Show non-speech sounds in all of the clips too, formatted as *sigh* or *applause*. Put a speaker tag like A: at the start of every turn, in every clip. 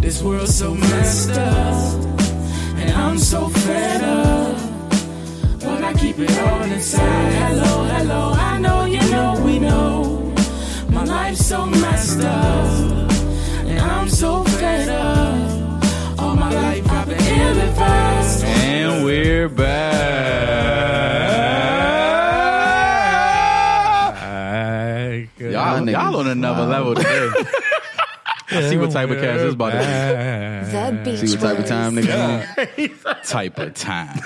A: this world so messed up, and I'm so fed up. But I keep it all inside. Hello, hello, I know you know we know. My life's so messed up, and I'm so fed up. All my life I've been ill advised.
B: And we're back. Y'all,
C: niggas
B: y'all on another level *laughs* today. I see what type of cast this about to be.
D: The Beach
C: See what type of
D: Boys.
C: time nigga on.
B: *laughs* Type of time.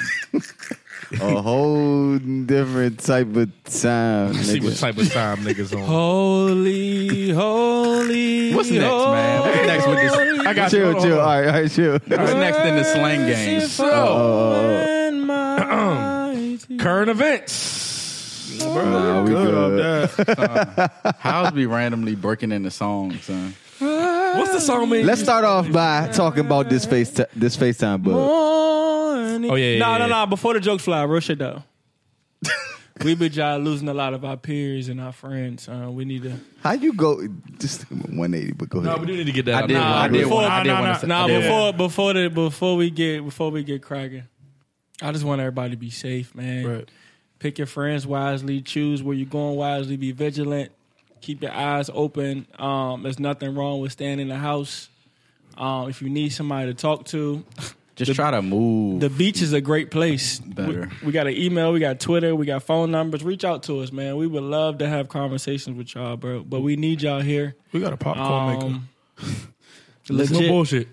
C: A whole different type of time,
E: See what
C: nigga.
E: type of time niggas on.
A: Holy, holy.
B: What's next, man? What's next with this? I got
C: Chill, chill. All right, all right, chill.
B: What's next in the slang game?
E: Oh. Current events.
C: Nah, we good.
E: *laughs*
B: How's be randomly breaking into songs, son?
E: What's the song mean?
C: Let's start off by talking about this face this FaceTime bug.
A: Oh
E: Oh, yeah, yeah,
A: No, no,
E: yeah.
A: no. Before the jokes fly, real shit though. *laughs* we been y'all losing a lot of our peers and our friends. Uh, we need to.
C: How you go? Just 180, but go
E: No,
C: ahead.
E: we do need to get that.
B: I
E: out
B: did
E: there.
B: one.
A: Nah,
B: I did one. I
A: before-
B: did
E: nah,
B: one.
E: nah,
B: I said-
A: Nah,
B: I did
A: before before the before we get before we get cracking, I just want everybody to be safe, man. Pick your friends wisely. Choose where you're going wisely. Be vigilant. Keep your eyes open. Um, there's nothing wrong with staying in the house. Um, if you need somebody to talk to,
B: Just try to move.
A: The beach is a great place.
B: Better.
A: We, we got an email, we got Twitter, we got phone numbers. Reach out to us, man. We would love to have conversations with y'all, bro. But we need y'all here.
E: We got a popcorn maker.
B: *laughs*
A: Um,
E: It's No
A: legit,
E: bullshit.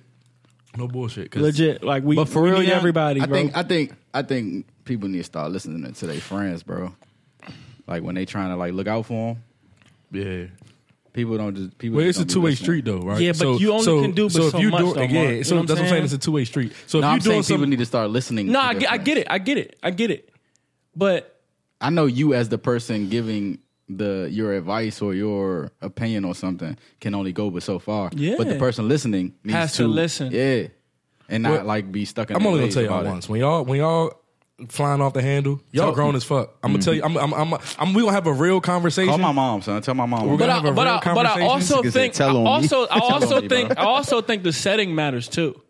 E: No bullshit. 'cause
A: legit. Like we,
B: But for
A: we
B: real,
A: need
B: yeah,
A: everybody,
B: I
A: bro.
B: think I think I think people need to start listening to their friends, bro. Like when they trying to like look out for them,
E: Yeah.
B: people don't just people.
E: Well,
B: just
E: it's
B: don't be
E: a two way
B: listening.
E: street though, right?
A: Yeah, but you only can do but so much, though, Mark.
E: yeah,
A: You
E: so
A: know what
E: that's
A: I'm
E: what I'm saying.
A: saying?
E: It's a two way street. So if
B: No,
E: you
B: I'm saying
E: doing
B: people
E: something,
B: need to start listening.
A: no,
B: to
A: I,
B: their
A: get- I
B: friends.
A: get it. I get it. I get it. But
B: I know you as the person giving the your advice or your opinion or something can only go but so far.
A: Yeah.
B: But the person listening needs
A: Has to listen.
B: Yeah. And not
E: Well,
B: like be stuck in.
E: I'm
B: their
E: only gonna
B: ways
E: tell y'all
B: about it.
E: once. When y'all when y'all flying off the handle, y'all
B: Tell-
E: grown as fuck. I'm gonna tell you. I'm I'm I'm, I'm we gonna have a real conversation.
B: Call my mom, son. Tell my mom.
E: We're
A: but
E: gonna
A: I,
E: have a
A: but,
E: real
A: I, but I
E: conversation.
A: also
C: Nigga said,
A: think I
C: "Tell on me."
A: also
B: *laughs*
A: I
B: Tell
A: also
B: on me,
A: think
B: bro.
A: I also think the setting matters too.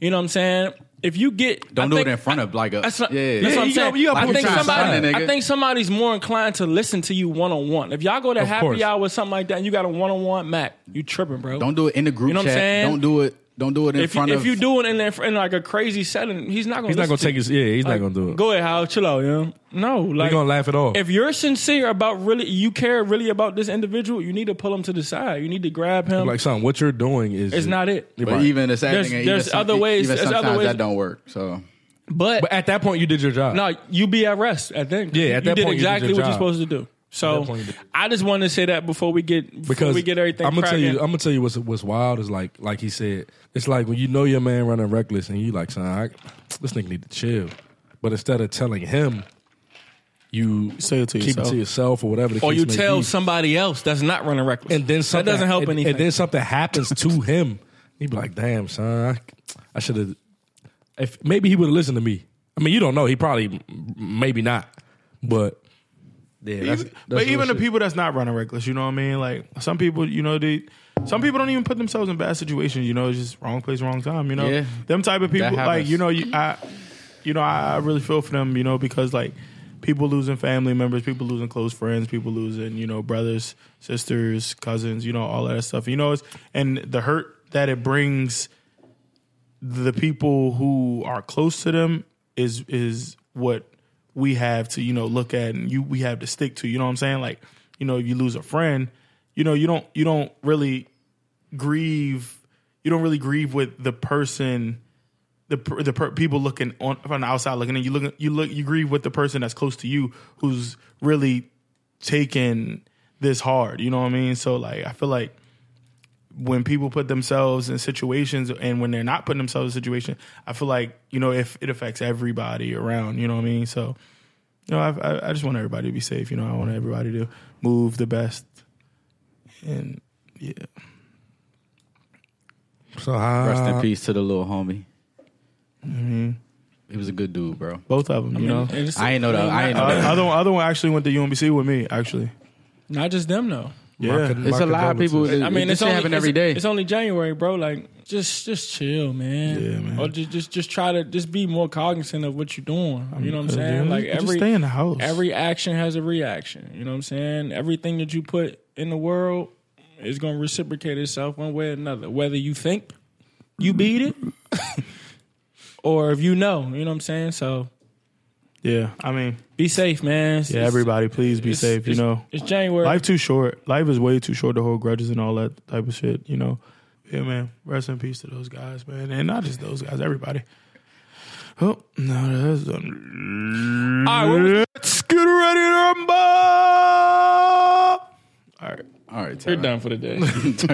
A: You know what I'm saying? If you get
B: Don't
A: I
B: do
A: think-
B: it in front of like a.
A: That's not,
B: yeah.
A: that's what I'm
E: you
A: saying.
E: gotta- you gotta
A: I
E: put
A: think
E: your time
A: somebody,
B: in, nigga.
A: I think somebody's more inclined to listen to you one on one. If y'all go to
E: Of
A: happy
E: course.
A: hour or something like that, and you got a one on one, Mac, you tripping, bro?
B: Don't do it in the group
A: You know what I'm
B: chat.
A: saying?
B: Don't do it. Don't do it in
A: if you,
B: front
A: if
B: of.
A: you do it in, there- in like a crazy setting, he's not gonna.
E: He's not gonna take his. Yeah, he's not gonna do it.
A: Go ahead, Howard. Chill out, yeah. No,
E: We're
A: like
E: gonna laugh it off.
A: if you're sincere about really, you care really about this individual. You need to pull him to the side. You need to grab him.
E: like son, what you're doing is
A: it's not it.
B: But even the sad
A: There's-
B: thing, is
A: there's
B: even some- e-
A: other ways-
B: Even
A: there's other
B: sometimes
A: ways-
B: that don't work. So
A: But,
E: But at that point, you did your job.
A: No, you be at rest. I think.
E: Yeah, at
A: you
E: that
A: did
E: point, you did
A: exactly
E: your
A: what you're
E: job.
A: supposed to do. So
E: that point, you did-
A: I just wanted to say that before we get before
E: because
A: we get everything.
E: I'm gonna
A: cracking.
E: tell you. I'm gonna tell you what's what's wild is like like he said. It's like when you know your man running reckless and you like son, I, this nigga need to chill. But instead of telling him, you
F: Say it to
E: keep it
F: yourself.
E: to yourself or whatever. The
A: or
E: case
A: you
E: may
A: tell
E: be.
A: somebody else that's not running reckless,
E: and then
A: that
E: something
A: doesn't help
E: and,
A: anything.
E: And then something happens to him. He'd be like, "Damn, son, I, I should have. If maybe he would have listened to me. I mean, you don't know. He probably, maybe not. But yeah, that's, that's
F: but
E: real
F: even the
E: shit.
F: people that's not running reckless, you know what I mean? Like some people, you know, they some people don't even put themselves in bad situations. You know, it's just wrong place, wrong time. You know,
B: Yeah.
F: them type of people, like
B: happens.
F: you know, you, I, you know, I I really feel for them. You know, because like people losing family members, people losing close friends, people losing you know brothers, sisters, cousins, you know, all that stuff. You know, it's and the hurt that it brings the people who are close to them is is what we have to you know look at and you we have to stick to you know what i'm saying like you know if you lose a friend you know you don't you don't really grieve you don't really grieve with the person the per- the per, people looking on from the outside looking in you look you look you grieve with the person that's close to you who's really taking this hard you know what i mean so like i feel like when people put themselves in situations and when they're not putting themselves in situation, I feel like, you know, if it affects everybody around, you know what I mean? So, you know, I, I, I just want everybody to be safe. You know, I want everybody to move the best. And yeah,
E: So how,
B: rest
A: Uh,
B: in peace to the little homie.
A: mm-hmm.
B: He was a good dude, bro.
F: both of them, you know.
A: And it's-
B: I ain't know that. I ain't know
F: Uh,
B: that.
F: other one, other one actually went to UMBC with me. Actually,
A: Not just them though.
E: My
F: Yeah.
E: con-
B: It's
E: my
B: a lot of people
E: condolences.
B: that-
A: I
B: It-
A: mean,
B: this
A: it's
B: shit
A: only
B: happen
A: it's-
B: every day.
A: It's only January, bro. Like, just just chill, man.
F: Yeah, man.
A: Or just just just try to just be more cognizant of what you're doing. You know what I'm saying?
F: Yeah,
A: Like
F: just
A: every
F: stay in the house.
A: every action has a reaction. You know what I'm saying? Everything that you put in the world is gonna reciprocate itself one way or another. Whether you think you beat it, or if you know. You know what I'm saying? So
F: yeah, I mean,
A: be safe, man. It's-
F: yeah, everybody, please be
A: it's-
F: safe. You
A: it's-
F: know,
A: it's January.
F: life too short. Life is way too short to hold grudges and all that type of shit. You know, yeah, man. Rest in peace to those guys, man, and not just those guys, everybody. Oh no, that's done.
A: All right, what
F: *laughs*
A: was-
F: let's get ready to rumble. All right,
B: All right,
A: We're
B: Tyler. *laughs*
A: done for the day.
B: Thomas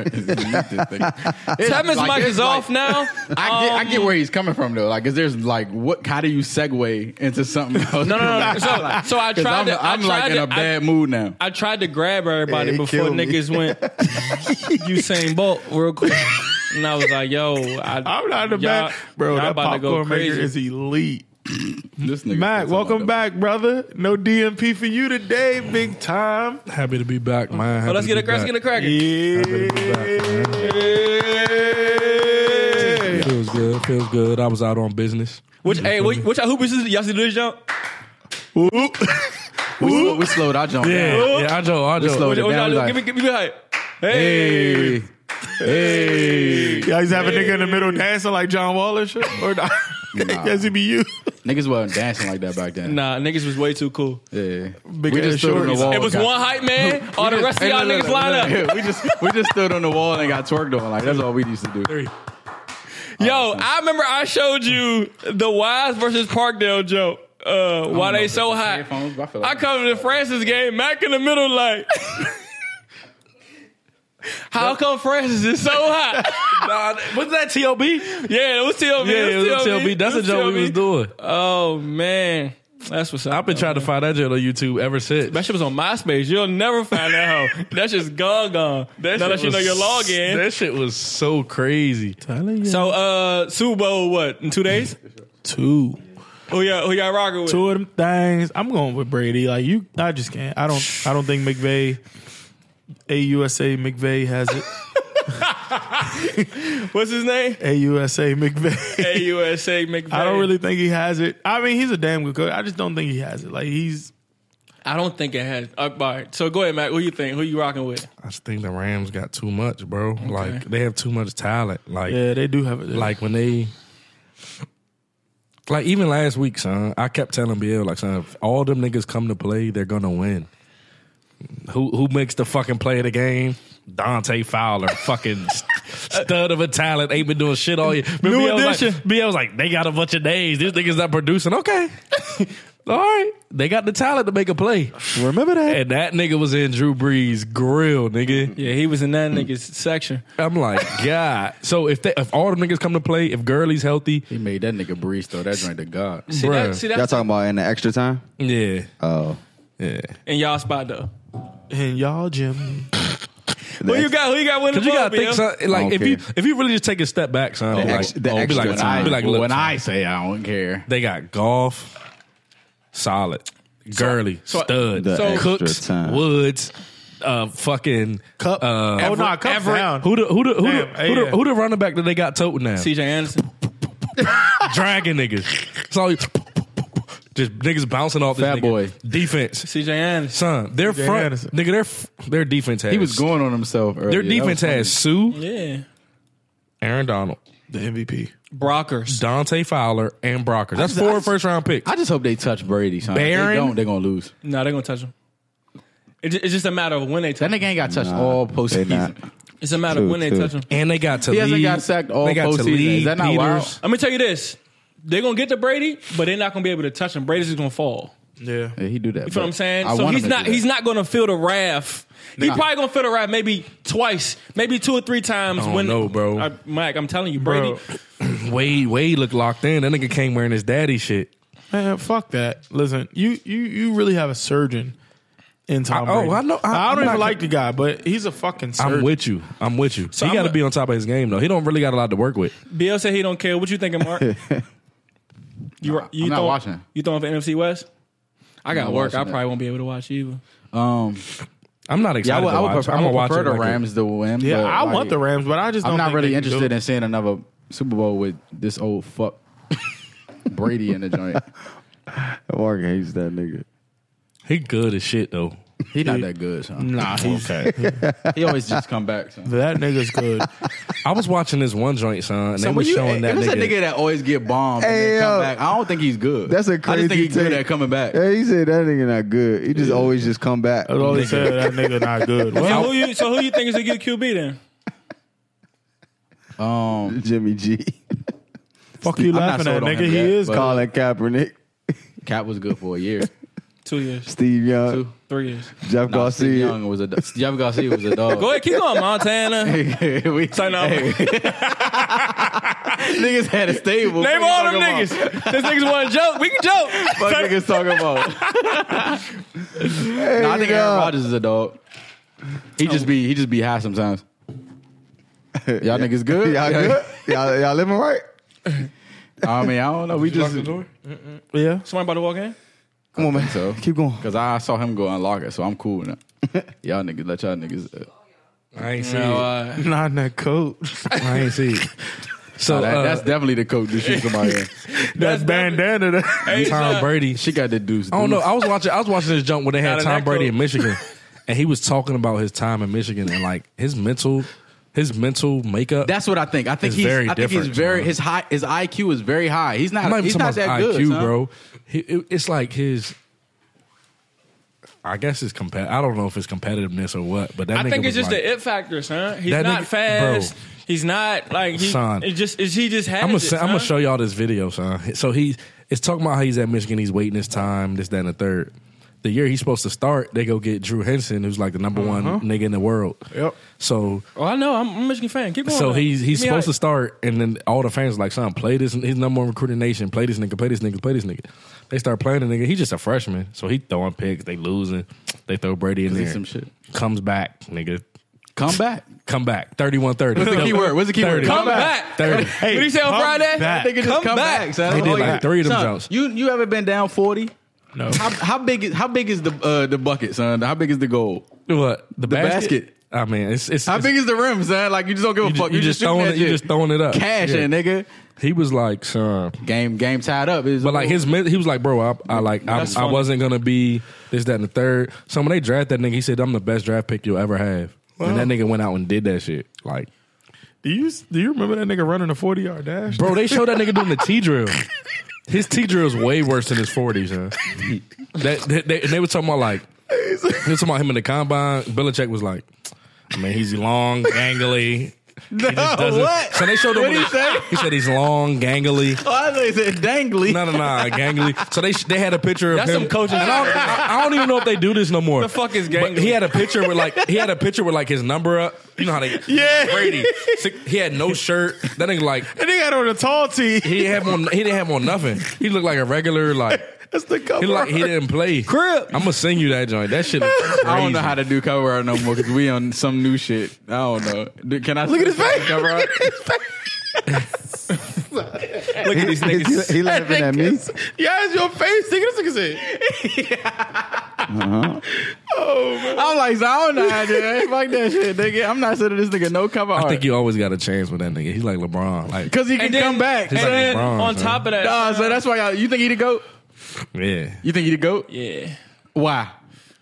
A: *laughs* Thomas Mike is off now.
B: I get, I
A: Um,
B: get where he's coming from though. Like, cause there's like, what? How do you segue into something else? *laughs*
A: No, no, no. So, so I
B: 'Cause
A: tried
B: I'm,
A: to. I
B: I'm
A: tried
B: like
A: to,
B: in a
A: I-
B: bad mood now.
A: I tried to grab everybody
C: Yeah, he
A: before
C: killed me.
A: niggas went Usain Bolt real quick, and I was like, "Yo, I,
F: I'm not in the
A: y'all-
F: back, bro.
A: y'all
F: That
A: about to
F: popcorn
A: go
F: maker
A: crazy.
F: is elite.
B: this nigga.
F: Mac,
B: thinks I'm
F: welcome
B: like-
F: back, brother. No DMP for you today, big time.
E: Happy to be back, man.
A: But let's
E: Happy
A: get
E: to
A: a
E: be
A: let's
E: back.
A: get a cracker.
F: Yeah.
E: Happy to be back, man.
F: Yeah.
E: Feels good. Feels good. I was out on business.
A: Which hey, which, which y'all hoopers is y'all see this jump?
B: We, slow- we slowed our jump down.
E: Yeah, yeah. I Joe, I
B: Just slow
E: Joe.
B: it
A: Which,
B: down, we
A: which y'all do?
B: like-
A: give me give me the hype. Hey,
B: Hey, hey.
F: Y'all used to have a nigga in the middle dancing like John Wall and shit? Or not? *laughs* Yes, it be you.
B: Niggas wasn't dancing like that back then.
A: nah, niggas was way too cool.
B: Yeah.
F: Big
B: we
F: ass
B: just stood on the
F: shorties.
B: wall.
A: it was
B: got-
A: one hype man.
B: we
A: All the
B: just-
A: rest of
B: hey,
A: y'all
B: look,
A: niggas
B: look,
A: lined up.
B: look, *laughs* We just we just stood on the wall and got twerked on. Like that's all we used to do.
E: Three.
A: Yo, I remember I showed you the Wise versus Parkdale joke. Uh, why
B: know
A: they
B: if
A: so
B: it's
A: hot?
B: headphones, but I feel
A: I
B: like-
A: come to the Francis game, Mac in the middle, like. *laughs* How come Francis is so hot?
E: What's that, Tob? Yeah,
A: *laughs* yeah, it was TLB.
E: it was Tob. That's
A: It
E: the joke we was
A: TLB.
E: doing.
A: Oh man, that's what's up.
E: I've been trying to find that joke on YouTube ever since.
A: That shit was on MySpace. You'll never find that hoe. That shit's gone, gone.
E: That
A: now
E: shit
A: that you
E: was-
A: know your login.
E: That shit was so crazy.
A: so, uh, Super Bowl, what in two days?
F: Two.
A: Who y'all, who y'all rocking with?
F: Two of them things. I'm going with Brady. Like you I just can't. I don't I don't think McVay AUSA McVay has it.
A: What's his name?
F: AUSA McVay.
A: AUSA McVay.
F: I don't really think he has it. I mean, he's a damn good coach. I just don't think he has it. Like he's
A: I don't think it has. Uh, all right. So go ahead, Mac. Who you think? Who you rocking with?
E: I just think the Rams got too much, bro. Like they have too much talent. Like
F: yeah, they do have it.
E: like when they like even last week, son, I kept telling Bill, like, son, if all them niggas come to play, they're gonna win. Who who makes the fucking play of the game? Dante Fowler,
A: *laughs*
E: fucking stud of a talent, ain't been doing shit all year. But
A: New
E: Bill was
A: addition.
E: Like, Bill was like, they got a bunch of days. These niggas not producing. Okay, *laughs* all right, they got the talent to make a play.
F: remember that?
E: And that nigga was in Drew Brees' grill, nigga.
A: Yeah, he was in that nigga's section.
E: I'm like, God. So if they, if all them niggas come to play, if Gurley's healthy,
B: He made that nigga breeze though. That drink to God.
A: See, that,
E: Bruh.
A: see
C: Y'all
A: that's
C: talking about in the extra time?
E: yeah,
C: Oh,
E: yeah.
A: in y'all spot though.
F: And y'all, Jim.
A: Who you got? Who you got winning
E: Cause
A: the
E: you
A: ball,
E: gotta think,
A: Bill?
E: son, like if
C: Okay.
E: you if you really just take a step back, son, be like, oh,
C: ex- the
E: be
C: extra
E: like,
C: time.
E: be like, look,
B: when I say I don't care.
E: they got golf, solid, Gurley,
A: so-
E: stud,
C: The extra
E: Cooks,
C: time.
E: Woods, uh, fucking
F: Cup.
E: Uh,
F: Oh,
E: Everett-
F: nah, Cup's
E: Everett.
F: down.
E: Who the who the who,
F: Damn,
E: the, who, the,
F: yeah.
E: who the running back that they got toting now?
A: CJ Anderson.
E: Dragon niggas. So just niggas bouncing off this
B: Fat
E: nigga.
B: boy.
E: defense.
A: CJ Anderson.
E: Son, their front
F: Anderson.
E: nigga, their f- their defense has
B: He was going on himself. Earlier.
E: Their
B: That
E: defense
B: was funny.
E: has Sue,
A: Yeah.
E: Aaron Donald,
F: The MVP.
A: Brockers.
E: Dante Fowler, and Brockers. That's
B: just- I
E: four
B: just-
E: first round picks.
B: I just hope they touch Brady. Son. If they
E: Barron?
B: don't, they're gonna lose.
A: No, they're gonna touch him. It, ju- it's just a matter of when they touch.
B: That
A: him.
B: nigga ain't got touched all postseason.
C: not.
A: It's a matter of
C: True,
A: when they
C: true.
A: touch him.
E: and they got to
B: He hasn't got sacked all
E: they got
B: postseason.
E: Talib,
B: Is that not wild?
E: Peters.
A: Let me tell you this: they're gonna get to Brady, but they're not gonna be able to touch him. Brady's just gonna fall.
F: Yeah.
B: Yeah, he do that.
A: You feel what I'm saying?
B: I
A: so
B: want
A: he's
B: him to
A: not
B: do that.
A: he's not gonna feel the wrath. He
B: Nah.
A: probably gonna feel the wrath maybe twice, maybe two or three times.
E: I don't
A: when
E: know, bro.
A: I, Mike, I'm telling you, Brady.
F: Bro.
E: Wade Wade looked locked in. That nigga came wearing his daddy shit.
F: Man, fuck that. Listen, you you you really have a surgeon in Tom
E: I- oh,
F: Brady.
E: I know- I-
F: I,
E: I'm
F: don't
E: not-
F: even like the guy, but he's a fucking surgeon.
E: I'm with you. I'm with you. he
A: I'm
E: got to
A: a-
E: be on top of his game though. He don't really got a lot to work with.
A: Bill said he don't care. What you
B: *laughs*
A: thinking, Mark? you
B: I'm
A: you
B: not
A: throwing-
B: watching.
A: You throwing for NFC West? I got
B: not
A: work. I
B: watching
A: probably won't be able to watch either.
B: Um,
E: I'm not
B: Yeah, I
E: excited.
B: would, I would
E: to watch.
B: prefer, I
E: I'm
B: would
E: gonna watch
B: prefer
E: it
B: the
E: like a-
B: Rams to win.
F: Yeah,
B: but,
F: I
B: like,
F: want the Rams, but I just don't
B: I'm not
F: think
B: really
F: they can do
B: interested
F: it.
B: in seeing another Super Bowl with this old fuck *laughs* Brady in the joint.
C: Mark hates that nigga.
E: He good as shit though.
B: He not that good, son.
F: Nah, he's
B: Oh,
F: *laughs* okay.
B: *laughs* He always just come back. Son.
F: that nigga's good.
E: I was watching this one joint, son, and
B: So
E: they
B: when
E: was
B: you-
E: showing
B: if
E: that
B: it's
E: nigga.
B: a nigga that always get bombed and
C: Hey,
B: then come
C: yo.
B: back. I don't think he's good.
C: That's a
B: I just think
C: crazy
B: he's good
C: take.
B: at coming back.
C: Yeah, he said that nigga not good. He just always just come back.
F: That's all he said. That nigga not good.
A: So who you so who you think is
B: *laughs*
A: the good QB then?
B: Um,
C: Jimmy G,
F: fuck you
B: I'm not
F: laughing at,
B: sold on
F: nigga?
B: him
F: He
B: yet,
F: is.
B: but-
C: Colin Kaepernick,
B: Cap was good for a
C: *laughs*
B: year.
A: Two years,
C: Steve Young,
B: Two.
A: three years.
C: Jeff
B: Nah, Steve
C: Garcia.
B: Young was a do- Jeff Garcia was a dog. *laughs*
A: Go ahead, keep going, Montana.
B: we,
A: Turn up.
B: niggas had a stable.
A: Name
B: Fuck
A: all
B: you
A: them
B: talking
A: niggas. This niggas want to joke. We can joke.
B: About? Fuck niggas talking about. nah, I think Aaron
C: God.
B: Rodgers is a dog. He just be he just be high
C: *laughs*
B: sometimes. Y'all niggas good?
C: Y'all good? Y'all, y'all living right?
B: I mean, I don't know. We just
F: Yeah.
A: Somebody about to walk in.
C: Come on, man.
B: so
C: Keep going.
B: because I saw him go unlock it, so I'm cool *laughs* now. y'all niggas, let y'all niggas. Uh,
E: I ain't see
A: No,
E: it.
A: uh,
F: Not in that coat.
E: I ain't see it. So
B: that-
E: uh,
B: that's definitely the coach that shoot somebody. in.
F: *laughs* That's bandana. That.
A: hey,
E: Tom
A: son.
B: *laughs*
E: Brady.
B: She got the deuce.
E: I don't know.
B: deuce.
E: I was watching. I was watching this jump where they
A: Not
E: had
A: in
E: Tom
A: that
E: Brady
A: coat.
E: in Michigan,
A: *laughs*
E: and he was talking about his time in Michigan and like his mental, his mental makeup.
B: That's what I think. I think
E: It's
B: he's.
E: very
B: I think he's
E: different,
B: very
E: son.
B: his high. His IQ is very high. He's not.
E: I'm not even
B: he's not
E: talking
B: that
E: about
B: good,
E: his IQ,
B: son.
E: bro. He, it- it's like his. I guess it's compet. I don't know if it's competitiveness or what, but that
A: I
E: nigga
A: think it's
E: was
A: just
E: like,
A: the it factor, son. He's
E: That
A: not
E: nigga-
A: fast.
E: bro.
A: He's not like he.
E: Son.
A: It's just is he just has
E: I'm gonna
A: it,
E: say- I'm gonna
A: son.
E: show y'all this video, son. So he it's talking about how he's at Michigan, he's waiting his time, this, that, and the third. The year he's supposed to start, they go get Drew Henson, who's like the number
A: Mm-hmm.
E: one nigga in the world.
F: Yep.
E: So
A: Oh, I know. I'm a Michigan fan. Keep going.
E: so
A: though.
E: he's he's
A: Give me
E: supposed to start, and then all the fans are like, son, play this. He's number one recruiting nation. Play this nigga. Play this nigga. Play this nigga. They start playing the nigga. He's just a freshman, so he throwing picks. They losing. They throw Brady in
B: he
E: there.
B: some shit.
E: Comes back, nigga.
B: Come back.
E: Come back. 31-30.
B: What's the key word? What's the key word?
E: Thirty.
A: Come
B: back.
A: back.
E: Thirty.
A: What did he say on
F: come
A: Friday?
F: back.
B: They could just
A: Come
B: come,
A: back.
B: back. son.
E: They did
B: All
E: like
B: you-
E: three of them
B: son,
E: jumps.
B: You you ever been down forty?
F: No.
B: How, how big is how big is the uh, the bucket, son? How big is the goal?
E: What the,
B: basket.
E: I mean, it's it's.
B: How
E: it's-
B: big is the rim, son? Like you just don't give a
E: you
B: fuck.
E: just, you just
B: shooting
E: throwing
B: that
E: it. You
B: shit.
E: just throwing it up.
B: cash
E: Yeah.
B: in, nigga.
E: He was like, son.
B: Game game tied up. It's
E: But like
B: over. *laughs*
E: his, men- he was like, bro, I, I like, I,
A: That's
E: I
A: funny.
E: wasn't gonna be this, that, and the third. So when they draft that nigga, he said, I'm the best draft pick you'll ever have. And that nigga went out and did that shit. Like,
F: Do you do you remember that nigga running a forty yard dash?
E: bro, they showed that nigga doing the T drill. His T drill is way worse than his 40s, huh? that, that- they, and they were talking about like, they were talking about him in the combine. Belichick was like, I mean, he's long, gangly.
B: no,
E: doesn't-
B: what?
E: So they showed him.
B: What
E: with
B: he
E: his-
B: say?
E: He said he's long, gangly.
B: Oh, I thought he said dangly.
E: No, no, no, gangly. So they they had a picture of
A: That's
E: him.
A: some coaching
E: And I, don't, I, I don't even know if they do this no more. The
A: fuck is gangly?
E: he had a picture with like he had a picture with like his number up. You know how they
F: Yeah.
E: Brady. Six- He had no shirt. That nigga like
F: That nigga had on a tall tee.
E: he didn't have on he didn't have on nothing. He looked like a regular like
F: *laughs* That's the cover.
E: he like he didn't play.
A: Crip.
E: I'm gonna sing you that joint. That shit. Is crazy.
B: I don't know how to do cover art no more because we on some new shit. I don't know. Dude, Can I
F: Look at his face.
B: Cover art?
C: Look at these niggas. *laughs* He, he laughing at me.
F: Yeah, it's your face. Nigga, this nigga said.
B: *laughs* I'm like, so I don't know. how to do that. Fuck that shit, nigga. I'm not sending this nigga no cover
E: I
B: art.
E: think you always got a chance with that nigga. He's like LeBron. Like
B: Cause he can
A: And then-
B: come back.
E: He's
A: And
E: like
A: then
E: LeBron,
A: on
E: son.
A: top of that,
B: Nah, so that's why y'all. You think he the goat?
E: yeah,
B: You think he the goat?
A: yeah.
B: Why?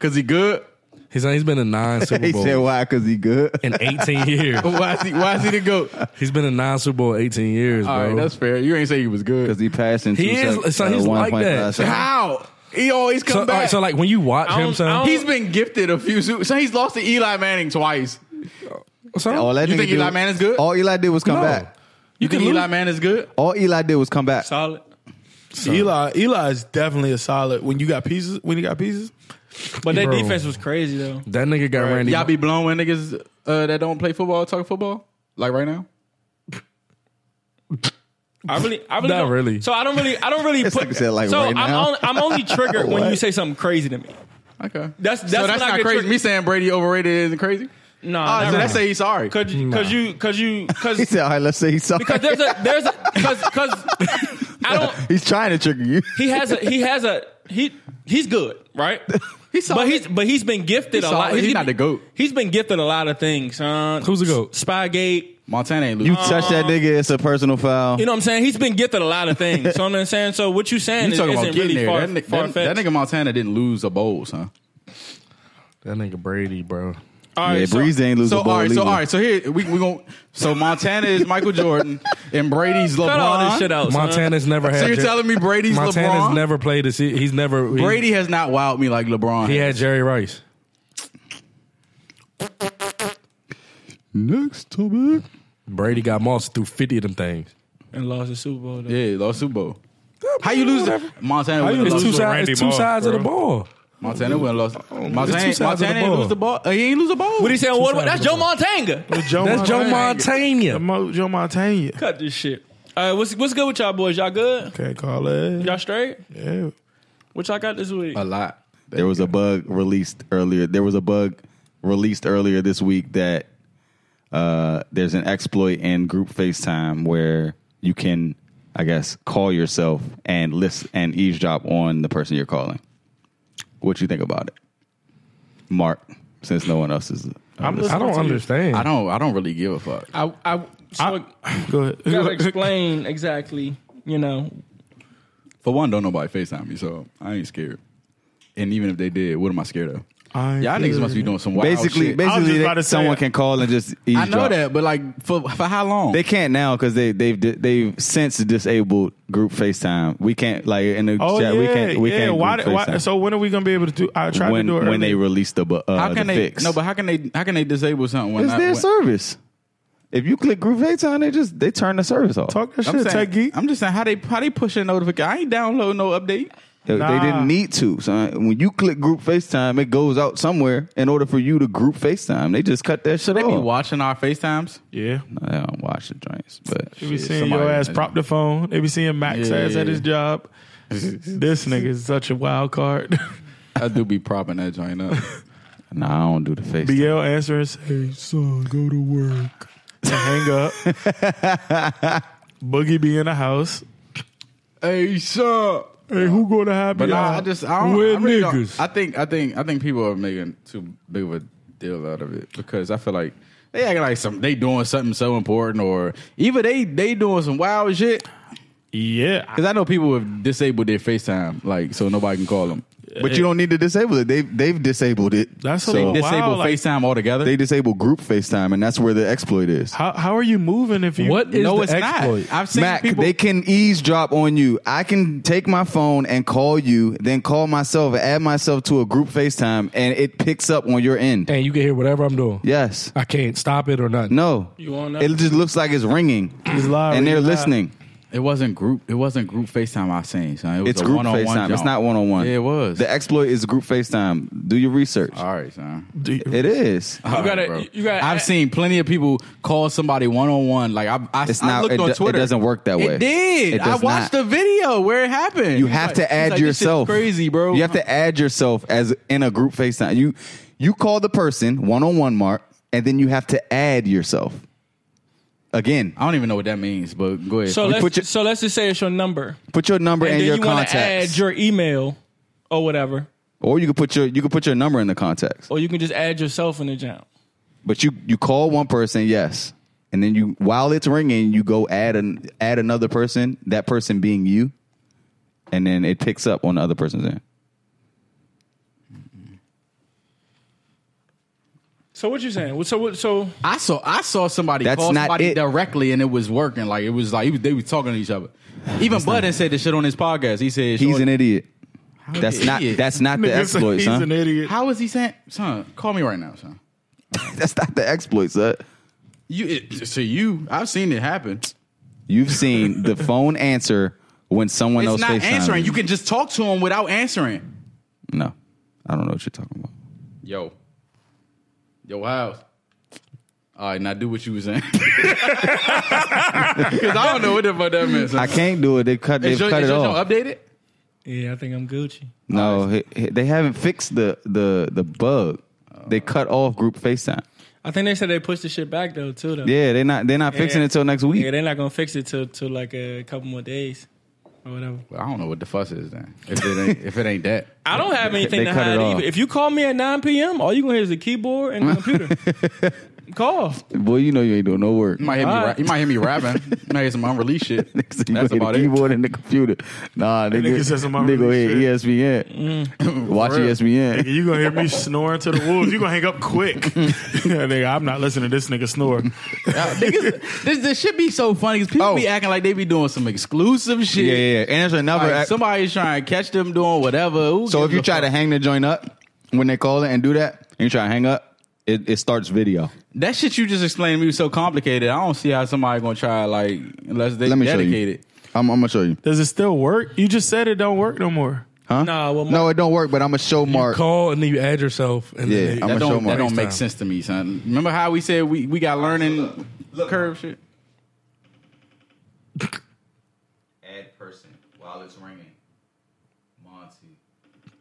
B: Cause he good.
E: he's he's been in nine Super
C: He said,
E: Bowls
C: "Why? Cause he good."
E: in 18 years.
B: *laughs* Why is he? Why is he the goat?
E: He's been in nine Super Bowl 18 years,
B: All
E: bro.
B: right, that's fair. You ain't say he was
C: Cause
B: good.
C: he passed in
E: He
C: two
E: is-
C: sec-
E: so he's like
C: 1.5
E: that.
C: seconds.
B: How? He always come
E: so, all
B: back.
E: right, so like when you watch
A: I don't-
E: him,
A: I
E: son,
A: don't-
E: he's,
B: he's been gifted a few. Su- so he's lost to Eli Manning twice.
E: son,
C: All that
B: You
C: Oh, nigga
B: think Eli
C: did-
B: Manning's good?
C: All Eli did was come
E: No.
C: back.
B: You, think
E: can
B: Eli
E: lose.
B: Manning is good?
C: All Eli did was come back.
A: Solid.
F: Eli, Eli is definitely a solid. When you got pieces, when you got pieces,
A: But their
E: Bro.
A: defense was crazy though.
E: that nigga got Randy.
B: Y'all be blown when niggas uh, that don't play football talk football like right now.
A: I really, I
E: Not
A: really, don't-
E: really.
A: So I don't really, I don't really
C: This
A: put.
C: nigga said, like,
A: so
C: right
A: I'm,
C: now.
A: only, I'm only triggered when you
C: What?
A: say something crazy to me.
B: Okay,
A: That's- that's
B: so
A: when
B: that's
A: I
B: not
A: get
B: crazy.
A: tricky.
B: Me saying Brady overrated isn't crazy.
A: No,
B: Oh, so that's say he's sorry.
A: because you, because you, because you,
C: *laughs* He
A: because
C: said, "All right, let's say he's *laughs* sorry."
A: because there's a there's a because because I don't.
B: *laughs*
C: he's trying to trigger you.
A: He has a he has a he he's good, right? he's but he's but he's been gifted
B: He's
A: a lot.
B: solid. He's not the GOAT.
A: He's been gifted a lot of things. Son.
E: Who's the GOAT?
A: Spygate.
B: Montana ain't losing.
C: You touch that nigga, it's a personal foul.
A: You know what I'm saying? He's been gifted a lot of things. so I'm saying. So what you saying
B: You
A: is,
B: talking about
A: isn't
B: getting
A: really
B: there?
A: far,
B: that, ni-
A: far
B: that, that nigga Montana didn't lose a bowl, son.
E: That nigga Brady, bro.
A: All
C: yeah,
A: right, so-
C: Breeze ain't losing
B: So
C: a ball.
B: all right, so
C: either.
B: all right, so here we we going So Montana is Michael Jordan and Brady's LeBron.
A: Cut all this shit out. son.
E: Montana's never had.
B: So you're
E: Jer-
B: telling me Brady's
E: Montana's
B: LeBron?
E: never played a se- He's never he-
B: Brady has not wowed me like LeBron.
E: He
B: has.
E: had Jerry Rice.
C: Next topic.
E: Brady got Moss through fifty of them things.
A: and lost the Super Bowl. Though.
B: Yeah, he lost Super Bowl. How you lose? the- Montana wouldn't
E: It's
B: lose.
E: two
F: to
E: sides. It's
F: Randy
E: two
F: Moss,
E: sides of
F: bro.
E: the ball.
B: Montana wouldn't lost. Montana,
E: sides of the
B: Montana ain't
E: ball.
B: lose the ball. He ain't lose a ball.
A: What he saying? What, what,
E: sides
A: that's Joe Montanga.
F: Joe
E: That's Joe
F: The
E: Montana.
F: Mo- Joe Montana.
A: Cut this shit. All right, what's what's good with y'all boys? Y'all good?
F: Can't call it.
A: Y'all straight?
F: Yeah.
A: What y'all got this week?
B: a lot.
C: There was a bug released earlier. There was a bug released earlier this week that uh, there's an exploit in group FaceTime where you can, I guess, call yourself and list and eavesdrop on the person you're calling. What you think about it, Mark? Since no one else is, uh,
F: I'm
E: I don't understand.
B: I don't. I don't really give a fuck.
A: I, I, so I
F: *sighs* Go ahead.
C: *laughs*
A: gotta explain exactly. You know,
B: For one, don't nobody Facetime me, so I ain't scared. And even if they did, what am I scared of?
F: I ain't *laughs*
B: Y'all niggas
F: scared.
B: must be doing some wild
C: basically,
B: shit.
F: I was just
C: basically,
F: about to say
C: someone
F: it.
C: can call and just
B: I
C: eavesdrop.
B: know that, but like for for how long?
C: They can't now because they they've di- they've since disabled group FaceTime. We can't like in the
F: Oh
C: chat.
F: yeah,
C: we can't. We
F: yeah.
C: can't.
F: why,
C: group
F: why,
C: FaceTime.
F: so when are we gonna be able to do? I tried
C: when
F: to do it
C: when
F: early.
C: they release the bu- uh,
B: how can
C: the
B: they?
C: fix.
B: No, but how can they? How can they disable something? When
C: it's
B: I-
C: their
B: when-
C: service. If you click group FaceTime, they just they turn the service off.
F: talk that
B: I'm,
F: shit,
B: saying-
F: Tech Geek.
B: I'm just saying how they how they pushing notification. I ain't downloading no update.
C: They, they
F: Nah.
C: didn't need to. So when you click group FaceTime, it goes out somewhere in order for you to group FaceTime. They just cut that shit
B: They
C: off.
B: be watching our Facetimes.
F: Yeah,
C: I don't watch the joints, but
F: they be
B: Shit,
F: seeing your
B: somebody-
F: ass prop the phone. They be seeing Max
B: Yeah.
F: ass at
B: *laughs*
F: his job. this nigga is such a wild card. *laughs*
B: I do be propping that joint up.
C: nah, I don't do the FaceTime.
F: BL answering, "Hey son, go to work." And *laughs* hang up. Boogie be in the house.
B: hey, sup?
F: Hey, who go to happy?
B: But nah,
F: hour?
B: I just I don't.
E: We're
B: I, really don't-
E: niggas.
B: I think I think I think people are making too big of a deal out of it because I feel like they acting like some they doing something so important or even they they doing some wild shit.
F: yeah. I-
B: Because I know people have disabled their FaceTime like so nobody can call them.
C: But you don't need to disable it. They've they've disabled it.
F: That's a
C: so
F: little-
C: they,
F: Wow,
B: Disable
F: like-
B: FaceTime altogether.
C: disable group FaceTime, and that's where the exploit is.
F: How how are you moving if you
E: What is
B: no,
E: the
B: it's
E: exploit?
B: not. I've seen
C: Mac,
B: people.
C: they can eavesdrop on you. I can take my phone and call you, then call myself, add myself to a group FaceTime, and it picks up on your end.
E: And you can hear whatever I'm doing.
C: Yes.
E: I can't stop it or nothing.
C: No.
A: You on that?
C: It just looks like it's ringing,
F: He's live,
C: and they're
F: he's live.
C: listening.
B: it wasn't group. It wasn't group FaceTime. I seen. Son. It was
C: It's
B: a
C: group
B: one-on-one
C: FaceTime. It's
B: joint.
C: not one on one.
B: Yeah, it was.
C: The exploit is group FaceTime. Do your research.
B: All right, son.
F: Do you-
C: It is.
B: All
A: gotta-
B: bro.
A: you gotta-
B: I've seen plenty of people call somebody one on one. Like I, I,
C: It's
B: I
C: not-
B: looked
C: it
B: on
C: do- it
B: Twitter.
C: doesn't work that way.
B: It did.
C: It
B: I
C: does
B: watched
C: not.
B: the video where it happened.
C: You have to add yourself.
B: crazy, bro.
C: You have to add yourself as in a group FaceTime. You you call the person one on one, Mark, and then you have to add yourself again.
B: I don't even know what that means, but go ahead.
A: so
C: You
A: let's
C: put your-
A: so let's just say it's your number,
C: Put your number and,
A: and,
C: your
A: then you want to
C: contacts,
A: add your email or whatever,
C: or you can put your you can put your number in the contacts.
A: or you can just add yourself in the jam.
C: But you you call one person, yes, and then you while it's ringing, you go add an add another person. That person being you, and then it picks up on the other person's end.
A: So what you saying? So what? So
B: I saw I saw somebody
C: That's
B: call
C: not
B: somebody
C: it.
B: directly, and it was working. Like it was like he was- they were talking to each other. Even Budden said this shit on his podcast. He said
C: He's an idiot.
B: an
C: That's not
B: idiot.
C: that's not the
F: Nigga say
C: exploit,
F: he's an
C: son.
F: idiot.
B: How is he saying, son? Call me right now, son.
C: That's not the exploit, son.
B: You it, so you? I've seen it happen.
C: You've seen the phone answer when someone
B: It's
C: else
B: not
C: FaceTimes
B: answering. You can just talk to him without answering.
C: No, I don't know what you're talking about.
B: Yo. Yo, house. All right, now do what you was saying. *laughs* Because I don't know what the fuck that meant. son.
C: I can't do it. They cut. They
B: Is your,
C: cut
B: is
C: it
B: your show Oh,
C: off.
B: updated?
A: yeah, I think I'm Gucci.
C: No, he- he- they haven't fixed the the the bug. They cut off group FaceTime.
A: I think they said they pushed the shit back though too. Though.
C: Yeah, they're not. They're not fixing it till next
A: Yeah,
C: week.
A: they're not gonna fix it till till like a couple more days. or whatever.
B: Well, I don't know what the fuss is then. If it ain't, if it ain't *laughs* that,
A: I don't have anything
C: they
A: to
C: cut it
A: hide
C: off.
A: either. If you call me at 9 p.m., all you gonna hear is a keyboard and a computer.
C: *laughs*
A: call.
C: Boy, you know you ain't doing no work.
B: you might hear me. Ra-
A: Alright.
B: you might hear me rapping. you might hear some unreleased shit.
C: *laughs* Nigga, *laughs* you
B: That's
C: play the
B: about it.
C: keyboard and the computer. Nah, nigga,
F: nigga
C: nigga,
F: said some
C: nigga
F: unreleased
C: hit E ESPN. *laughs* Watch
B: Mm. For
C: E
B: real. *laughs*
C: ESPN.
F: You gonna hear me snoring to the wolves? You gonna hang up quick, nigga? I'm not listening to this nigga snore.
B: Yeah, niggas, this this shit be so funny because people
C: Oh.
B: be acting like they be doing some exclusive shit.
C: Yeah, yeah, yeah. And there's another.
B: Like,
C: act-
B: somebody's trying to catch them doing whatever. Who
C: so if
B: gives
C: you
B: a
C: try
B: fuck?
C: to hang the joint up when they call it and do that, and you try to hang up, it, it starts video.
B: that shit you just explained to me was so complicated. I don't see how somebody gonna try like unless they
C: Let me show you.
B: dedicated.
C: I'm, I'm gonna show you.
F: Does it still work? You just said it don't work no more.
C: Huh?
A: Nah, well,
C: no, it don't work. But I'm gonna show Mark.
E: Call and then you add yourself. And
C: Yeah,
E: then they-
C: I'm
B: That
C: gonna show
B: don't that
C: Mark.
B: don't make
E: FaceTime.
B: sense to me, son. Remember how we said we, we got learning curve shit. Add person while it's ringing. Monty,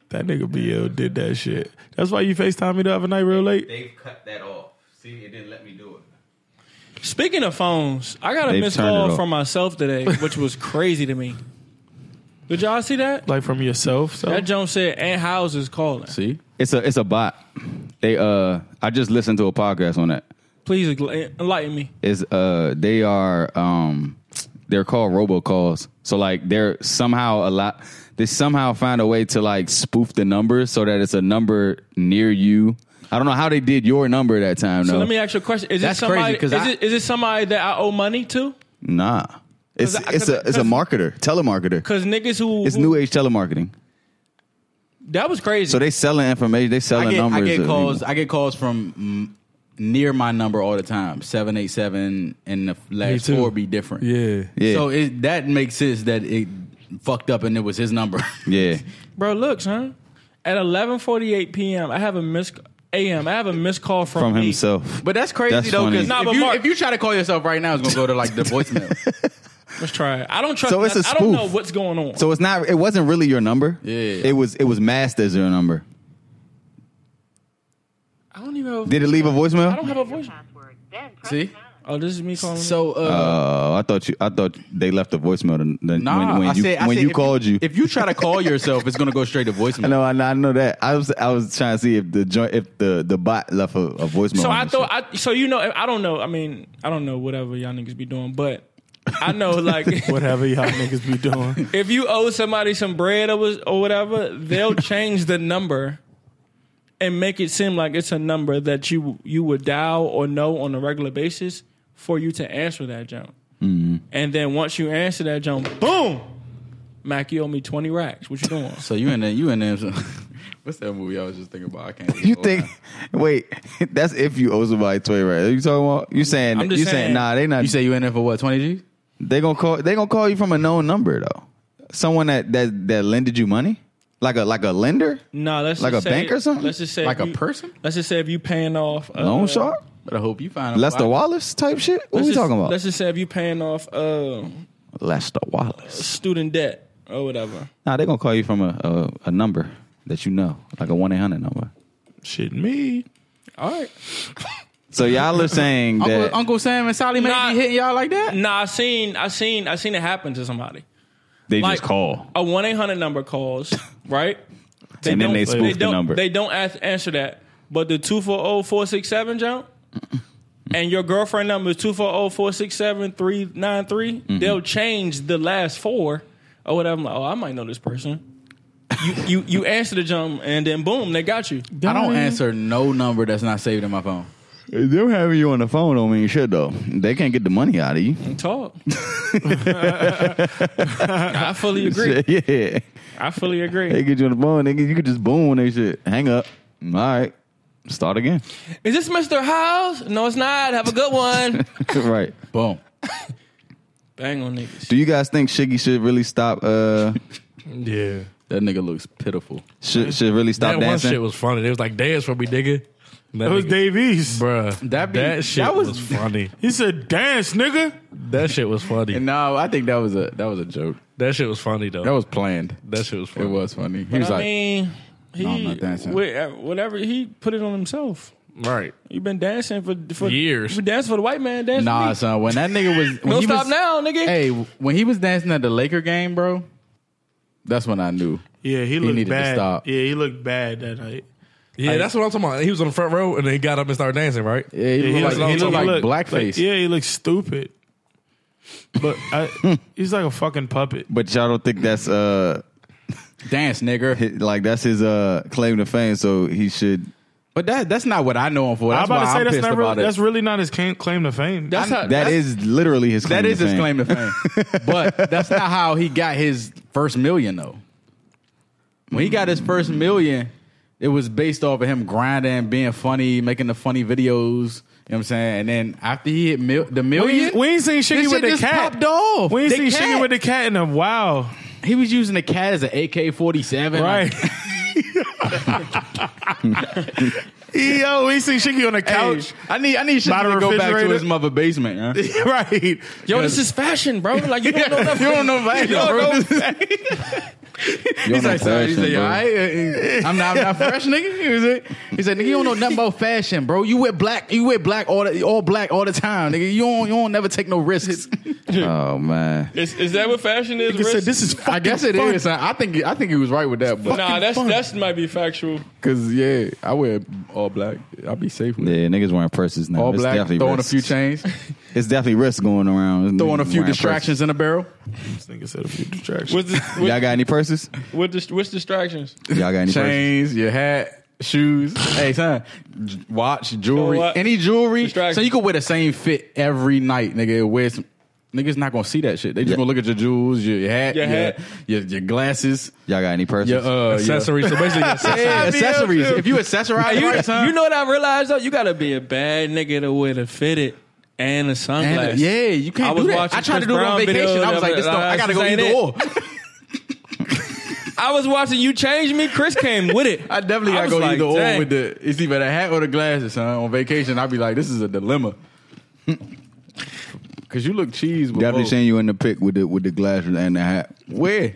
F: That nigga BL did that shit. That's why you Facetime me the other night real late.
B: they've cut that off. See, it didn't let me do it.
A: Speaking of phones, I got a
C: They've
A: missed
C: turned it
A: call
C: off.
A: from
C: *laughs*
A: myself today, which was crazy to me. Did y'all see that?
F: Like from yourself. So
A: That Jones said, "Aunt House is calling.
B: See,
C: It's a it's a bot. They uh, I just listened to a podcast on that.
A: Please engla- enlighten me."
C: is uh they are um they're called robocalls. So like they're somehow a lot they somehow find a way to like spoof the numbers so that it's a number near you. I don't know how they did your number that time
A: So
C: though.
A: let me ask you a question: Is
B: That's
A: it somebody?
B: crazy, 'cause
A: is,
B: I-
A: it, is it somebody that I owe money to?
C: nah. It's
A: I-
C: it's a it's a
A: 'cause-
C: marketer, telemarketer.
A: Because niggas who,
C: It's
A: who-
C: new age telemarketing.
A: that was crazy.
C: So they selling information, they selling
B: I get, I
C: numbers.
B: get
C: to
B: calls.
C: people.
B: I get calls from mm, near my number all the time. Seven eight seven, and the last
E: too.
B: four be different.
E: Yeah.
C: Yeah.
B: So it, that makes sense that it fucked up and it was his number. *laughs*
C: Yeah.
A: bro, look, son. At eleven forty eight p.m., I have a miss a.m. I have a missed call from,
C: From
A: me.
C: himself.
B: But that's crazy
C: That's
B: though,
C: funny.
B: because
A: Nah,
B: if,
A: but
B: you-
A: Mark-
B: if you try to call yourself right now, it's gonna go to
C: *laughs*
B: like the voicemail.
A: Let's try it. I don't trust.
C: So it's a
A: nothing. I don't
C: spoof.
A: know what's going on.
C: So it's not it wasn't really your number.
B: Yeah.
C: It was it was masked as your number.
A: I don't even. Have,
C: Did it leave a voicemail?
A: I don't have a voice.
G: password, then press
B: See?
A: Oh, this is me calling.
B: So uh,
C: Oh, I thought you. I thought they left a voicemail. Then, then
B: nah,
C: when, when
B: I
C: you
B: said, I
C: when
B: said
C: you
B: if
C: called you.
B: If you try to call yourself, it's gonna go straight to
C: *laughs* I
B: voicemail.
C: know, I know, I know that. I was, I was trying to see if the joint, if the the bot left a, a voicemail.
A: So
C: on
A: I
C: this
A: thought,
C: shit.
A: I, so you know, I don't know. I mean, I don't know whatever y'all niggas be doing, but I know like *laughs*
F: whatever y'all niggas be doing.
A: if you owe somebody some bread or was, or whatever, they'll change the number and make it seem like it's a number that you you would dial or know on a regular basis for you to answer that jump. And then once you answer that jump, boom, Mac, you owe me twenty racks. What you doing?
B: So you in there, you in there. *laughs* What's that movie I was just thinking about? I can't.
C: you think. Wait, *laughs* that's if you owe somebody twenty right. Are you talking about? You saying
A: I'm
C: you
A: just
C: saying,
A: saying.
C: nah? They not.
B: you say you in there for what twenty G?
C: they gonna call. They gonna call you from a known number though. Someone that that that lended you money, like a like a lender,
A: No, let's
C: Like
A: just
C: a
A: say-
C: bank or something?
A: Let's just say
B: Like a
A: if you-
B: person?
A: Let's just say if you paying off uh,
C: loan shark,
B: But I hope you find a
C: Lester Wallace type shit. What
A: let's
C: we
A: just-
C: talking about?
A: Let's just say if you paying off uh,
C: Lester Wallace.
A: student debt or whatever.
C: Nah, they gonna call you from a a, a number that you know, like a one eight hundred number.
F: Shit, me.
A: All right.
C: So y'all are saying
B: Uncle,
C: that
B: Uncle Sam and Sally
A: Nah.
B: may be hitting y'all like that.
A: Nah, I seen, I seen, I seen it happen to somebody.
C: they
A: like-
C: just call
A: A one eight hundred number calls, *laughs* right?
C: and then
A: don't-
C: they
A: They
C: spoof the
A: don't,
C: number.
A: they don't ask, answer that. But the two four zero four six seven jump, and your girlfriend number is two four zero four six seven three nine three. They'll change the last four or whatever. I'm like, oh, I might know this person. You you you answer the jump, and then boom, they got you.
B: I don't answer no number that's not saved in my phone.
C: Them having you on the phone don't mean shit though. They can't get the money out of you.
A: Talk. *laughs* I fully agree.
C: *laughs* yeah,
A: I fully agree.
C: they get you on the phone. Nigga, you could just boom on they shit. Hang up. All right, start again. *laughs*
A: Is this Mr. House? No, it's not. Have a
B: *laughs*
A: good one.
C: right.
B: Boom.
A: Bang on niggas.
C: Do you guys think Shiggy should really stop? Uh,
E: Yeah.
B: That nigga looks pitiful.
C: should, should really
E: That
C: stop
E: one
C: dancing?
E: shit was funny. They was like, dance for me, nigga. That
F: It was
E: nigga-
F: Davies.
E: Bruh.
B: That
E: That,
B: be- that
E: shit
B: was-
E: was, funny.
F: He said, "Dance, nigga."
E: That shit was funny.
B: No, I think that was a that was a joke.
E: That shit was funny, though.
B: That was planned.
E: that shit was
B: It
E: funny.
B: was funny. He was
A: I
B: like,
A: mean, he
B: I'm not dancing.
A: wha- whatever he put it on himself.
E: Right.
A: you been dancing for, for
E: Years.
A: You been dancing for the white man. Dance
B: "Nah,
A: for me.
B: son. When that nigga was, when
A: Don't
B: he
A: stop
B: was,
A: now, nigga.
B: Hey, when he was dancing at the Laker game, bro, That's when I knew.
F: Yeah, he looked
B: needed to
F: bad.
B: stop.
F: Yeah, he looked bad that night.
E: Yeah, that's what I'm talking about. He was on the front row and then he got up and started dancing, right?
B: Yeah, he
F: Yeah,
B: looked like, he looked like
F: looked-
B: blackface.
F: like- yeah, he looked stupid. But
B: *laughs*
F: I, he's like a fucking puppet.
C: But y'all don't think that's uh
B: Dance, nigga.
C: hi- like that's his uh claim to fame, so he should
B: But that that's not what I know him for. That's
F: I'm
B: why
F: about to say
B: I'm
F: that's
B: pissed
F: not
B: about
F: really,
B: it.
F: that's really not his ca- claim to fame.
B: Uh, That's how-
C: that is literally his claim
B: That
C: to
B: is his
C: fame.
B: claim to fame. but that's not how he got his first million, though. When he got his first million, it was based off of him grinding, being funny, making the funny videos. You know what I'm saying? And then after he hit mil- the
F: we,
B: million,
F: ain't- we ain't seen
B: this
F: Shiggy with
B: shit
F: the
B: just
F: cat.
B: popped off.
F: We ain't
B: The
F: seen Shiggy
B: cat.
F: with the cat in a while.
B: He was using the cat as an AK-47.
F: Right. *laughs* Yo, we ain't seen Shiggy on the
B: Ouch.
F: couch.
B: I need I need Shiggy
F: By the
B: to go back to
F: refrigerator.
B: his mother basement. huh?
F: *laughs*
B: *laughs*
F: right.
H: Yo, this is fashion, bro. Like you don't know
B: you don't know
H: nothing.
B: fashion, bro.
C: You're
B: *laughs* He's
C: not
B: like, sorry. He
C: fashion,
B: said,
C: bro.
B: "All right, I'm not, I'm not fresh, nigga." He was like- He said, "Nigga, you don't know nothing about fashion, bro. You wear black, you wear black all, the, all black all the time, nigga. You don't, you don't never take no
F: *laughs*
B: risks."
C: Oh man.
A: Is, is that what fashion is?
F: Nigga said
A: Riz?
F: this is fucking
B: I guess it is.
F: fun.
B: I think, I think he was right with that, but
A: nah, that's that's might be factual.
B: because yeah, I wear all black. I'll be safe with it.
C: Yeah, niggas wearing purses now.
B: All
C: It's
B: black,
C: definitely
B: throwing
C: risks.
B: a few chains,
C: It's definitely risks going around.
B: throwing a
C: *laughs* Niggas
B: few
C: wearing
B: distractions in a barrel.
F: This nigga said a few
B: *laughs*
F: distractions.
A: What's, this,
C: purses. Y'all
A: what,
C: got any purses?
A: what dis- what's distractions?
C: Y'all got any purses?
B: chains, your hat, shoes. hey, son, j- watch, jewelry,
A: You know what?
B: any jewelry.
A: Distraction.
B: So you could wear the same fit every night, nigga. It Wear some. Niggas not gonna see that shit. They just
C: Yeah.
B: gonna look at your jewels, your, your hat,
A: Your
B: your,
A: hat.
B: your, your glasses,
C: Y'all got any purses?
B: your uh, your,
E: Accessories. So basically,
B: *laughs* yeah, accessories. If you accessorize,
A: You,
B: right, son,
A: you know what I realized though? You gotta be a bad nigga to wear the fitted and the
B: And,
A: sunglasses.
B: yeah, you
A: I
B: can't
A: was
B: do that.
A: watching
B: I tried
A: Chris
B: to do it
A: Brown
B: on vacation.
A: videos,
B: I was like,
A: I'm
B: this
A: like,
B: don't,
A: nah,
B: I gotta
A: this
B: go
A: ain't
B: either
A: it.
B: or.
A: I was watching you change me. Chris came with it.
B: I definitely gotta
A: was
B: go
A: like,
B: either or
A: dang.
B: with the. It's either the hat or the glasses, son. On vacation, I'd be like, this is a dilemma. *laughs* Cause you look cheese. With
C: Definitely
B: both.
C: seen you in the pic with the with the glasses and the hat
B: Where?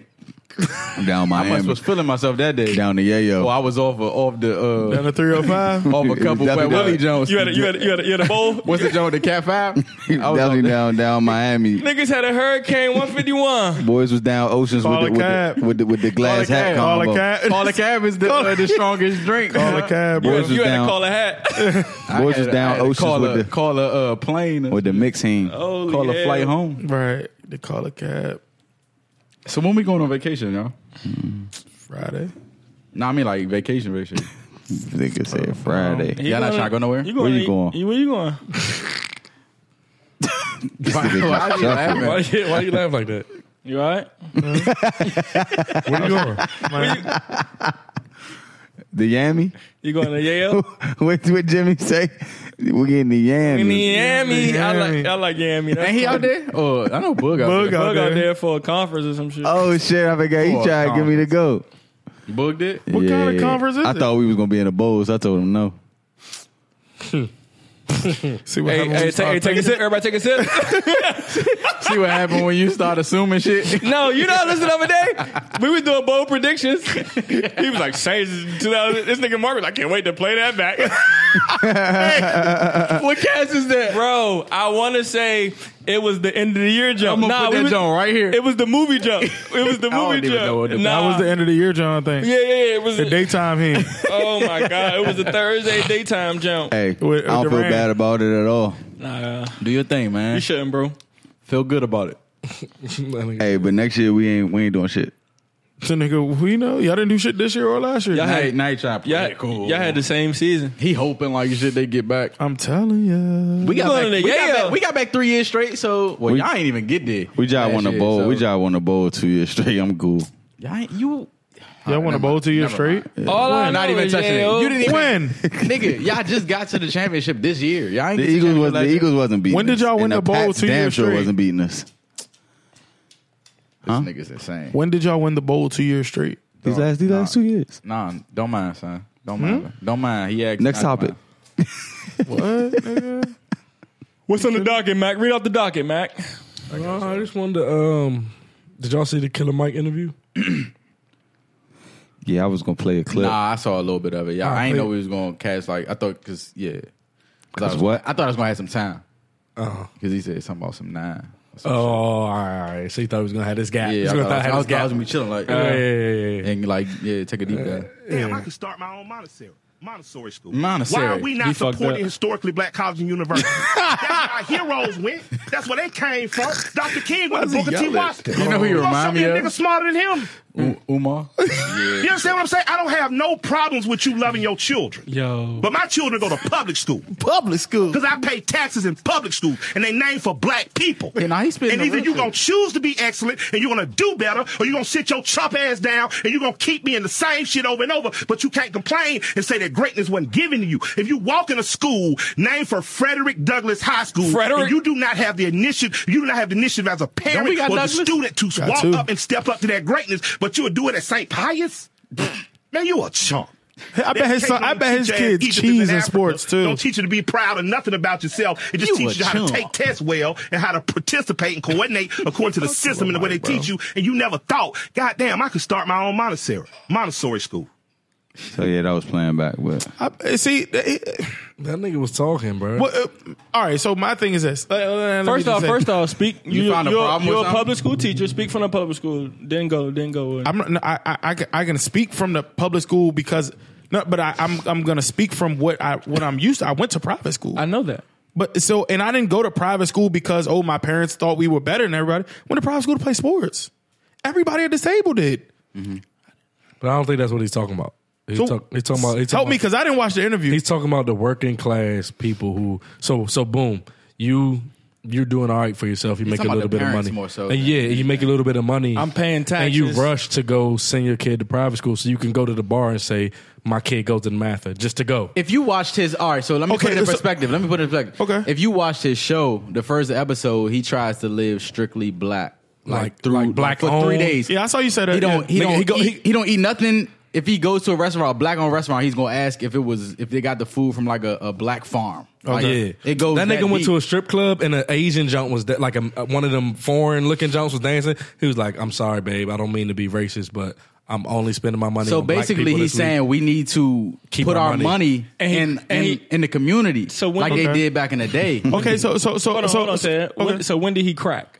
C: down
B: I must
C: Miami,
B: was feeling myself that day.
C: down the yayo. *laughs*
B: Oh, I was off of, off *laughs* the
F: Down
B: uh,
F: to
B: *laughs*
F: 305.
B: off a
C: It
B: couple
C: was
B: Fat
C: definitely
B: Willie
C: down-
B: Jones.
A: You had a, you had a, you had a, you had a *laughs* bowl.
B: *laughs* What's the Jones? The Cat *laughs* Five. I was
C: definitely
B: off
C: down down
B: *laughs*
C: Miami.
A: Niggas had a hurricane 151.
C: Boys was down oceans with
F: Call
C: the,
F: a
C: with,
F: cab.
C: the, with the with the glass hat
F: Call
C: combo.
F: a cab.
B: *laughs* the- All the cab is the, *laughs* uh, the strongest drink.
F: *laughs* Call a cab,
A: You
F: bro.
A: had,
C: Boys
A: you
C: was
A: had to
C: down.
A: call a hat.
C: Boys was
B: *laughs*
C: down oceans
B: Call a
C: with the
B: call a uh, plane.
C: with the mixing.
A: Holy
F: Oh.
B: call
A: hell.
B: a flight home.
F: Right. They call a cab
B: So when we going on vacation, y'all?
F: Friday.
B: Nah, I mean like vacation, vacation.
C: Nigga
F: Oh.
C: said Friday.
F: *laughs*
A: You
B: Y'all not
A: going-
B: trying to go nowhere?
A: You
C: Where you
A: to-
C: going?
A: Where you
B: *laughs*
A: going?
B: Why why you laughing?
E: why, you- why you laugh like that?
A: You all right?
E: Where you going?
C: The yammy. *laughs*
A: You going to Yale? *laughs*
C: what what Jimmy say? We're getting the yammy.
A: In Miami. I like I like Miami. That's
B: Ain't he
A: cool.
B: out there? Oh, I know Boog out
F: Boog
B: there.
F: out
A: Bug
F: there.
A: out there for a conference or some shit.
C: Oh shit! I forgot he
B: Oh,
C: tried to get me to go.
B: Boog did.
F: What kind of conference is
C: I
F: it?
C: thought we was gonna be in the bowls. I told him no.
F: See what
A: Hey, hey,
F: happened when we
A: take,
F: start
A: hey, take a
F: thinking.
A: sip. Everybody take a sip.
B: See what happened when you start assuming shit.
A: no, you know, listen, the other day, we was doing bold *laughs* predictions. He was like, Saints is 2000. This nigga Mark was like, I can't wait to play that back. *laughs*
B: what cast is that?
A: Bro, I want to say it was the end of the year jump.
B: I'm gonna
A: nah,
B: put
A: we
B: that
A: was,
B: joint right here.
A: It was the movie jump. It
B: *laughs*
A: was the
B: don't
A: movie
B: even
A: jump.
B: know what the-
A: nah.
F: That was the end of the year, John. Thing.
A: yeah, yeah, yeah. It
B: *laughs*
A: was
F: The daytime hymn.
A: Oh my god, it was a Thursday daytime jump.
C: Hey,
F: With-
C: I don't feel
F: with Durant.
C: bad about it at all.
A: Nah,
B: Do your thing, man.
A: you shouldn't, bro.
B: Feel good about it.
C: Hey, but next year we ain't we ain't doing shit.
F: *laughs* so nigga, we know y'all didn't do shit this year or last year.
A: Y'all had-
B: Night, night chop.
A: Y'all, y'all had the same season.
B: He hoping like shit they get back.
F: I'm telling you.
B: We got,
A: going
B: back,
A: to
B: we, got
A: Yale.
B: back, we got back three years straight. So well,
C: We-
B: y'all ain't even get there.
C: We just
B: That
C: won a
B: shit,
C: bowl.
B: so-
C: We just won a bowl two years *laughs* straight. I'm cool.
B: Y'all ain't, you
F: Y'all want to bowl two years
B: never
F: straight?
B: mind.
A: All I
B: not
A: know
B: even
A: is
B: touching
A: Yale.
B: it. You didn't even,
F: When?
B: nigga. Y'all just got to the championship this year. Y'all ain't
C: The
B: get to
C: Eagles was the
B: championship
C: Eagles wasn't beating.
F: When did
C: us.
F: y'all win
C: And
F: the bowl
C: Pats
F: two
C: damn
F: years
C: sure
F: straight?
C: Wasn't beating us.
B: last year. This nigga's insane.
F: When did y'all win the bowl two years straight?
C: These last these last two years.
B: Nah, don't mind, son. Don't mind. Don't mind. He asked.
C: Next
B: not to
C: topic.
B: mind.
F: What? nigga?
A: What's on the docket, Mac? Read off the docket, Mac.
E: Uh, I just wanted to. Um, did y'all see the Killer Mike interview?
C: Yeah, I was gonna play a clip.
B: Nah, I saw a little bit of it. Yeah,
E: Nah,
B: I ain't know
E: please.
B: we was gonna catch like I thought because yeah.
C: 'Cause
B: I was,
C: what?
B: I thought I was gonna have some time
E: Uh,
B: because he said something about some nine.
E: Oh, all right, all right. So you thought he was gonna have this gap.
B: Yeah,
E: He's
B: I,
E: gonna
B: thought-
E: thought
B: I
E: have
B: was,
E: this
B: I
E: gap.
B: was gonna be chilling like
E: Yeah,
B: uh,
E: yeah, yeah, yeah.
B: and like yeah, take a deep dive.
I: Damn, I can start my own monastery. Montessori school.
B: Montessori.
I: Why are we not
B: He fucked
I: supporting
B: up.
I: historically black colleges and universities? That's where our heroes went. That's where they came from. Dr. King was a
C: Why is he
I: Booker T.
C: yelling?
I: Washington.
B: You know who you
I: gonna show
B: remind
I: me
B: me
I: a
B: of?
I: nigga smarter than him.
B: U- Umar.
I: You understand what I'm saying? I don't have no problems with you loving your children.
A: Yo.
I: But my children go to public school
C: Public school.
I: because I pay taxes in public school and they name for black people.
B: Yeah, now he's spitting
I: and either
B: the
I: you're
B: real
I: going to choose to be excellent and you're going to do better or you're going to sit your chump ass down and you're going to keep me in the same shit over and over. But you can't complain and say that greatness wasn't given to you. If you walk in a school named for Frederick Douglass High School
A: Frederick?
I: and you do not have the initiative, you do not have the initiative as a parent
B: we
I: or
B: got
I: the
B: Douglass?
I: student to walk up and step up to that greatness, but you would do it at St.
B: *laughs*
I: Pius? Man, you a chump.
F: I bet his son, I bet his kids cheese and sports too.
I: Don't teach you to be proud of nothing about yourself. It just
B: You
I: teaches
B: a
I: you how to
B: chump.
I: take tests well and how to participate and coordinate according
F: *laughs*
I: to the system and the way they teach you. And you never thought, God damn, I could start my own Montessori, Montessori school.
C: So yeah, that was playing back, but
F: I, see, it-
E: That nigga was talking, bro.
F: Well, uh, all right. So my thing is this. Let- let- let me
A: First
F: just
A: off,
F: say-
A: first off, speak. You, you
B: found a
A: you're,
B: problem with
A: You're a
B: something?
A: public school teacher. Speak from the public school. Then go. Then go. in.
F: I'm not, no, I, I, I can- I can speak from the public school because no, but I, I'm I'm gonna speak from what I what I'm used to. I went to private school,
A: I know that.
F: but so and I didn't go to private school because oh my parents thought we were better than everybody. Went to private school to play sports. Everybody at this table did.
E: but I don't think that's what he's talking about. He's,
F: So-
E: talk- he's talking about. He's talking
F: Help me
E: about-
F: because I didn't watch the interview.
E: He's talking about the working class people who. So so boom, you you're doing all right for yourself. You make a
B: talking about
E: little
B: the
E: bit of
B: parents
E: money.
B: more so
E: and
B: than-
E: yeah, you make a little bit of money.
A: I'm paying
E: And you
A: taxes.
E: rush to go send your kid to private school so you can go to the bar and say my kid goes to the matha just to go.
B: if you watched his all right, so let me
F: Okay,
B: put it in
F: so-
B: perspective. let me put it in perspective.
F: Okay.
B: If you watched his show, the first episode, he tries to live strictly black. Like,
E: Like-
B: through
E: like black
B: for three
E: owned.
B: days.
F: yeah, I saw you say that.
B: He don't
F: Yeah.
B: he
F: Nigga,
B: don't
F: he go-
B: eat,
F: he-
B: he don't eat nothing. If he goes to a restaurant, a black owned restaurant, he's gonna ask if it was if they got the food from like a, a black farm.
A: Oh,
B: Like,
E: yeah,
B: It goes
E: That nigga went
B: deep.
E: to a strip club and an Asian junk was da- like a, one of them foreign looking junks was dancing. He was like, "I'm sorry, babe, I don't mean to be racist, but I'm only spending my money."
B: So
E: on black
B: basically,
E: people
B: he's
E: this week."
B: saying we need to
E: Keep
B: put
E: our
B: our
E: money.
B: money,
A: And he-
B: in,
A: and
B: in,
A: he-
B: in the community,
A: So when-
B: like they
A: Okay.
B: did back in the
E: *laughs*
B: day.
F: Okay, so so so
A: Hold on.
F: so,
A: hold on, Ted. When-
F: okay.
A: So when did he crack?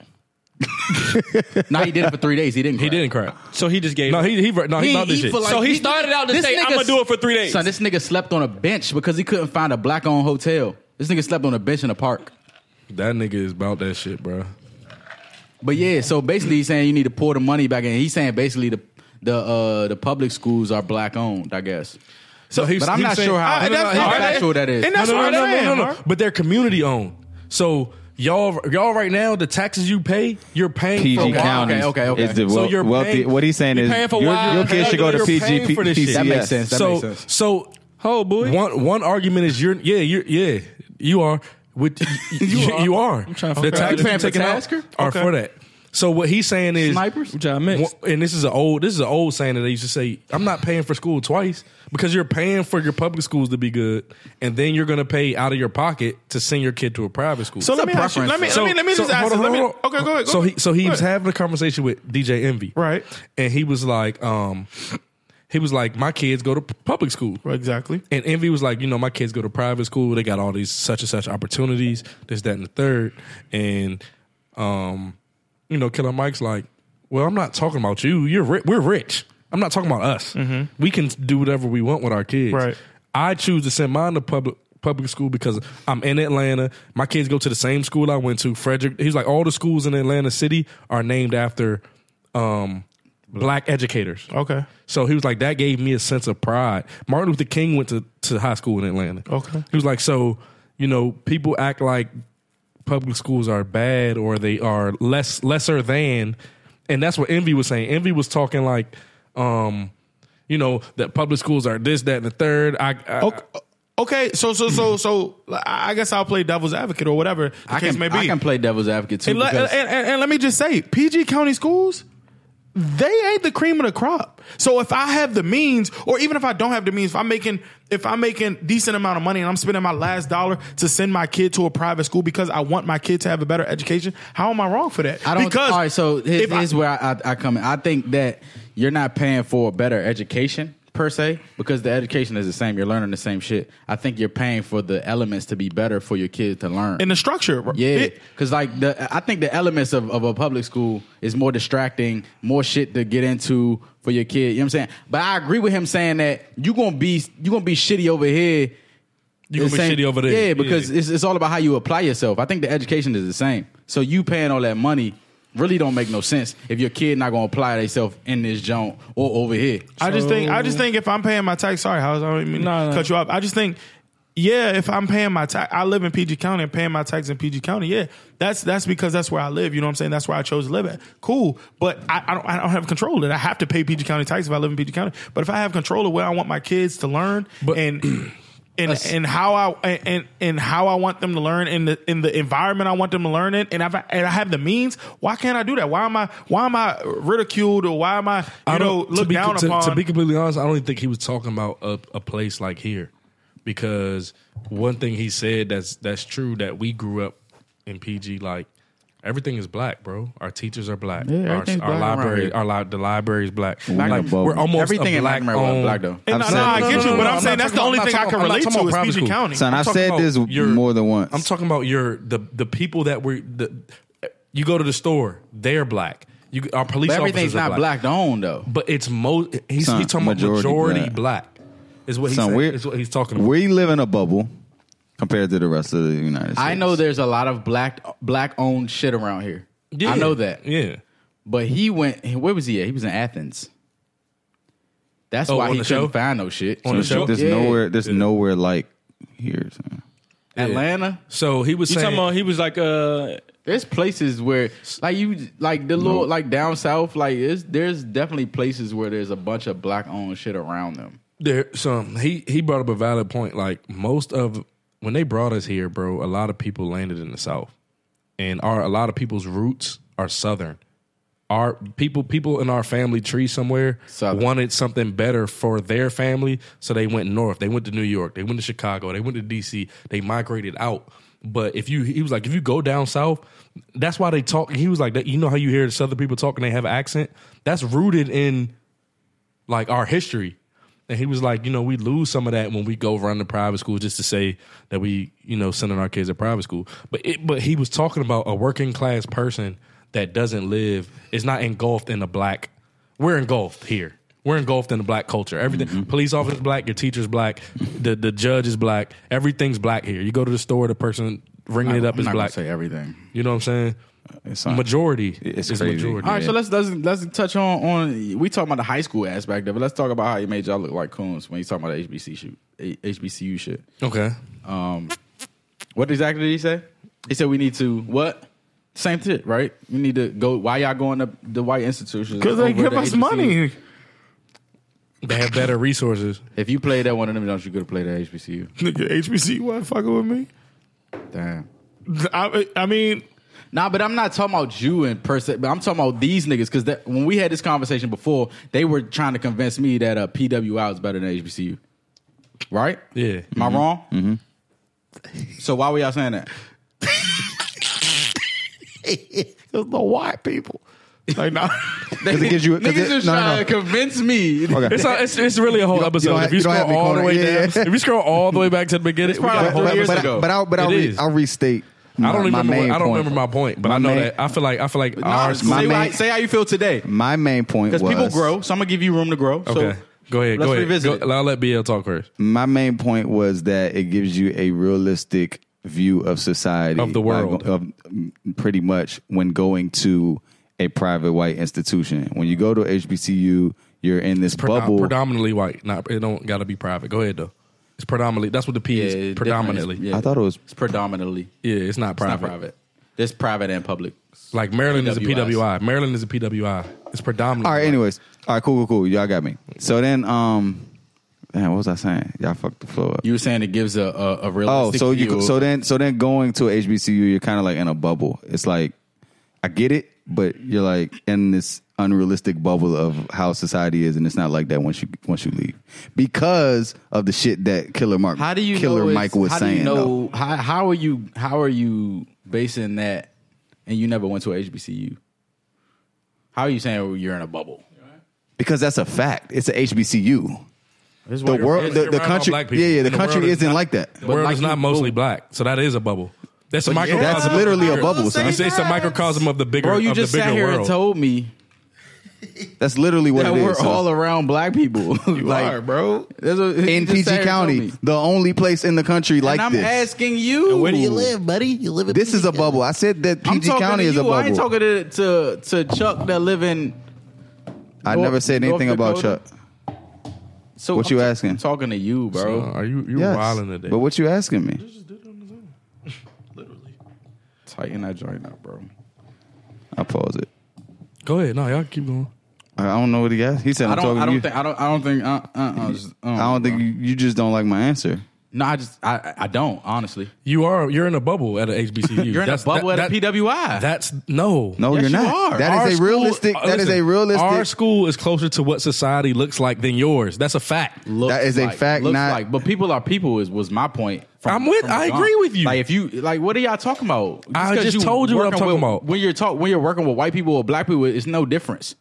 B: now he did it for three days. He didn't.
E: he didn't crack.
A: So he just gave.
E: No,
A: up.
E: he he no he,
B: He
E: bought
B: ain't
E: this
B: eat
E: shit.
B: for like
A: So he
B: He-
A: started out to
B: this
A: say,
B: nigga-
A: "I'm gonna do it for three days."
B: Son, this nigga slept on a bench because he couldn't find a black owned hotel. This nigga slept on a bench in a park.
E: That nigga is about that shit, bro.
B: But yeah, so basically he's saying you need to pour the money back in. He's saying basically the the uh, the public schools are black owned, I guess.
E: So he's,
B: But I'm
E: he's
B: not
E: saying-
B: sure how,
F: Ah,
B: I don't know
F: that's-
B: how
F: all right.
B: factual that is.
F: And that's
E: no, no,
F: what
E: no,
F: I'm
E: no, no,
F: saying.
E: no, no. But they're community owned. So y'all, y'all right now, the taxes you pay, you're paying
C: PG
E: for
B: okay,
E: why-
C: counties
B: okay, okay.
C: is the
E: So
C: wel-
E: you're
C: wealthy.
E: paying-
C: what he's saying
E: you're
C: is
E: paying for
C: your,
E: why-
C: your kids should go to
E: you're
C: PG,
E: paying for this shit.
C: PCS.
E: That
B: makes sense. That
E: so,
B: makes sense.
E: so
A: Ho, Oh, boy.
E: one one argument is you're yeah you're yeah you are with *laughs* you, you, are.
A: I'm trying to
E: the
A: figure out-
E: taxes
A: You paying
E: you're
B: for
E: taking out
B: Tasker?
E: are
F: Okay.
E: for that. So what he's saying is
B: Snipers?
A: Which I missed.
E: One- And this is an old this is an old saying that they used to say. I'm not paying for school twice because you're paying for your public schools to be good, and then you're going to pay out of your pocket to send your kid to a private school.
F: So let me, ask you,
B: preference.
F: let me let me let me just ask.
E: hold
F: you.
E: on,
F: Let me
E: hold on.
F: okay, go ahead. go
E: so he
F: ahead.
E: so he
F: Go
E: was
F: ahead.
E: having a conversation with DJ Envy,
F: Right.
E: And he was like, um, he was like, my kids go to public school,
F: Right, exactly.
E: and Envy was like, you know, my kids go to private school. They got all these such and such opportunities, this, that, and the third. And, um, you know, Killer Mike's like, well, I'm not talking about you. You're ri- we're rich. I'm not talking about us. We can do whatever we want with our kids.
F: Mm-hmm. Right.
E: I choose to send mine to public public school because I'm in Atlanta. My kids go to the same school I went to. Frederick. He's like, all the schools in Atlanta City are named after um, black educators.
F: Okay.
E: So he was like, that gave me a sense of pride. Martin Luther King went to, to high school in Atlanta.
F: Okay.
E: He was like, so, you know, people act like public schools are bad or they are less lesser than and that's what Envy was saying. Envy was talking like, um, you know, that public schools are this, that, and the third. I, I
F: Okay. Okay, so so so so I guess I'll play devil's advocate or whatever the
B: I
F: case
B: can,
F: may be.
B: I can play devil's advocate too.
F: and, let, uh,
B: because-
F: and, and- and let me just say, PG County schools, they ain't the cream of the crop. So if I have the means, or even if I don't have the means, if I'm making if I'm making decent amount of money and I'm spending my last dollar to send my kid to a private school because I want my kid to have a better education, how am I wrong for that?
B: I don't.
F: because
B: all right, so here's,
F: if I-
B: here's where I, I, I come in. I think that you're not paying for a better education per se because the education is the same. You're learning the same shit. I think you're paying for the elements to be better for your kids to learn.
F: in the structure.
B: Yeah,
F: It-
B: because like the I think the elements of, of a public school is more distracting, more shit to get into for your kid. You know what I'm saying? But I agree with him saying that you gonna be you gonna be shitty over here.
E: You gonna
B: The
E: be
B: same-
E: shitty over there.
B: Yeah, because It's, it's all about how you apply yourself. I think the education is the same. So you paying all that money really don't make no sense if your kid not gonna apply themselves in this joint or over here.
F: I just think I just think if I'm paying my tax, sorry, how was I don't mean to
A: No, no.
F: cut you off. I just think, yeah, if I'm paying my tax, I live in PG County and paying my tax in PG County. Yeah, that's that's because that's where I live. You know what I'm saying? That's where I chose to live at. Cool, but I, I don't I don't have control of it. I have to pay PG County tax if I live in PG County. But if I have control of where I want my kids to learn
E: But-
A: *clears throat*
F: and. And, and how I and and how I want them to learn in the in the environment I want them to learn in and I and I have the means why can't I do that why am I why am I ridiculed or why am I you
E: I
F: know
E: don't- to
F: looked
E: be,
F: down
E: to,
F: upon
E: To be completely honest, I don't even think he was talking about a, a place like here, because one thing he said that's that's true that we grew up in PG like. Everything is black, bro. Our teachers are black.
B: Yeah,
E: our,
B: everything's
E: our
B: black around
E: library,
B: here.
E: our li- the library is black.
C: in
E: Like,
C: a bubble.
E: we're almost
B: Everything
E: a
B: in
E: black
B: Latin America
E: owned-
B: black though.
F: And
C: I've
F: no,
C: said
F: no, I
C: this.
F: get
C: No,
F: you,
C: no,
F: but
E: no,
F: I'm,
E: I'm not
F: saying that's the
E: talking-
F: only
E: I'm
F: thing
E: not
F: I can
E: talking- I'm not
F: relate to
E: talking
F: is
E: about
F: PG
E: private
F: County.
C: Son,
E: I'm
C: I've
E: talking
C: said
E: about
C: this
E: your-
C: more than once.
E: I'm talking about your the the people that were the. You go to the store, they're black. You our police
B: But everything's
E: officers are
B: not black owned though.
E: but it's most. He's,
C: Son,
E: he's talking about
C: majority
E: majority
C: black.
E: black. Is what he's
C: Son,
E: saying.
C: we're-
E: is what he's talking about.
C: we live in a bubble compared to the rest of the United States.
B: I know there's a lot of black black owned shit around here.
E: Yeah.
B: I know that.
E: Yeah.
B: But he went. Where was he at? He was in Athens. That's
E: Oh,
B: why
E: on
B: he
E: the
B: couldn't
E: show?
B: find no shit.
E: On the
C: there's,
E: show?
C: there's
B: Yeah.
C: nowhere. There's nowhere like here. son.
B: Atlanta.
E: So he was
A: You
E: saying.
A: talking about he was like uh
B: There's places where like you like the little like down south. Like it's, there's definitely places where there's a bunch of black owned shit around them.
E: there some he he brought up a valid point like most of when they brought us here bro a lot of people landed in the south and our a lot of people's roots are southern our people people in our family tree somewhere
B: Southern.
E: wanted something better for their family so they went north they went to new york they went to chicago they went to dc they migrated out but if you he was like if you go down south that's why they talk he was like that you know how you hear the southern people talk and they have an accent that's rooted in like our history. And he was like, you know, we lose some of that when we go run to private school just to say that we, you know, sending our kids to private school. But it, but he was talking about a working class person that doesn't live is not engulfed in a black. We're engulfed here. We're engulfed in the black culture. Everything. Police officers black. Your teacher's black. The the judge is black. Everything's black here. You go to the store. The person ringing it up
B: I'm
E: is
B: not
E: black.
B: Gonna say everything.
E: You know what I'm saying?
C: It's not-
E: majority.
C: It's
E: is
C: crazy.
E: majority.
B: All right,
C: Yeah.
B: so let's let's let's touch on on we talking about the high school aspect of it. Let's talk about how you made y'all look like coons when you talking about the HBC shoot, HBCU shit.
E: Okay.
B: Um, What exactly did he say? He said we need to what? Same shit, right? We need to go. Why y'all going to the white institutions?
F: because they
B: over
F: give
B: the
F: us
B: HBCU?
F: money.
E: They have better resources.
B: If you played at one of them, don't you go to play at HBCU?
F: Nigga, HBC, why fucking with me?
B: Damn.
F: I, I mean,
B: Nah, but I'm not talking about you in person. But I'm talking about these niggas because when we had this conversation before, they were trying to convince me that uh, PWI is better than HBCU, right?
E: Yeah.
B: Am I wrong? Mm-hmm.
C: Mm-hmm.
B: So why were y'all saying that?
F: because the white people. Like,
B: *laughs*
F: nah.
B: Because
C: it gives you- 'cause
B: niggas
C: it-
B: just
C: no, no,
B: trying
C: no.
B: to convince me.
C: Okay.
E: It's, a, it's it's really a whole episode.
C: don't have-
E: if you,
C: you don't
E: scroll
C: have me
E: all the
C: cornered.
E: way
C: Yeah.
E: down, if you scroll all the way back to the beginning, we
B: probably
E: got a whole
B: like
C: but,
B: four
E: episode.
B: years
C: but,
B: ago.
C: but I'll but I'll,
E: It
C: re-
E: is.
C: I'll restate. My,
E: I don't
C: my
E: remember.
C: main
E: What, I don't
C: point.
E: remember my point, but
C: My
E: I know
C: main-
E: that. I feel like I feel like our
B: say,
E: school.
C: my
B: why-
C: man-
B: say how you feel today
C: My main point was
B: because people grow. So I'm gonna give you room to grow.
E: okay,
B: So
E: go ahead.
B: let's
E: go ahead.
B: revisit
E: Go- I'll let BL talk first.
C: my main point was that it gives you a realistic view of society
E: Of the world.
C: by go- of mm, pretty much when going to a private white institution when you go to hbcu you're in this
E: Predom-
C: bubble
E: predominantly white. Not it don't got to be private. Go ahead though. It's predominantly. That's what the P
B: Yeah,
E: is.
B: different.
E: Predominantly.
B: It's- yeah.
C: i thought it was
B: It's predominantly
E: yeah. it's not
B: not
E: private.
B: private. There's private and public.
E: Like Maryland is a
B: PWIs.
E: PWI. Maryland is a PWI. It's predominantly.
C: all right
E: white.
C: anyways all right cool cool cool y'all got me so then um man, what was i saying y'all fucked the flow up
B: You were saying it gives a a, a
C: Oh,
B: realistic.
C: so
B: view
C: you
B: of-
C: so then so then going to HBCU, you're kind of like in a bubble. It's like I get it, but you're like in this unrealistic bubble of how society is, and it's not like that once you once you leave because of the shit that Killer Mark,
B: How do you
C: Killer
B: know it's-
C: Mike was
B: how
C: saying.
B: Do you
C: though.
B: know, how how are you how are you basing that? And you never went to a HBCU. How are you saying you're in a bubble?
C: Because that's a fact. It's a HBCU.
B: This is
C: The
B: why-
C: world, the,
E: around
C: the
E: all
C: country,
E: black people.
C: yeah, yeah, the
E: And the
C: country
E: world is
C: isn't
E: not-
C: like that.
E: The world
B: like
E: is not
B: you-
E: mostly black, so that is a bubble. That's a
C: But yeah,
E: microcosm.
C: that's
E: of the
C: literally a
E: bigger-
C: bubble, son.
E: It's, it's a microcosm of the bigger,
B: Bro, you
E: of the
B: just sat
E: bigger
B: here
E: world.
B: and told me
C: That's literally what
B: that
C: it
B: we're
C: is. son.
B: all around black people. *laughs* like,
C: are, bro.
B: That's what- you just
C: in
B: sat
C: PG
B: here and told
C: County,
B: me.
C: the only place in the country like
B: and I'm
C: this.
B: asking you. where do you live?
C: this is a bubble. I said that
B: I'm
C: PG
B: talking
C: County
B: to
C: is
B: you.
C: a bubble.
B: I ain't talking to, to to Chuck that live in.
C: I
B: North-
C: never said anything
B: North
C: about Chuck.
B: Dakota? So
C: What
B: I'm
C: you
B: ta-
C: asking?
B: I'm talking to you, bro.
E: So, Uh, are you you
C: Yes.
E: wilding today?
C: But what you asking me?
B: Tighten that joint up, bro.
C: I pause it.
E: Go ahead. No, y'all keep going.
C: I I don't know what he asked. He said,
B: I
C: "I'm
B: don't.
C: talking
B: I
C: to
B: don't
C: you."
B: think. I don't. I don't think. Uh, uh, uh, just,
C: I don't think you, you just don't like my answer.
B: No, I just. I. I don't. Honestly,
E: You are you're in a bubble at a HBCU.
B: *laughs* you're in
E: That's-
B: a bubble
E: that-
B: at a
E: that-
B: PWI.
E: That's no.
C: No,
B: Yes,
C: you're
B: you
C: not.
B: are.
C: That
E: Our
C: is a
E: school-
C: realistic.
E: uh,
C: that is
E: listen,
C: a
E: Our
C: realistic.
E: school is closer to what society looks like than yours. That's a fact.
B: Looks
C: That is a
B: like-
C: fact,
B: Looks
C: not-
B: like, but people are people. Is was my point. from-
E: I'm with-
B: from the
E: I
B: jump.
E: agree with you.
B: Like if you like, what are y'all talking about? Just
E: I
B: 'cause
E: just told you what I'm
B: working
E: talking
B: with-
E: about.
B: When you're talk, when you're working with white people or black people, it's no difference.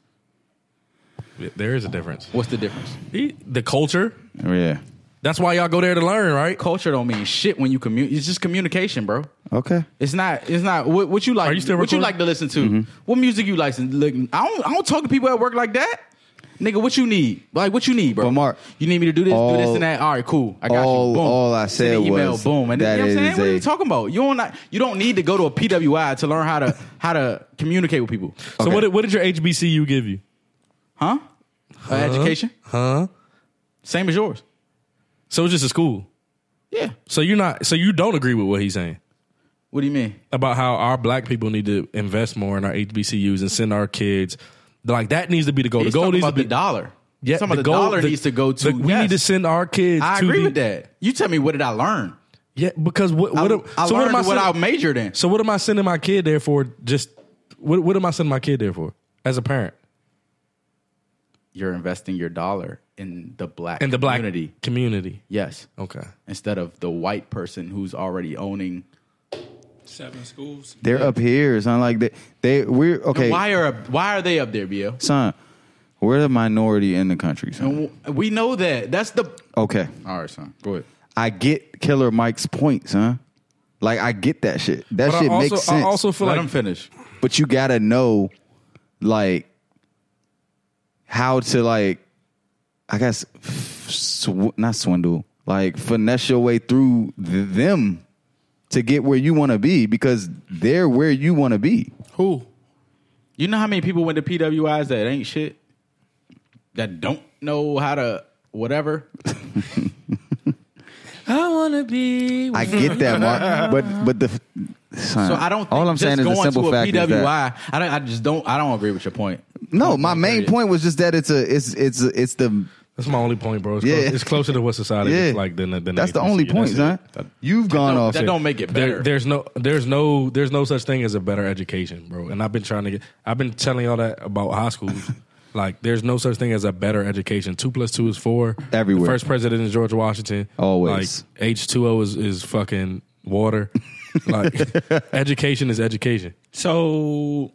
E: There is a difference.
B: What's the difference?
E: The culture.
C: Oh, yeah.
E: That's why y'all go there to learn, right?
B: Culture don't mean shit when you commute. It's just communication, bro.
C: Okay.
B: It's not. It's not. What, what you like?
E: Are you still
B: what you
E: recording?
B: like to listen to?
C: Mm-hmm.
B: What music you like? to look- I don't. I don't talk to people at work like that. Nigga, what you need? Like, what you need, bro?
C: But Mark,
B: you need me to do this, do this,
C: all-
B: and that. All right, cool. I got
C: all-
B: you. Boom.
C: all I
B: Send
C: said
B: an email,
C: was
B: boom. And
C: that
B: you know what I'm
C: it
B: saying?
C: is
B: What are you
C: a-
B: talking about? You don't not. You don't need to go to a PWI to learn how to how to communicate with people,
E: So
C: Okay.
E: what did, what did your HBCU give you?
B: huh? Uh, education,
E: Huh?
B: same as yours.
E: So it's just a school.
B: Yeah.
E: So you're not. So you don't agree with what he's saying
B: What do you mean?
E: about how our black people need to invest more in our HBCUs and send our kids. Like that needs to be the goal.
B: He's
E: the goal
B: talking
E: needs to
B: about
E: be
B: the dollar.
E: Yeah,
B: Some of the,
E: goal-
B: dollar
E: the-
B: needs to go to.
E: the- we need to
B: yes.
E: send our kids.
B: I
E: to
B: agree
E: the-
B: with that. You tell me, what did I learn?
E: Yeah, because what? what am-
B: I
E: so what
B: learned
E: am I?
B: what,
E: sending-
B: I majored in.
E: So what am I sending my kid there for? Just what? What am I sending my kid there for? As a parent
B: You're investing your dollar in the black
E: in the black Oh.
B: community.
E: community.
B: Yes,
E: Okay.
B: instead of the white person who's already owning.
A: Seven schools.
C: They're up here. It's not like they. They. We're okay.
B: Why are why are they up there, BL?
C: son? We're the minority in the country, son.
B: And w- We know that. That's the.
C: Okay.
B: All right, son. Go ahead.
C: I get Killer Mike's point, son. Like I get that shit. That
E: But I
C: shit
E: also,
C: makes sense.
E: I also feel
B: Let
E: like
B: him finish.
C: but you gotta know like how to like i guess f- sw- not swindle like finesse your way through th- them to get where you want to be because they're where you want to be
E: who?
B: You know how many people went to PWIs that ain't shit, that don't know how to whatever.
A: I wanna be.
C: i get that mark but but the son,
B: So I don't. Think
C: all i'm
B: just
C: saying is
B: going
C: the simple
B: to a
C: fact
B: PWI.
C: is that
B: I don't. I just don't. I don't agree with your point.
C: no my main
B: Period.
C: point was just that it's a it's it's it's the
E: That's my only point, bro. It's,
C: Yeah.
E: close- it's closer to what society
C: yeah
E: is like than than
C: that's the
E: HBCU.
C: only point
E: it.
C: son you've gone
B: No,
C: off
B: that don't make it better.
E: There, there's no, there's no, there's no such thing as a better education, bro. And I've been trying to get, I've been telling y'all that about high
C: *laughs*
E: schools. like, there's no such thing as a better education. Two plus two is four.
C: Everywhere.
E: The first president is George Washington.
C: Always.
E: Like H two O is is fucking
C: *laughs*
E: water. like education is education.
A: So,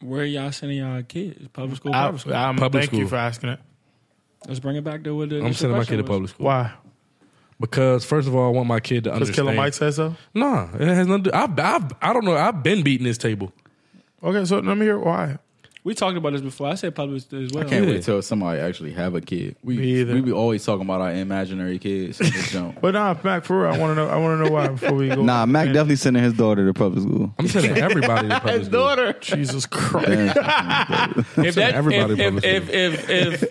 A: where y'all sending y'all kids? Public school,
F: I,
A: private school.
F: I'm,
E: Public
F: thank you
E: school.
F: for asking it.
A: Let's bring it back to what the
E: I'm sending my kid to public school
F: Why?
E: because first of all, I want my kid to
F: Because
E: understand.
F: Killer Mike says so.
E: Nah, it has nothing. To, I, I, I don't know. I've been beating this table.
F: Okay, so let me hear why.
A: We talked about this before. I said public as well.
B: I can't
E: Yeah.
B: wait till somebody actually have a kid. We
F: Me either.
B: we be always talking about our imaginary kids. and They
F: *laughs*
B: don't.
F: But nah, Mac, for real, I want to know. I want to know why before we go.
C: nah mac
F: Man,
C: definitely sending his daughter to public school
B: *laughs*
E: I'm sending everybody to public school.
F: Jesus Christ.
A: if that,
E: everybody
A: if,
E: public
A: if, if, if,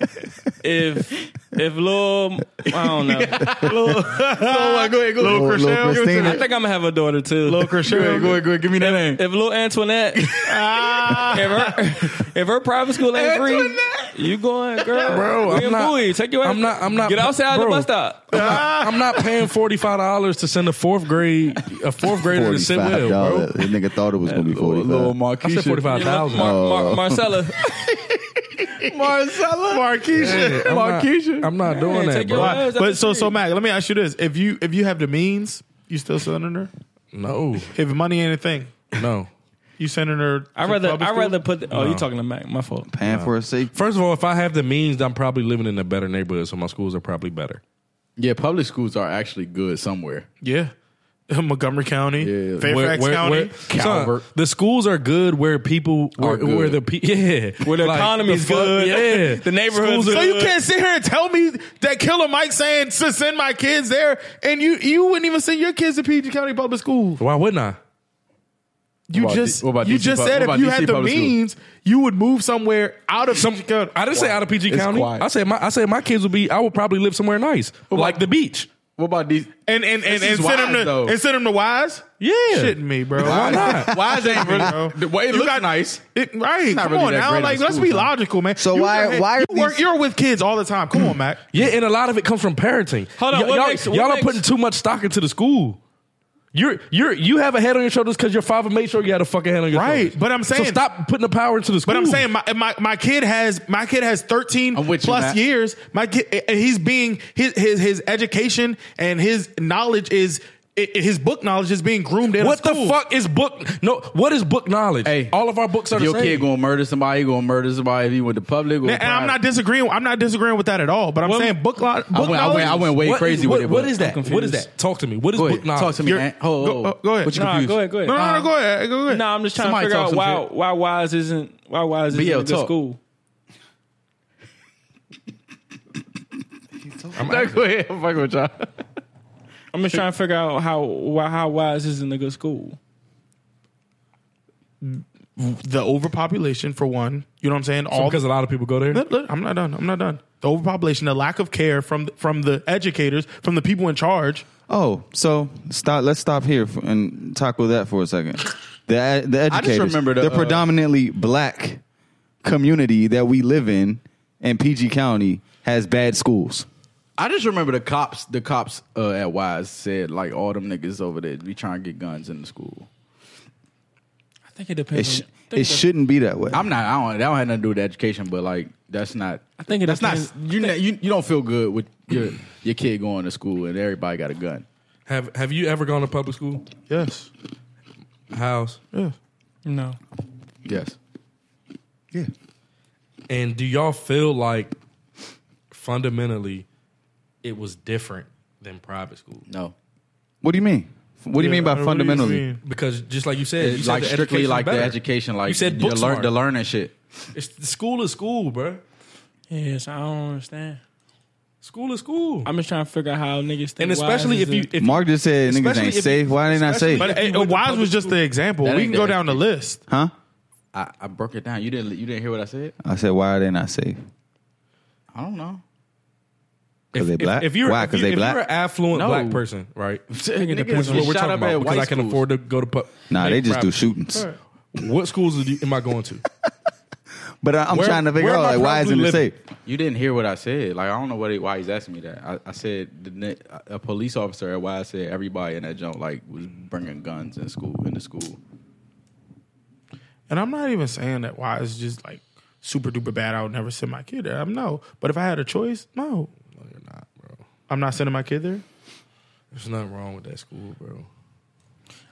A: if, if, if Lil, I don't know. Lil,
F: Oh, Little
C: Little- little
F: Chriselle.
C: Christina.
A: I think I'm gonna have a daughter too.
F: Little Chriselle.
B: Give me that name.
A: *laughs* if Lil Antoinette, if her, if her private school ain't free, you going, girl?
E: Bro,
A: we
E: I'm
A: in
E: not-
A: Bowie. Take your.
E: I'm not- I'm not-
A: Get outside
E: bro.
A: the bus stop.
E: I'm not paying forty five dollars to send a fourth grade a fourth grader to sit well,
C: Forty-five dollars.
E: bro.
C: This nigga thought it was gonna be
B: Little, little
C: forty-five.
E: I said forty
B: Marquisha.
E: five thousand.
A: Mar- Mar- Marcella,
B: Marcella. Marquisha.
E: *laughs* I'm not,
B: Marquisha.
E: I'm not doing that,
A: take your
E: bro.
A: ass up the
F: But so so
A: street.
F: Mac, let me ask you this: if you if you have the means, you still sending her?
E: No,
F: If money ain't a thing,
E: no.
F: You sending her?
A: I
F: *laughs* to
A: rather
F: public
A: I
F: school?
A: rather put. The, oh, you talking to Mac? My fault.
C: Paying for a safe.
E: First of all, if I have the means, I'm probably living in a better neighborhood, so my schools are probably better.
B: Yeah, public schools are actually good somewhere.
E: *laughs*
F: Yeah, Montgomery County,
B: Yeah.
E: Where-
F: Fairfax
E: where-
F: County.
E: where- Son,
B: Calvert.
E: the schools are good where people where,
B: Are good.
E: where the pe- *laughs* yeah
A: Where the
E: Like,
A: economy's
E: the fu-
A: good.
E: yeah
A: the neighborhood.
E: Schools uh, are
F: so you
E: good.
F: can't sit here and tell me that Killer Mike saying to send my kids there, and you you wouldn't even send your kids to PG County Public School.
E: Why wouldn't I?
F: You
B: about
F: just
B: D- what about
F: you
B: DC
F: just
B: pub-
F: said
B: what about
F: if you
B: DC
F: had the
B: public school?
F: means, you would move somewhere out of
E: Some,
F: PG County.
E: I didn't say out of PG
B: It's
E: County.
B: quiet.
E: I said my I said my kids would be. I would probably live somewhere nice, like the beach.
B: What about these?
F: and and and,
B: This is
F: and send them
B: wise,
F: to
B: though.
F: and send them to Wise.
E: Yeah,
F: Shitting me, bro.
E: Why not?
B: Why is that
F: bro.
B: really? The way it
F: You
B: looks
F: got-
B: nice.
F: *laughs* It, right,
B: not
F: come
B: really
F: on
B: that
F: now.
B: great
F: Like,
B: in
F: let's
B: school,
F: be
B: son.
F: logical, man.
C: So why-
F: work-
C: why are
F: you work,
C: these-
F: you're with kids all the time?
B: *clears throat*
F: Come on, Mac.
E: Yeah, and a lot of it comes from parenting.
A: Hold on,
E: Y-
A: what
E: y'all,
A: makes-
E: y'all
A: what
E: are
A: makes-
E: putting too much stock into the school. You're you're you have a head on your shoulders because your father made sure you had a fucking head on your
F: Right,
E: shoulders.
F: but I'm saying-
E: so stop putting the power into the school.
F: But I'm saying my, my my kid has my kid has 13
B: I'm with you,
F: plus
B: Matt.
F: years. My kid, and he's being his his his education and his knowledge is i- his book knowledge is being groomed in a
E: what the
F: school.
E: fuck is book? No, what is book knowledge?
B: Hey,
E: all of our books are
B: If
E: the
B: your
E: same.
B: kid gonna murder somebody, you gonna murder somebody if you with the public. Or
F: And I'm not disagreeing. I'm not disagreeing with that at all. But I'm
E: Well,
F: saying book, lo- book
B: I went, I went. I
F: knowledge-
B: went way
E: What
B: crazy
E: is-
B: with
E: what-
B: it.
E: What
B: but-
E: is that? What is that? Talk to me. What is
B: Go
E: book
B: ahead.
E: knowledge?
B: Talk to me.
F: You're-
B: Ant. Hold,
F: Go-
B: hold.
F: uh, go ahead.
B: What you Uh,
A: Nah,
B: confused?
A: go ahead, go ahead.
F: No, no, no, go ahead. Go ahead.
A: No, I'm just trying
B: Somebody
A: to figure
B: talk
A: out
B: some
A: why
B: shit.
A: why Wise isn't why Wise isn't
B: BL
A: a good
B: talk.
A: school.
B: Go ahead. I'm fucking with y'all.
A: I'm just trying to figure out how why how Wise isn't a good school.
F: the overpopulation for one. You know what I'm saying? All
E: because a lot of people go there.
F: Look, look, I'm not done. I'm not done. The overpopulation, the lack of care from from the educators, from the people in charge.
C: Oh, so stop. Let's stop here for, and tackle that for a second. The the educators,
B: remembered,
C: the
B: uh,
C: predominantly black community that we live in, in PG County has bad schools.
B: I just remember the cops. The cops uh, at Wise said like all them niggas over there be trying to get guns in the school.
A: I think it
C: It
A: depends.
C: sh-
A: on- I
C: it
A: think
C: shouldn't be that way.
B: I'm not. I don't. That don't have nothing to do with education. But like, that's not.
A: I think it
B: that's not.
A: depends-
B: You, you you don't feel good with your your kid going to school and everybody got a gun.
E: *laughs* Have Have you ever gone to public school?
F: Yes.
E: House.
A: No,
B: Yes.
E: And do y'all feel like fundamentally it was different than private school?
B: No.
C: What do you mean? What do you mean by fundamentally?
E: Because just like you said, you
B: It's
E: said
B: like
E: the
B: strictly
E: education's
B: like
E: better.
B: the education. Like
E: you said,
B: the,
E: book
B: learn,
E: smart.
B: the learning shit.
E: It's the school is school, bro.
A: yes, I don't understand.
E: School is school,
A: I'm just trying to figure out how niggas think.
E: and especially
A: Wise
E: if
A: is
E: you
A: a-
E: if *laughs*
C: Mark just said niggas
E: especially
C: ain't
E: if-
C: safe. Why they not
E: especially
C: safe?
E: if-
F: But it, it- Wise was just the example.
B: That
F: We
B: ain't
F: can go
B: the
F: down the list.
C: Huh?
B: I, I broke it down. You didn't you didn't hear what I said?
C: I said why are they not safe?
B: I don't know.
C: Because they
E: if-
C: black.
E: If you're
C: why?
E: if
C: Because
E: you-
C: they
E: if you're
C: black.
E: an affluent
B: No.
E: black person,
B: *laughs*
E: right?
B: Niggas
E: Which is
B: get
E: what we're
B: shot up
E: talking
B: at
E: about because
B: white
E: I can
B: schools.
E: afford to go to. Pu-
C: Nah, they just do
E: private-
C: shootings.
E: What schools are you- am I going to?
C: But I, I'm
E: Where-
C: trying to figure
E: where
C: out
E: am I
C: like why
E: probably
C: isn't it
E: living?
C: safe?
B: You didn't hear what I said. Like I don't know what he, why he's asking me that. I, I said the, ne- a police officer. Why I said everybody in that joint like was bringing guns in school in the school.
F: And I'm not even saying that Wise is just like super duper bad. I would never send my kid there. I'm no. But if I had a choice, no.
E: No, you're not, bro.
F: I'm not sending my kid there.
E: There's nothing wrong with that school, bro.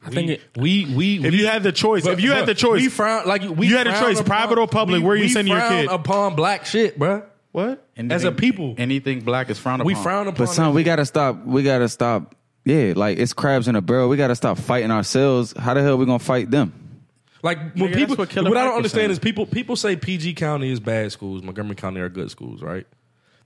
A: I think it,
E: We we
F: If you had the choice, if you had the choice,
E: we frown like we
F: You had a
E: frown
F: choice, private or public,
E: we-
F: where you
E: we
F: sending your
E: frown
F: kid?
E: Upon black shit, bro.
F: what?
E: As a people,
B: anything black is frowned
E: we
B: upon.
E: frown upon.
C: But son,
E: that
C: we
E: shit.
C: gotta stop. We gotta stop. Yeah, like it's crabs in a barrel. We gotta stop fighting ourselves. How the hell we gonna fight them?
E: like when
B: that's
E: people.
B: what
E: What,
B: Killer
E: I
B: Mike
E: don't
B: was
E: understand
B: saying.
E: is people people say PG County is bad schools, Montgomery County are good schools, right?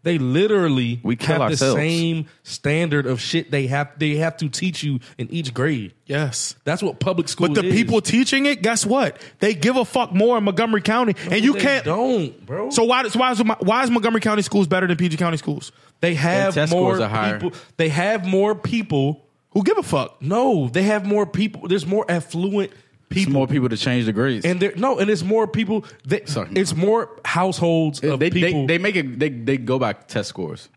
E: They literally
C: We kill
E: have
C: ourselves.
E: the same standard of shit they have they have to teach you in each grade.
F: Yes.
E: That's what public school.
F: But the
E: is.
F: people teaching it, guess what? They give a fuck more in Montgomery County, and you
E: They
F: can't.
E: don't, bro.
F: So why does why is why is Montgomery County schools better than PG County schools?
E: they have
B: test
E: more
B: scores are higher.
E: people. They have more people.
F: Who give a fuck?
E: No, they have more people. There's more affluent
B: It's
E: people.
B: more people to change the grades.
E: and there no, and it's more people. That,
B: Sorry.
E: it's more households
B: they,
E: of
B: they,
E: people.
B: they make it. They they go by test scores.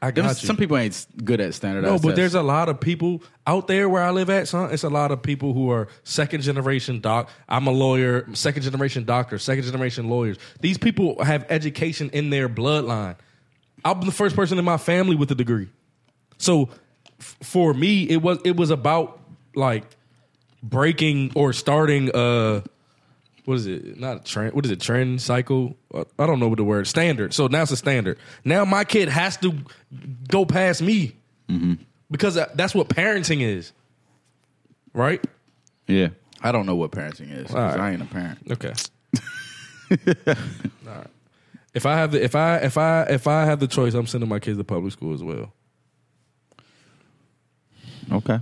E: I
B: Them-
E: got you.
B: Some people ain't good at standardized.
E: no, but
B: tests.
E: there's a lot of people out there where I live at. Son, it's a lot of people who are second generation doc. I'm a lawyer, second generation doctor, second generation lawyers. These people have education in their bloodline. I'm the first person in my family with a degree. So f- for me, it was it was about like breaking or starting uh what is it? Not a trend. What is it? Trend cycle? Uh, I don't know what the word standard. So now it's a standard. Now my kid has to go past me because uh, that's what parenting is, right?
C: Yeah.
B: I don't know what parenting is 'cause
E: Alright.
B: I ain't a parent.
E: Okay. All right. If I have the if I if I if I have the choice, I'm sending my kids to public school as well.
C: Okay.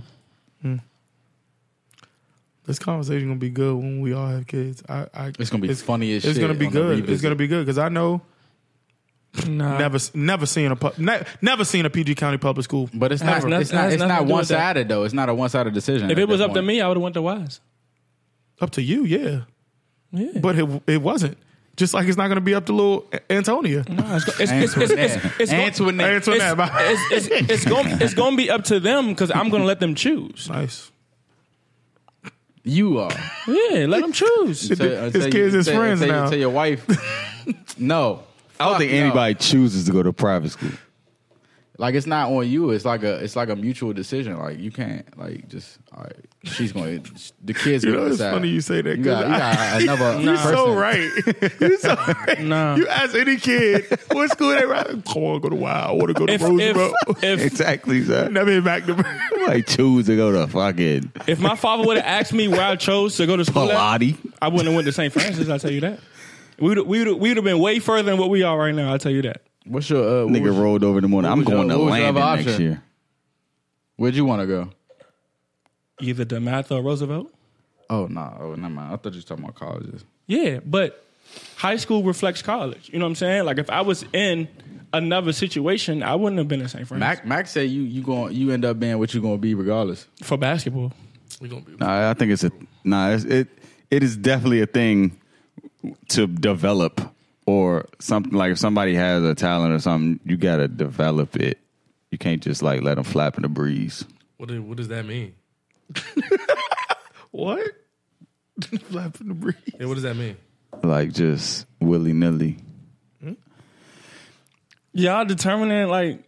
F: This conversation gonna be good when we all have kids. I, I
B: It's gonna be funny as
F: It's
B: shit
F: gonna be
B: on the
F: good. It's
B: revisit.
F: gonna be good because I know
A: Nah.
F: never never seen a pu- ne- never seen a PG County public school.
B: But it's
A: Has
B: not.
A: noth-
B: it's not.
A: has
B: It's
A: nothing to
B: not
A: do with
B: one sided though. It's not a one sided decision.
A: If
B: at
A: it was
B: that
A: up to
B: point. *laughs*
A: me, I would have went to Wise.
F: Up to you, yeah.
A: Yeah.
F: But it it wasn't. Just like it's not gonna be up to little A- Antonia. *laughs*
A: Nah, it's, go- it's, it's, it's, it's, it's, it's, go-
B: Antoinette.
F: Antoinette.
A: it's, it's, it's, it's, going, it's going to be up to them because I'm going to let them choose.
F: *laughs* Nice.
B: you are.
A: Yeah, let them choose.
B: Tell- uh,
F: His
B: tell
F: kids is
B: tell-
F: friends
B: tell-
F: now.
B: Tell your wife.
F: *laughs*
B: no,
C: I don't think anybody chooses to go to private school.
B: like it's not on you. It's like a. It's like a mutual decision. Like you can't. Like just. All right. She's going. to The kids.
F: You
B: gonna
F: know, it's
B: decide.
F: funny you say that,
B: You got,
F: 'cause
B: you got
F: *laughs*
B: another.
F: You're
B: person.
F: so right. You're so right.
A: Nah.
F: You ask any kid what school they ride. Come on, go to Wild. I want to go to
A: If,
F: Roseboro.
A: *laughs* if, if,
C: Exactly, sir.
F: Never hit back to
C: Nobody choose to go to fucking
A: if my father would have asked me where I chose to go to school, at,
C: Pilates.
A: I wouldn't have went to St. Francis. I tell you that. We would we would we would have been way further than what we are right now. I will tell you that.
B: What's your uh, what was-
C: Nigga rolled over in the morning. I'm
B: was
C: going
B: your-
C: to
B: what was your
C: Landon
B: other
C: next
B: option?
C: year.
B: Where'd you want to go?
A: Either DeMatha or Roosevelt.
B: Oh no. Oh never mind. I thought you were talking about colleges.
A: Yeah, but high school reflects college. You know what I'm saying? Like if I was in another situation, I wouldn't have been in St. Francis
B: Mac Mac said you you going you end up being what you gonna be regardless.
A: for basketball.
E: We're gonna be
C: Nah, I think it's a nah. It's, it it is definitely a thing to develop or something like if somebody has a talent or something, you gotta develop it. You can't just like let them flap in the breeze.
E: what, do- what does that mean?
F: what? Flap in the breeze.
E: Yeah, what does that mean?
C: Like just willy nilly.
A: Y'all determining like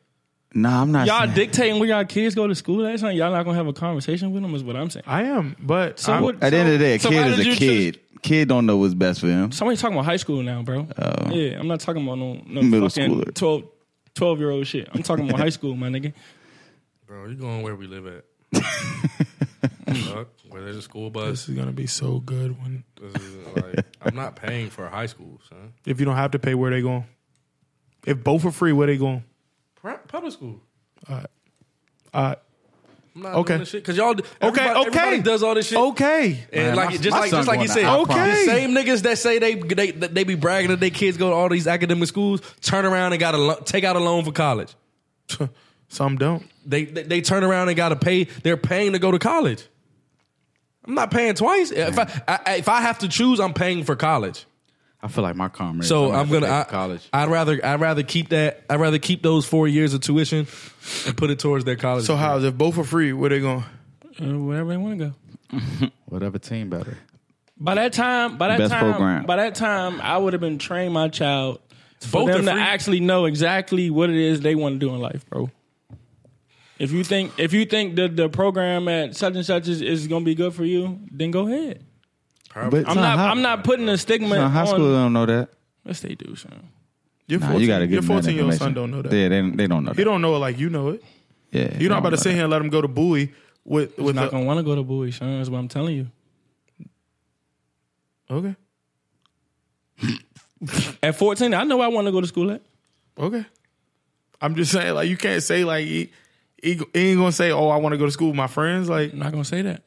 C: Nah, I'm not.
A: y'all
C: saying-
A: dictating where y'all kids go to school at something. Y'all not gonna have a conversation with them is what I'm saying.
F: I am, but
A: So
F: I'm-
A: what-
C: At the end of the day, a
A: So why
C: kid
A: did
C: is
A: you
C: a kid. Kid don't know what's best for him.
A: Somebody talking about high school now, bro. yeah, I'm not talking about no, no
C: Oh. Middle
A: fucking
C: schooler.
A: 12, 12 year old shit. I'm talking about high school, my nigga.
E: Bro, you going where we live at? Fuck, where there's a school
F: this
E: bus.
F: is gonna be so good when
E: This is, like, I'm not paying for high school, son.
F: if you don't have to pay where they going. If both are free, where they going?
E: Pri- Public school.
F: All right.
E: I'm not
F: Okay.
E: doing this shit because y'all. Okay,
F: Uh, Okay,
E: everybody,
F: okay.
E: everybody does all this shit.
F: Okay. *laughs*
E: And
B: Man,
E: like
B: my-
E: just
B: my
E: like
B: son
E: just like
B: going
E: you
B: to
E: said,
B: Akron.
E: the
F: Okay.
E: same niggas that say they they they be bragging that their kids go to all these academic schools, turn around and got to lo- take out a loan for college.
F: Some don't.
E: They, they they turn around and got to pay. They're paying to go to college. I'm not paying twice. If I, I I- if I have to choose, I'm paying for college.
B: I feel like my comrades.
E: So I'm
B: have to
E: gonna
B: pay
E: I,
B: for college.
E: I'd rather I'd rather keep that. I'd rather keep those four years of tuition and put it towards their college.
F: So how's if both are free, where they going?
A: Uh, wherever they want to go.
B: Whatever team better.
A: By that time, by that
C: Best
A: time,
C: program.
A: by that time, I would have been training my child for
E: Both
A: them
E: are
A: to
E: free.
A: actually know exactly what it is they want to do in life, bro. If you think if you think that the program at such and such is, is gonna be good for you, then go ahead.
C: But
A: I'm not I'm not putting a stigma
C: High
A: on.
C: school they don't know that.
A: Yes, they do, son.
F: Your
C: Nah, you gotta
F: your
C: give them that
F: 14 year old son
C: information.
F: don't know that.
C: Yeah, they, they don't know that.
F: He don't know it like you know it.
C: yeah,
F: You're not about to sit
C: say
F: here and let him go to Bowie with with
A: Not
F: the,
A: gonna want to go to Bowie, son. That's what I'm telling you.
F: okay,
A: At 14, I know I want to go to school at.
F: okay. I'm just saying, like you can't say like he, he, he ain't gonna say, oh, I want to go to school with my friends. Like
A: I'm not gonna say that.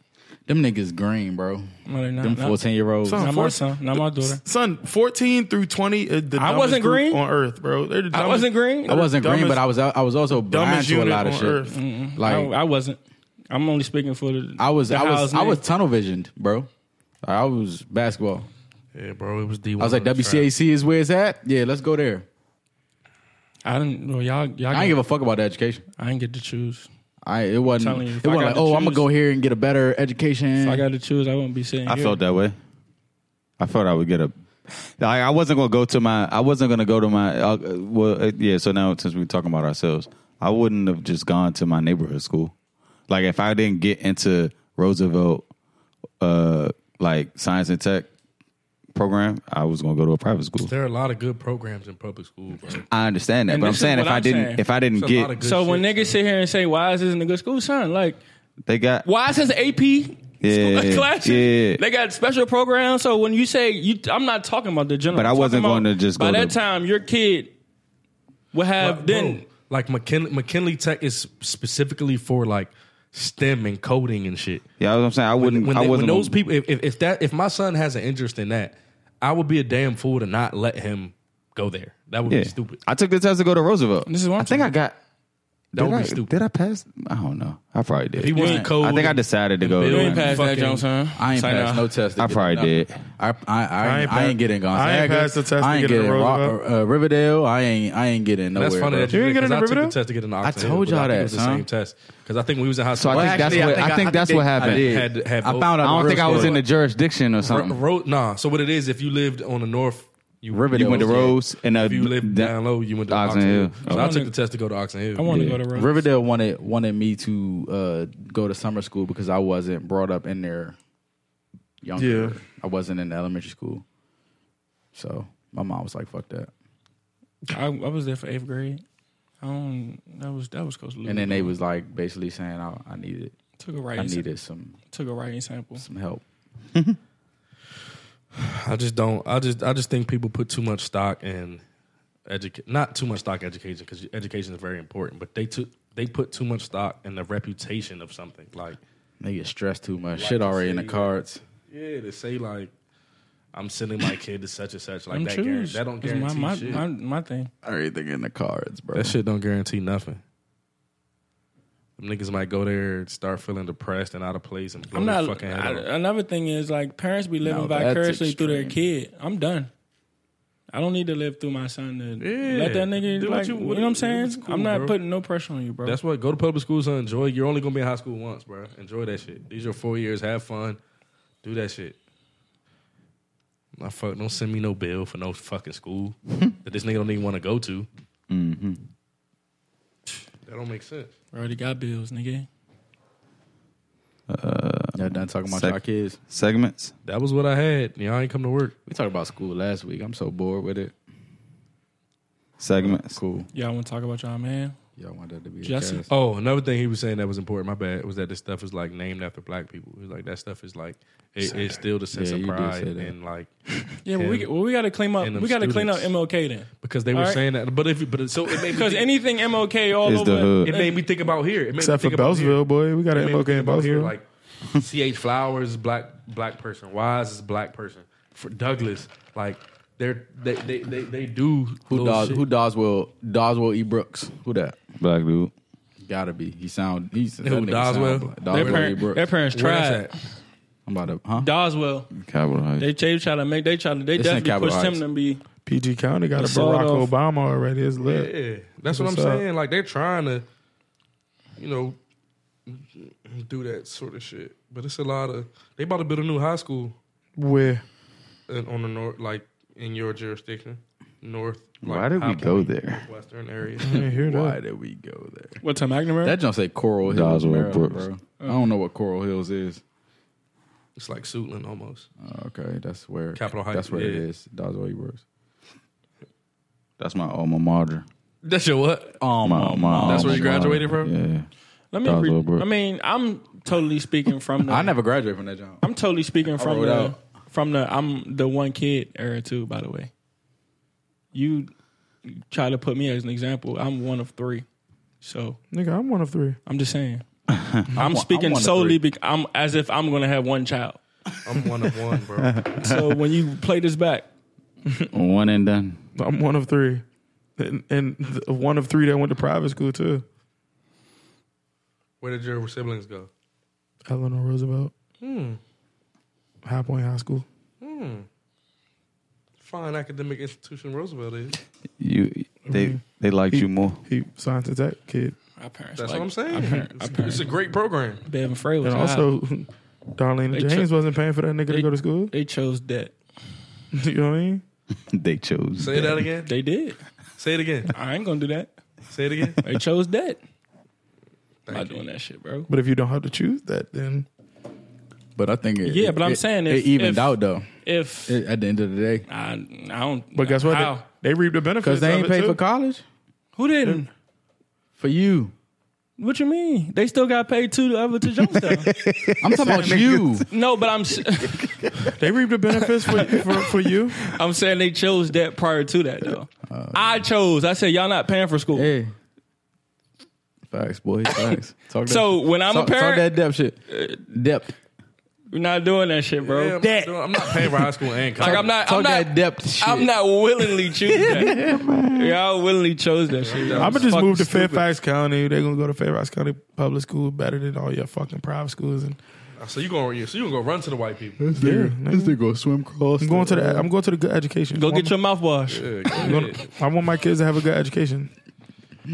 B: Them niggas green, bro.
A: No, they're not.
B: Them
A: Not-
B: fourteen year olds.
F: Son,
A: Not my son. Not my daughter.
F: son, 14 through 20. Is the
A: I
F: dumbest
A: wasn't
F: group
A: green.
F: on Earth, bro. They're the
A: I
F: dumbest-
A: wasn't green.
B: I wasn't green,
F: dumbest-
B: but I was I was also blind
F: Dumbest
B: to a
F: unit
B: lot of
F: on
B: shit.
F: Earth.
B: Like
A: I, I wasn't. I'm only speaking for the.
B: I was,
A: the
B: I was,
A: house
B: I was
A: name.
B: tunnel visioned, bro. I was basketball.
E: yeah, bro, it was D.
B: I was like, WCAC is where it's at. Yeah, let's go there.
A: I didn't. Well, y'all, y'all.
B: I didn't give a fuck about the education.
A: I didn't get to choose.
B: I it wasn't.
A: telling you, if
B: it
A: I
B: wasn't
A: got
B: like,
A: to
B: oh, I'm gonna
A: choose-
B: go here and get a better education.
A: If I got to choose, I wouldn't be sitting
C: I
A: here.
C: felt that way. I felt I would get a. I, I wasn't gonna go to my. I wasn't gonna go to my. Uh, well, uh, yeah. So now since we're talking about ourselves, I wouldn't have just gone to my neighborhood school. Like if I didn't get into Roosevelt, uh, like science and tech program, I was gonna go to a private school.
E: There are a lot of good programs in public school, bro.
C: I understand that,
A: And
C: but I'm
A: this is
C: saying if
A: what
C: I
A: I'm
C: didn't
A: saying.
C: if I didn't
E: It's a lot of
C: get
E: good
A: So when
E: shit,
A: niggas sit here and say, "Why is this in a good school, son?" Like,
C: they got
A: why is his AP
C: yeah,
A: school *laughs* classes?
C: yeah.
A: They got special programs. So when you say you, I'm not talking about the general.
C: But I
A: I'm
C: wasn't
A: talking
C: going
A: about-
C: to just
A: By
C: go
A: that
C: to-
A: time, your kid will have
E: Like,
A: then.
E: bro, like McKinley, McKinley Tech is specifically for like STEM and coding and shit.
C: yeah. That's what I'm saying I wouldn't.
E: when,
C: I
E: they- when
C: wasn't.
E: those
C: gonna-
E: people, if, if, if that, if my son has an interest in that, I would be a damn fool to not let him go there. That would
C: yeah.
E: be stupid.
C: I took the test to go to Roosevelt.
A: This is what
C: I
A: I'm
C: think I
A: saying.
C: got.
E: That
C: did
E: would
C: I-
E: be stupid.
C: Did I pass? I don't know. I probably did.
E: He wants to
A: ain't-
E: code.
C: I think I decided to go
E: build
C: to
A: You
C: one.
A: ain't passed that,
E: fucking-
A: Jones, son.
B: I ain't
A: Say
B: passed
A: nah.
B: no test. to
C: I
B: get-
C: probably
B: no.
C: did.
B: I I I,
F: I
B: ain't,
F: ain't
B: I ain't
F: pa-
B: getting Gonzaga.
F: I ain't passed the test to
B: I ain't
F: get into
B: getting Ro-
F: Roosevelt.
B: uh, Riverdale. I ain't I ain't getting nowhere.
E: That's funny
B: bro.
E: that you
F: You
E: did
F: ain't get
E: 'cause
F: into
E: I took
F: Riverdale?
E: the test to get an
B: I
E: Oxford.
B: told
E: but
B: y'all
E: I think
B: that,
E: it was the
B: son.
E: same test because I think we was in high
C: So
E: school.
C: I think that's
B: actually, I
C: what
B: think
C: I
B: I-
C: think
B: I
C: that's
B: think
C: what
B: they- I
C: happened.
B: did.
E: had, had
B: I
E: both-
B: found
C: I
B: out.
C: don't
B: the
C: think I
B: real
C: was in
B: score.
C: the jurisdiction or
E: Ro-
C: something.
E: Ro- nah. So what it is, if you lived on the north, you
B: Riverdale.
C: You went to
B: Yeah.
C: Rose and uh,
E: If you lived
C: da-
E: down low, you went to
C: Oxon
E: Oxon Hill.
C: Hill.
E: So I
A: wanna-
E: took the test to go to Oxon Hill.
A: I want to
C: Yeah.
A: go to Rose.
B: Riverdale wanted wanted me to uh, go to summer school because I wasn't brought up in their younger.
F: Yeah.
B: I wasn't in elementary school, so my mom was like, "Fuck that."
A: I, I was there for eighth grade. I don't. That was that was Coach Lou.
B: And then they was like basically saying, "I, I needed
A: took a
B: I
A: writing. sa-
B: needed some
A: Took a writing sample.
B: some help."
E: I just don't. I just. I just think people put too much stock in education. Not too much stock in education because education is very important. But they took. They put too much stock in the reputation of something. Like
B: They get stressed too much. Shit already in the
E: say-
B: cards.
E: yeah, to say like I'm sending my kid to such and such. Like
A: I'm
E: that. Guarantee,
A: choose.
E: that don't
A: That's
E: guarantee
A: my, my,
E: shit.
A: My, my thing.
B: Everything in the cards, bro.
E: That shit don't guarantee nothing. Them niggas might go there and start feeling depressed and out of place and blow
A: I'm
E: their
A: not.
E: fucking head off.
A: I, another thing is like parents be living
B: No, that's
A: vicariously through their kid. I'm done. I don't need to live through my son. To
E: Yeah.
A: Let that nigga.
E: Do what
A: like,
E: you-
A: you,
E: what-
A: know what I'm
E: it's
A: saying?
E: cool,
A: I'm not
E: bro.
A: putting no pressure on you, bro.
E: That's what. Go to public school, son. Enjoy. You're only gonna be in high school once, bro. Enjoy that shit. These are four years. Have fun. Do that shit. My fuck. Don't send me no bill for no
B: *laughs*
E: fucking school that this nigga don't even want to go to.
B: Mm-hmm.
E: That don't make sense.
A: already got bills, nigga.
B: Y'all done talking about
C: Sec-
B: y'all kids?
C: segments.
E: That was what I had. Y'all ain't come to work.
B: We talked about school last week. I'm so bored with it.
C: Segments.
B: Cool.
A: Y'all want to talk about y'all man?
B: Y'all want that to be
A: Jesse.
B: a cast.
E: Oh, another thing he was saying that was important. My bad. Was that this stuff is like named after black people? He was like that stuff is like it, it's still the sense
B: Yeah,
E: of
B: you did
E: pride
B: say that.
E: and like
A: Yeah, well, we
E: And-
A: well, we got to clean up.
E: and them
A: We got to clean up
E: students.
A: MLK then,
E: because they were
A: All right.
E: saying that. But if you- but it- so it made
A: *laughs*
E: me
A: because
E: think-
A: anything MLK all
C: It's
A: over.
C: the hood.
E: it made me think about here. It made
F: Except
E: me
F: for
E: think about here.
F: Bellsville, boy. We got
E: It
F: an
E: made me
F: MLK
E: think
F: in
E: about here,
F: Bellsville.
E: like CH Flowers is black black person. Wise is black person. For Douglas, like they're they they they, they do
B: Who
E: little
B: does
E: shit.
B: who Doswell Doswell E Brooks? Who that?
C: Black dude.
B: Gotta be. He sound he's that
E: Who,
B: nigga sound
E: Doswell?
B: black.
A: Their,
B: Doswell E
A: parent,
B: Brooks.
A: their parents
E: Where that's
A: tried
E: at?
B: I'm about to huh?
A: Doswell.
C: Capitol Heights.
A: They they try to make. They try to. They
B: It's in
A: definitely
B: Capitol
A: pushed him
B: Heights.
A: to be.
F: PG County got a
A: It's sort
F: Barack
A: of-
F: Obama already. It's lit.
E: Yeah, that's what I'm
F: What's up?
E: saying. Like they're trying to, you know, do that sort of shit. But it's a lot of they about to build a new high school
F: Where?
E: in, on the north, like in your jurisdiction, north. Like,
C: Why did we
E: High
C: go
E: Point,
C: there?
E: Western area.
F: I didn't hear
B: Why
F: that.
B: did we go there? E.
A: What time McNamara?
B: That don't say Coral Hills,
C: Doswell
B: Maryland,
C: Brooks.
B: bro. I don't know what Coral Hills is.
E: it's like Suitland almost.
B: Oh, okay, that's where
E: Capitol Heights,
B: That's where it
E: yeah.
B: is. Doswell E Brooks.
C: That's my alma mater.
E: That's your what?
B: Oh
C: My, my
E: That's where you
C: alma mater.
E: graduated from?
C: Yeah.
A: Let me.
C: Doswell
A: Re-
C: Brooks.
A: I mean, I'm totally
B: *laughs*
A: speaking from the.
B: I never graduated from that job.
A: I'm totally speaking from
B: wrote
A: the
B: out.
A: from the I'm the one kid era too. By the way, you try to put me as an example. I'm one of three, so
F: Nigga, I'm one of three.
A: I'm just saying.
B: *laughs*
A: I'm
B: I'm
A: speaking
B: one of
A: solely. Be- I'm as if I'm gonna have one child.
E: I'm one of one,
F: *laughs*
B: *laughs*
E: bro.
A: So when you play this back,
C: One and done.
F: I'm one of three. And, and th- one of three that went to private school, too.
E: Where did your siblings go?
F: Eleanor Roosevelt.
A: Hmm.
F: High Point High School.
E: Fine academic institution Roosevelt is.
C: You they they liked you more.
F: He signed to that kid.
A: our parents
E: That's
A: like
E: what I'm saying.
A: parent-
E: It's- *laughs* it's a great program.
A: Bev and Frey was
F: And
A: high.
F: also, *laughs* Darlene
A: They
F: James
A: cho-
F: wasn't paying for that nigga to
A: they-
F: go to school. *laughs*
A: they chose debt.
F: you know what I mean?
C: they chose.
E: Say that again.
A: They did.
E: Say it again.
A: I ain't gonna do that.
E: Say it again.
A: They chose debt. I'm not
E: you.
A: doing that shit, bro.
F: But if you don't have to choose that, then
B: But I think it,
A: Yeah, but I'm
B: it-
A: saying
B: it
A: if-
B: evened
A: if-
B: out though.
A: If
B: It- at the end of the day,
A: I, I don't,
F: But guess what? They-
A: How?
F: They, reap the benefits
B: because they ain't
F: of it
B: paid
F: too.
B: for college
A: Who didn't?
B: for you.
A: What you mean? They still got paid two to other to Jonestown.
B: I'm talking
F: *laughs*
B: about you.
A: *laughs* no, but I'm s- *laughs*
F: they reap the benefits *laughs* for, for, for you.
A: I'm saying they chose that prior to that though.
B: Uh,
A: I chose. I said y'all not paying for school.
B: Hey. Facts, boy.
A: *laughs*
B: Facts. Talk that
A: So,
B: shit.
A: when I'm a
B: talk, talk
A: parent- Uh,
B: that depth shit. Depth.
A: We're not doing that shit, bro.
E: I'm,
A: That-
E: I'm not paying for high school and college.
A: like I'm not.
B: Talk
A: I'm not.
B: that depth shit.
A: I'm not
B: *laughs*
A: willingly choosing that. Y'all willingly chose that shit. Though.
F: I'm gonna just
B: fucking
F: move to
B: stupid.
F: Fairfax County. They're gonna go to Fairfax County Public School better than all your fucking private schools. And
E: So you going? So you gonna go run to the white people?
F: yeah, nigga.
B: nigga gonna swim cross.
F: I'm going to the I'm going to the good education.
A: Go
F: I
A: get
F: want-
A: your mouth washed.
F: I'm gonna- I want my kids to have a good education.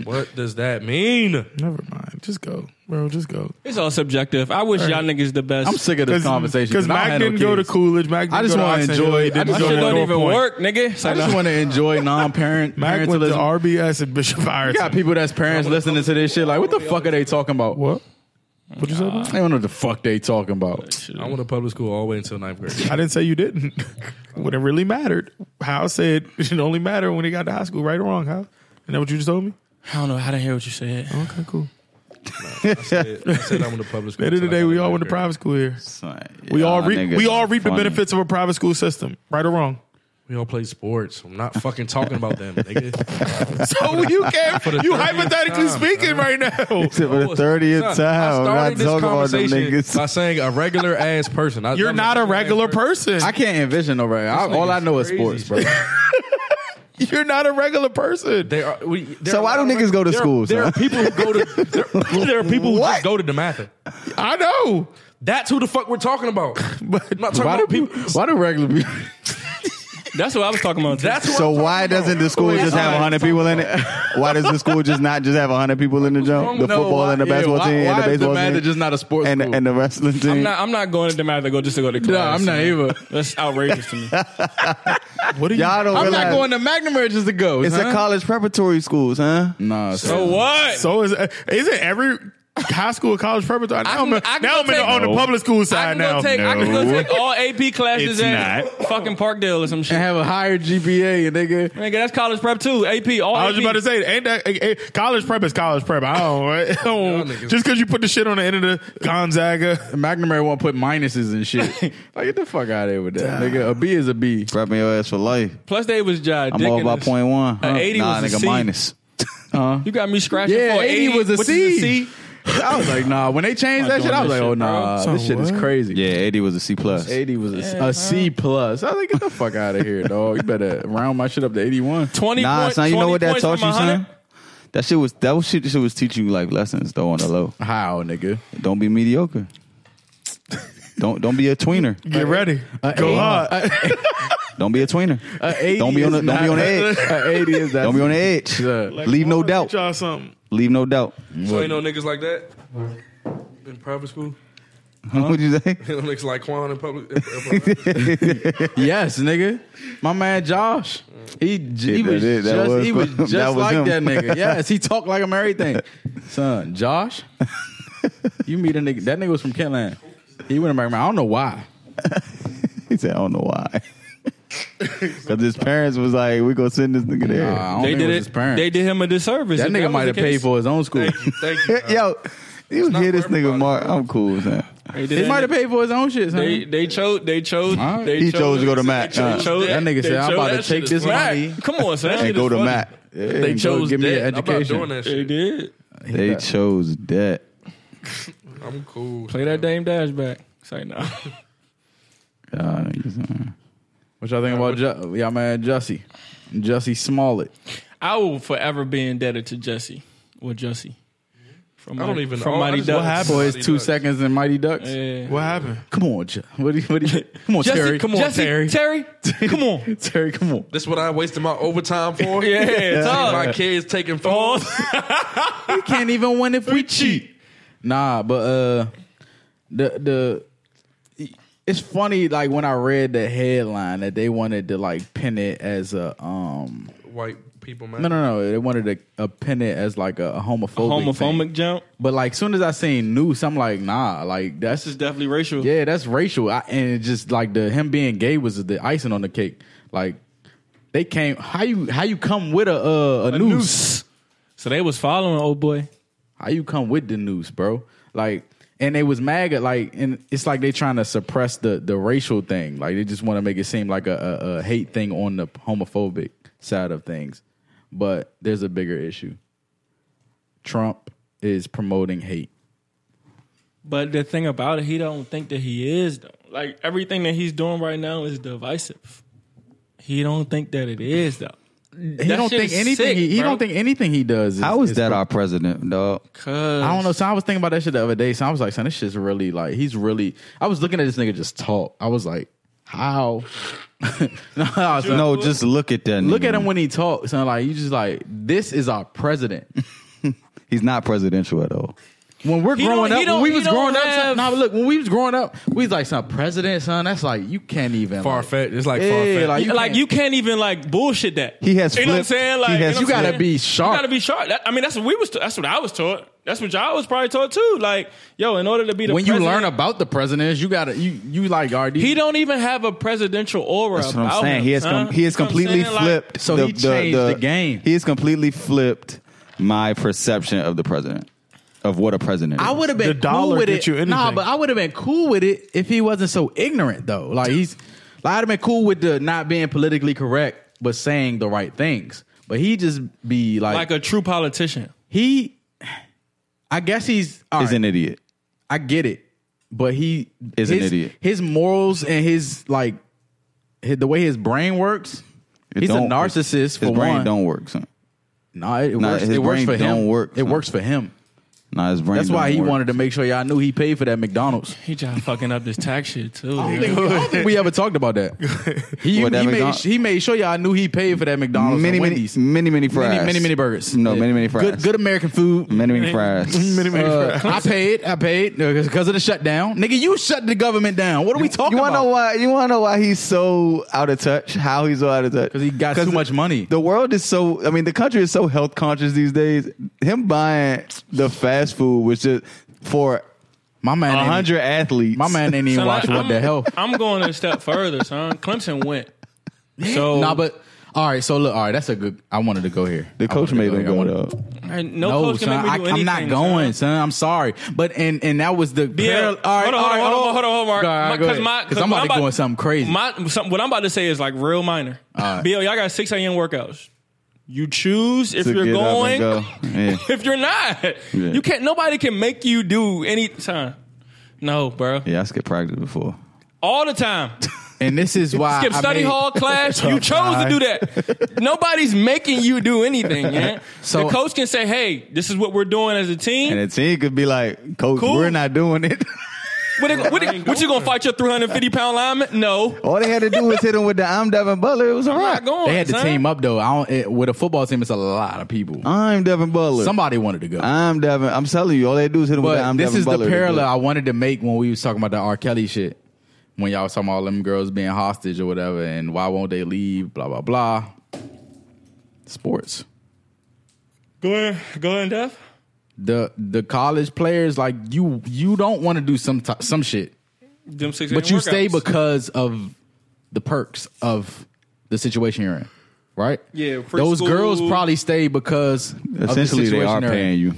E: What does that mean?
F: Never mind. Just go, bro. Just go.
A: It's all subjective. I wish y'all niggas the best.
B: I'm sick of this conversation.
F: Because
B: I don't
F: Mac
B: have no
F: didn't go to
B: kids.
F: Coolidge. Mac didn't
B: I just
F: go to
B: wanna
F: Oxon Hill.
B: enjoy-
F: He
B: I
F: didn't
B: just
F: go
A: Shit
F: to
A: don't
F: North
A: even
F: Point.
A: work, nigga. So
B: I just
A: no.
B: want to
F: *laughs*
B: enjoy non-parent
F: Mac went to
B: parentalism.
F: RBS and Bishop
B: You got
F: Ireton.
B: people that's parents listening to this shit. Like, what the fuck are they talking about?
F: What? What you say? About?
B: I don't know what the fuck they talking about.
E: I went to public school all the way until ninth
F: *laughs*
E: grade.
F: I didn't say you didn't. when it really mattered, Howe said *laughs* it should only matter when he got to high school, right or wrong, Howe. Isn't that what you just told me?
A: I don't know. I didn't hear what you said.
F: Okay, cool.
E: I said I went to public school.
F: At the end of the
E: until I
F: day,
E: got
F: we
E: to
F: all
E: ninth
F: went to
E: grade.
F: private school here.
C: Son,
F: We all
C: y'all
F: reap,
C: niggas
F: we all reap the
C: funny.
F: benefits of a private school system, right or *laughs* wrong.
E: We all played sports. I'm not fucking talking about them, nigga.
F: So you can
E: the
F: you
E: 30th
F: hypotically
E: time,
F: speaking right *laughs* now.
C: Except for the thirtieth
E: Son, I
C: time,
E: started
C: I'm not
E: this
C: talking about them
E: conversation by
C: niggas.
E: saying a regular ass person. I-
F: You're
E: I'm
F: not a regular
E: ass person.
F: person.
B: I can't envision no right. I, all I know is sports,
E: nigga's
B: bro.
F: You're not a regular person.
E: They are. We, there
C: So
E: are
C: why
E: a lot
C: do
E: of
C: niggas
E: reg-
C: go to
E: there-
C: school,
E: There are
C: son?
E: people who go to.
C: *laughs*
E: There, there are people who
C: What?
E: just go to Dematha.
F: I know.
E: That's who the fuck we're talking
C: *laughs*
E: about.
F: But-
E: I'm not talking
B: Why do
E: about people.
B: people? *laughs* Why do regular people?
A: That's what I was talking about. too.
E: That's who
C: So
E: I'm
C: why
E: talking
C: doesn't
E: about.
C: the school just have hundred people in it? Why does the school just not just have hundred people in the
E: wrong
C: jump? The
E: with-
B: No,
C: football
B: why-
C: and the
B: yeah,
C: basketball
B: why-
C: team
B: why
C: and
B: is
C: the baseball team,
B: Dematha just not a sports
C: and
B: school?
C: and the wrestling
A: I'm
C: team.
A: not. I'm not going to demand to go just to go to class.
B: No, I'm not
A: man.
B: either.
A: That's
B: *laughs*
A: outrageous to me.
F: What are you?
C: Y'all don't
B: I'm
C: realize
B: not going to McNamara just to go.
C: it's
B: huh?
C: a college preparatory schools, huh?
B: Nah,
A: So what?
F: So is isn't every high school college preparatory? Now I'm,
A: I can
F: now
A: go
F: I'm in the-
A: take-
F: on the public school
A: I
F: side
A: can go
F: now.
A: take. I can go take all AP classes
C: It's
A: at fucking Parkdale or some shit.
B: and have a higher GPA, and nigga.
A: Nigga, that's college prep too. AP. All
F: I was
A: AP.
F: just about to say, ain't that eh, eh, college prep is college prep? I don't. eh, *laughs* I don't-
E: Y'all niggas-
F: just because you put the shit on the end of the Gonzaga, *laughs*
B: McNamara won't put minuses and *laughs* shit. like get the fuck out of here with that, nigga. A B is a B.
C: Prepping your ass for life.
A: Plus, they was John.
C: I'm all about point one.
A: Uh, 80
C: nah,
A: was a
C: nigga,
A: C.
C: minus.
A: You got me scratching
B: Yeah,
A: for
B: 80, was a
A: which
B: C.
A: Is a C.
B: *laughs* I was like, nah. When they changed that
A: Not
B: shit,
A: doing
B: I was like,
A: that
B: oh
A: shit, bro.
B: nah, this shit is crazy.
C: Yeah, eighty was a C plus.
B: 80 was a, a C plus. I was like, get the fuck out of here, dog. You better round my shit up to 81.
A: Twenty.
C: Nah,
A: point,
C: son, you know
A: 20
C: what that
A: points
C: taught
A: from
C: you,
A: 100?
C: son? That shit was that was shit. That shit was teaching you like lessons though on the low.
B: How, nigga?
C: Don't be mediocre. don't don't be a tweener.
E: Uh,
F: get ready, go
B: eight.
F: hard.
C: Don't be a tweener.
B: A 80
C: Don't be on
B: is
C: the- don't be
B: not-
C: on the edge.
B: *laughs* A 80 is that.
C: Don't be on the
B: *laughs*
C: edge.
B: Yeah.
C: Leave no
F: I'ma
C: doubt.
F: teach Y'all something.
C: Leave no doubt.
E: So ain't no niggas like that in private *laughs* school.
B: Mm-hmm.
C: *laughs* What'd you say?
E: Ain't no niggas like Quan in public.
C: *laughs*
E: in- in-
B: Yes, nigga. My man Josh. He j- he
C: Yeah, that
B: was
C: is- that
B: just
C: was
B: he was
C: fun.
B: just
C: That was
B: like
C: him.
B: that nigga. Yes, he talked like him everything. Son, Josh. You meet a nigga. That nigga was from Kentland. He went to McNamara. I don't know why.
C: He said, I don't know why. *laughs* Because his parents was like, we going to send this nigga there.
B: Nah, I don't
A: They
B: think it.
A: did it.
B: Was his parents.
A: They did him a disservice.
B: that
A: if
B: nigga
A: was
B: might
A: the
B: have paid
A: case.
B: for his own school.
E: Thank you. Thank you. Yo,
C: *laughs* Yo, you
E: not
C: hear
E: for
C: this nigga,
E: everybody.
C: Mark? I'm cool, son.
A: They, did
B: He
A: that.
B: might have paid for his own shit. Son.
A: They they chose. They chose.
B: right.
A: They
C: He chose to go to Mac.
A: they chose
C: Uh,
B: that nigga said,
A: they
B: "I'm
A: chose
B: about to
A: that
B: take
A: shit as
B: this
A: Mac."
B: money
A: Come on, son.
C: And go to Mac.
B: They
E: And
B: chose
E: go
B: give me
E: debt.
B: an education.
E: I'm not doing that
A: They
E: shit.
A: did.
C: They chose that.
E: I'm cool.
A: Play that Dame Dash back. Say no.
C: God, niggas, man.
B: What y'all think about Ju- y'all man Jussie? Jussie Smollett.
A: *laughs* I will forever be indebted to Jesse or Jesse. From
E: I don't even
A: from
E: know. I
A: Mighty
E: just- what
A: Ducks.
E: happened?
B: For his
E: Mighty
B: two
E: Ducks.
B: seconds in Mighty Ducks.
A: Yeah.
F: What happened?
B: Come on, Ju- what do you, what do you, come on, Terry.
A: come on, Terry. Terry, *laughs* come on.
B: Terry, come on.
E: This is what I wasted my overtime
B: *laughs*
E: for. *laughs*
A: Yeah,
E: See
A: tough.
E: my kids taking phones.
B: We can't even win if we cheat. Nah, but uh the the it's funny like when I read the headline that they wanted to like pin it as a um
E: *laughs* White people, man.
B: No, no, no. They wanted to uh, pin it as like a, a homophobic.
G: homophobic
B: thing.
G: jump.
B: But like, soon as I seen noose, I'm like, nah, like that's
G: This is definitely racial.
B: yeah, that's racial. I, and it just like the him being gay was the icing on the cake. Like they came. How you how you come with a uh, a, noose?
A: So they was following old boy.
B: How you come with the noose, bro? Like. And they was mad at like, and it's like they trying to suppress the the racial thing. Like they just want to make it seem like a, a, a hate thing on the homophobic side of things. But there's a bigger issue. Trump is promoting hate.
A: But the thing about it, he don't think that he is though. Like everything that he's doing right now is divisive. He don't think that it is though.
B: He
A: That
B: don't
A: shit
B: think
A: is
B: anything.
A: sick,
B: he he
A: bro.
B: don't think anything he does. Is,
C: How is
B: is
C: that
B: pro-
C: our president, dog?
A: Cause
B: I don't know. So I was thinking about that shit the other day. So I was like, son, this shit's really like he's really. I was looking at this nigga just talk. I was like, how? *laughs* no, I was like,
C: No, just look at that.
B: Look
C: nigga.
B: at him when he talks. And like you just like this is our president.
C: He's not presidential at all.
B: When we're
A: *laughs* He
B: growing
A: don't-
B: up, when
A: he don't-
B: we
A: he
B: was
A: don't
B: growing up,
A: have-
B: son, nah, but look, when we was growing up, we was like, son, president, son, that's like you can't even like-
E: Far fetched. It's like
B: Yeah,
E: far fetched.
B: like,
A: you like
B: can't-
A: you can't even like bullshit that.
C: He has
A: you know what I'm
C: flipped.
A: saying? Like
C: He has-
A: know
B: you
A: what I'm
B: gotta
A: saying?
B: be sharp.
A: You gotta be sharp. That- I mean, that's what we was. That's what I was taught. That's what y'all was probably taught too. Like, yo, in order to be the
B: when you
A: president-
B: learn about the presidents, you gotta you you like RD.
A: he don't even have a presidential aura.
C: That's what I'm
A: about
C: saying.
A: him,
C: He has
A: son.
C: com- he has
A: You know what I'm
C: completely
A: saying? Like,
C: flipped.
B: So he changed the game.
C: He has completely flipped my perception of the president, of what a president.
B: I
C: is.
B: would have been
F: The dollar
B: cool with it.
F: gets you
B: Nah,
F: anything.
B: but I would have been cool with it if he wasn't so ignorant though. Like he's like I'd have been cool with the not being politically correct but saying the right things. But he just be like,
A: like a true politician.
B: he I guess he's all
C: is
B: right,
C: an idiot.
B: I get it. But he
C: Is an
B: his-
C: idiot.
B: His morals and his like his, the way his brain works.
C: It
B: he's a
C: don't-
B: narcissist
C: His
B: for
C: brain
B: one.
C: don't work. Son.
B: Nah, it
C: Nah,
B: works.
C: his
B: It works
C: brain
B: for
C: don't
B: him.
C: work,
B: it
C: son.
B: works for him.
C: Nah, his brain.
B: That's why
C: don't
B: he
C: work.
B: wanted to make sure y'all knew he paid for that McDonald's.
A: He just fucking up this tax shit too.
B: I
A: man.
B: don't think- I don't think we ever talked about that. He,
C: What, that
B: he, made,
C: McDonald's?
B: he made sure y'all knew he paid for that McDonald's.
C: many
B: and
C: many
B: Wendy's.
C: many many fries.
B: many, many, many burgers.
C: No,
B: Yeah.
C: many many fries.
B: Good, good American food.
C: Many
B: *laughs*
C: many fries.
F: Many, many
B: Uh,
F: friends.
B: I paid. I paid because of the shutdown. Nigga, you shut the government down. What are we talking
C: you wanna
B: about?
C: know why? You want to know why he's so out of touch? How he's so out of touch?
B: 'Cause he got too much money.
C: The world is so. I mean, the country is so health conscious these days. Him buying the fast food, which is for
B: My man, ain't-
C: hundred athletes.
B: my
C: *laughs*
B: man ain't even
A: Son,
B: watch
A: I-
B: what
A: I'm-
B: the hell.
A: I'm going a step further, son. Clemson went. So
B: Nah, but all right. So look, all right. That's a good. I wanted to go here.
C: the coach made him go.
B: there.
C: Though.
A: Hey, no,
B: No,
A: coach can
B: Oh, son,
A: make
B: I,
A: me do anything.
B: I'm not going, son.
A: son.
B: I'm sorry, but and and that was the
A: Yeah.
B: paral- all right,
A: hold on,
B: all right,
A: hold on,
B: oh.
A: hold on, hold on,
B: All right,
A: Mark.
B: go
A: Because
B: ahead.
A: my,
B: Cause I'm about to go in something crazy.
A: My, some, what I'm about to say is like real minor.
B: All right.
A: Bill, y'all got 6 a.m. workouts. You choose if
C: To
A: you're
C: get up and
A: going.
C: go. Yeah.
A: *laughs* if you're not, you can't. Nobody can make you do any time. No, bro.
C: Yeah, I skipped practice before.
A: All the time.
B: and this is why
A: *laughs* Skip
B: *laughs* I
A: study
B: made- *laughs*
A: hall class. You chose to do that. Nobody's making you
B: *laughs*
A: do anything, man.
B: So-
A: the coach can say, "Hey, this is what we're doing as a team."
C: And the team could be like, Coach,
A: Cool.
C: we're not doing it.
A: What, it- what, it- what you gonna fight your 350 pound lineman? No.
C: All they had to do was hit him with the I'm Devin Butler. It was a
A: I'm not
C: rock.
A: going.
B: They had to
A: son.
B: team up though. I don't, it, with a football team, it's a lot of people.
C: I'm Devin Butler.
B: Somebody wanted to go.
C: I'm Devin. I'm telling you, all they do is hit him with
B: but
C: the I'm
B: this
C: Devin
B: is
C: Butler.
B: the parallel I wanted to make when we was talking about the R. Kelly shit. When y'all was talking about all them girls being hostage or whatever, and why won't they leave? Blah blah blah. Sports.
A: Go ahead, go ahead, Def.
B: The the college players like you you don't want to do some t- some shit,
A: Them six.
B: but you stay because of the perks of the situation you're in, right?
A: Yeah, free
B: Those girls
A: school.
B: probably stay because
C: Essentially,
B: of the
C: they
B: situation
C: are
B: they're in.
C: paying you.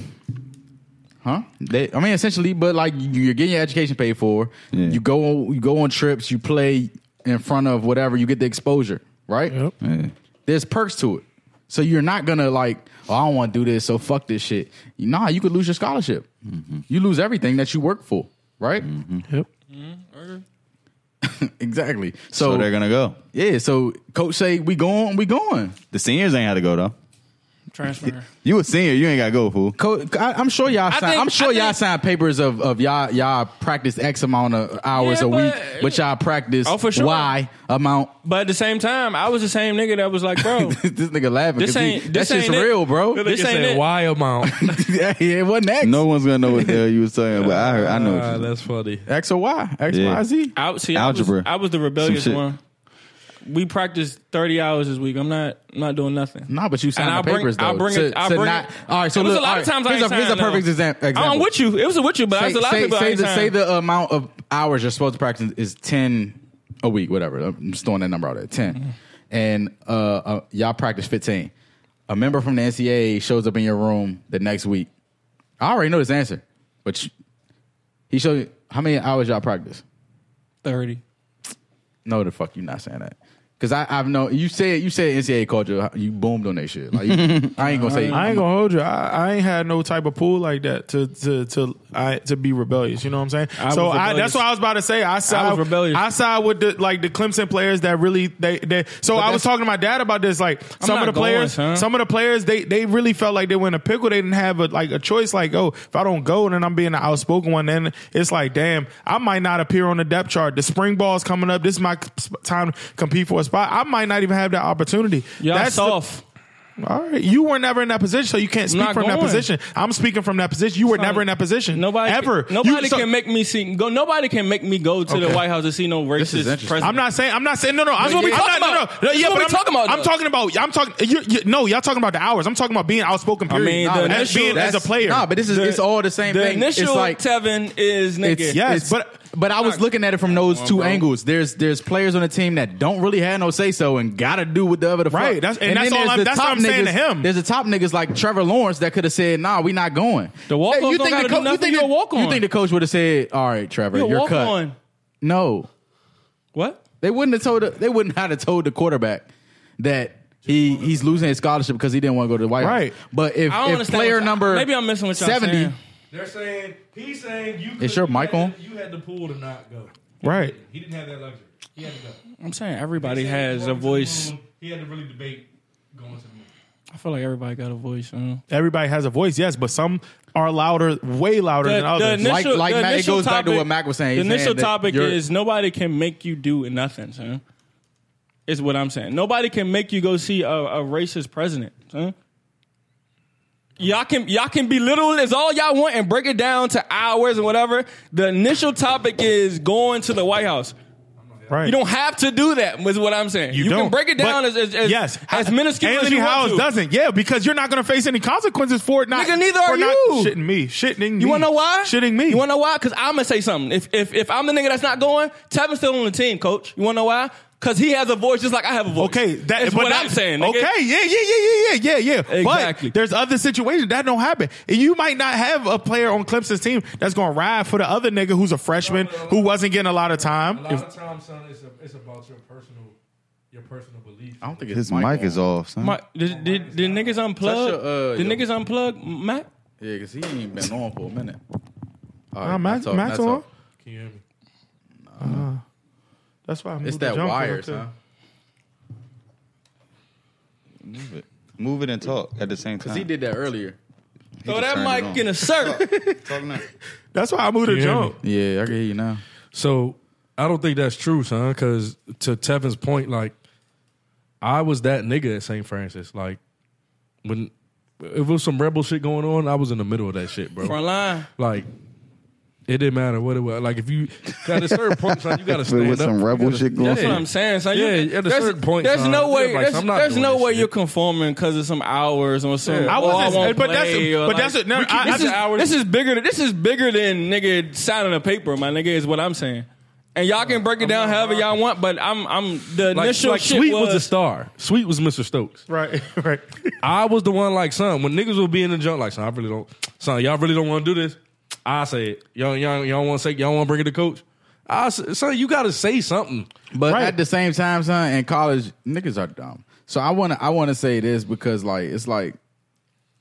B: Huh? They, I mean, essentially, but like you- you're getting your education paid for.
C: Yeah.
B: You go, you go on trips. You play in front of whatever. You get the exposure, right?
E: Yep.
C: Yeah.
B: There's perks to it, so you're not gonna like, oh, I don't want to do this, so fuck this shit. Nah, you could lose your scholarship.
C: Mm-hmm.
B: You lose everything that you work for, right?
E: Yep.
B: exactly.
C: So,
B: So,
C: they're gonna go.
B: yeah, so coach say we going, we going.
C: The seniors ain't had to go though.
A: transfer.
C: You a senior, you ain't gotta go, fool.
B: Coach, I, I'm sure y'all. Sign,
A: think-
B: I'm sure
A: I
B: y'all
A: think-
B: signed papers of of y'all y'all practiced X amount of hours
A: Yeah,
B: a week,
A: but-
B: but y'all practiced
A: Oh, for sure.
B: Y amount. *laughs*
A: But at the same time, I was the same nigga that was like, "Bro,
B: this nigga laughing.
A: This
B: 'cause he-
A: ain't- this
B: that shit's
A: ain't it.
B: real, bro.
A: This
E: They
A: ain't
E: said
A: it.
E: why
C: *laughs*
E: amount?
B: *laughs* yeah, it wasn't X.
C: No one's gonna know what the hell you was saying, but I heard, I know. What
E: Ah,
C: you
E: that's fundy.
B: X or Y. X,
C: Yeah.
B: Y, Z.
A: I, see,
C: Algebra.
A: I was, I was the rebellious
C: Some shit.
A: one. we practice thirty hours this week. I'm not I'm not doing nothing.
B: No, but you signed
A: I'll
B: the
A: bring-
B: papers though.
A: I'll bring
B: to,
A: it- I'll
B: to
A: bring
B: not,
A: it.
B: All right, so
A: It was
B: look,
A: a lot
B: all
A: of
B: right,
A: times I
B: here's
A: ain't
B: a, here's a
A: signed,
B: perfect
A: though.
B: exam- example.
A: I'm with you. It was with you,
B: Say,
A: but there's a lot of
B: say,
A: people I
B: say,
A: ain't
B: the, say
A: signed.
B: the amount of hours you're supposed to practice is ten a week, whatever. I'm just throwing that number out there, 10
A: Mm-hmm.
B: And uh, uh, y'all practice fifteen. A member from the NCAA shows up in your room the next week. I already know this answer, but you- he showed you how many hours y'all practice.
A: thirty.
B: No, the fuck you not saying that. Cause I, I've known you said you said NCAA culture. You boomed on that shit. Like you- I ain't gonna
A: *laughs*
B: say.
F: I ain't gonna hold you. I, I ain't had no type of pool like that to to to I, to be rebellious. You know what I'm saying?
A: I
F: so
A: was
F: I, that's
A: rebellious.
F: what I was about to say. I side
A: was rebellious.
F: I side with the like the Clemson players that really they they. So I
A: that's-
F: was talking to my dad about this. Like some
A: not
F: of the
A: going,
F: players,
A: son.
F: some of the players they they really felt like they were in a pickle. They didn't have a like a choice. Like oh, if I don't go, then I'm being an outspoken one. Then it's like damn, I might not appear on the depth chart. The spring ball's coming up. This is my sp- time to compete for a spot. I might not even have that opportunity.
A: Y'all
F: That's the-
A: soft.
F: all right, you were never in that position, so you can't speak
A: not
F: from that
A: going.
F: position. I'm speaking from that position. You were
A: Son,
F: never in that position.
A: Nobody
F: ever.
A: Can, nobody
F: You- so-
A: can make me see. Go. Nobody can make me go to the
F: Okay.
A: White House to see no racist
B: interesting.
A: president.
F: I'm not saying. I'm not saying. No, no. I'm,
A: what we
F: I'm
A: talking
F: not,
A: about.
F: No, no.
A: That's
F: Yeah,
A: what
F: but
A: we
F: I'm
A: talking about,
F: I'm
A: though.
F: talking about. I'm talking. You, you, no, y'all talking about the hours. I'm talking about being outspoken. Period.
A: mean, the
F: as
A: initial-
F: being as a
B: that's-
F: player.
B: Nah, but this is it's all the same
A: The
B: thing.
A: initial
B: it's like
A: Tevin is nigga.
B: It's,
F: Yes,
B: it's-
F: but-
B: but I was looking at it from those two
A: bro.
B: angles. There's there's players on the team that don't really have no say so and gotta do whatever the fuck.
F: Right, that's- and that's
B: then
F: all
B: there's
F: I'm-
B: the
F: that's
B: top
F: what I'm saying to
B: niggas-
F: him.
B: There's the top niggas like Trevor Lawrence that could have said, "Nah, we not going."
A: The walk-ons
B: Hey, you
A: don't
B: think the
A: gotta
B: co-
A: do nothing,
B: you think
A: you're
B: the-
A: a walk-on.
B: You think the coach would have said, "All right, Trevor,
A: You
B: you're
A: walk
B: cut."
A: on.
B: No,
A: What?
B: they wouldn't have told. The, they wouldn't have told the quarterback that. He he's losing his scholarship because he didn't want to go to the White
F: Right.
B: House. But if,
A: I don't
B: if
A: understand.
B: player
A: what y'all-
B: number
A: maybe I'm missing what y'all
B: seventy,
A: saying.
E: They're saying he's saying you.
B: Is your mic on?
E: You had the pool to not go.
F: right.
E: He didn't have that luxury. He had to go.
A: I'm saying everybody
E: He said he
A: has
E: was
A: a
E: going to the
A: voice.
E: moon. He had to really debate going to the moon.
A: I feel like everybody got a voice. You know?
F: Everybody has a voice. Yes, but some are louder, way louder than others.
B: initial- like Mac- it goes back to what Mac was saying.
A: The
B: He's saying
A: initial
B: that
A: topic
B: you're-
A: is nobody can make you do nothing, son. Is what I'm saying. Nobody can make you go see a, a racist president, son. Y'all can y'all can belittle it as all y'all want and break it down to hours and whatever. The initial topic is going to the White House.
F: right.
A: You don't have to do that. Is what I'm saying. You, can
F: don't,
A: break it down as,
F: but-
A: as, as
F: yes,
A: as minuscule
F: Anthony
A: as you
F: Howells
A: want to.
F: doesn't. Yeah, because you're not going to face any consequences for it. Not
A: Nigga, neither
F: for
A: are
F: not
A: you.
F: Shitting me. Shitting.
A: You
F: me.
A: wanna know why?
F: Shitting me.
A: You wanna know why? Because I'm gonna say something. If if if I'm the nigga that's not going, Tevin's still on the team, coach. You wanna know why? Because he has a voice just like I have a voice.
F: Okay, that-
A: that's
F: but
A: what
F: that-
A: I'm saying. Nigga.
F: Okay, yeah, yeah, yeah, yeah, yeah, yeah, yeah.
A: Exactly.
F: But there's other situations that don't happen. And you might not have a player on Clemson's team that's going to ride for the other nigga who's a freshman who wasn't getting a lot of time.
E: A lot of times, son, it's, a, it's about your personal, your personal belief.
B: I don't think
C: His mic is off. Son.
A: My, did, did, did niggas unplug?
B: Touch your, uh,
A: did
B: your-
A: niggas unplug Matt?
B: Yeah, because he ain't been on for a minute. All
F: Nah, Max-
B: that's all-
F: Max
B: that's
F: on?
B: all.
E: Can you hear me?
F: That's why I moved
B: It's
F: the
B: that
F: jumper
B: wire,
F: up there.
B: son.
C: Move it. Move it and talk at the same time.
B: Because he did that earlier.
C: just
A: Throw that
C: turned it
A: mic
C: on.
A: in a circle.
C: Talk now.
F: That's why I moved the
E: You hear me?
F: jump.
B: Yeah, I can hear you now.
E: So I don't think that's true, son. Because to Tevin's point, like I was that nigga at St. Francis. Like when if it was some rebel shit going on, I was in the middle of that shit, bro.
A: Front line.
E: Like it didn't matter what it was. Like if you at a certain point, son, you got to
C: If it was
E: stand up.
C: some rebel
E: You gotta-
C: shit going
A: That's
E: Yeah.
A: what I'm saying. So
E: Yeah,
A: you,
E: at a
A: there's-
E: certain point,
A: there's
E: son,
A: no
E: you're
A: way.
E: like,
A: there's
E: I'm not
A: there's
E: doing
A: no
E: this
A: way
E: shit.
A: you're conforming because of some hours or some.
E: Yeah. I
A: or
F: wasn't-
A: won't
F: but that's-
A: play, or
F: but
A: like-
F: that's a- no,
A: We
F: I-
A: keep- this,
F: after
A: is,
F: hours-
A: this is bigger. than- This is bigger than nigga signing a paper. My nigga is what I'm saying. And y'all can break it down however y'all want, but I'm I'm the
E: Like,
A: initial
E: like
A: shit
E: Sweet was, the
A: was
E: star. Sweet was Mr. Stokes.
F: Right, right.
E: I was the one like son when niggas would be in the junk like son I really don't son y'all really don't want to do this. I say it. Y'all y'all y'all want to say y'all want to bring it to coach. I say, son you got to say something.
B: But
F: Right.
B: at the same time, son, in college, niggas are dumb. So I wanna I wanna say this because like it's like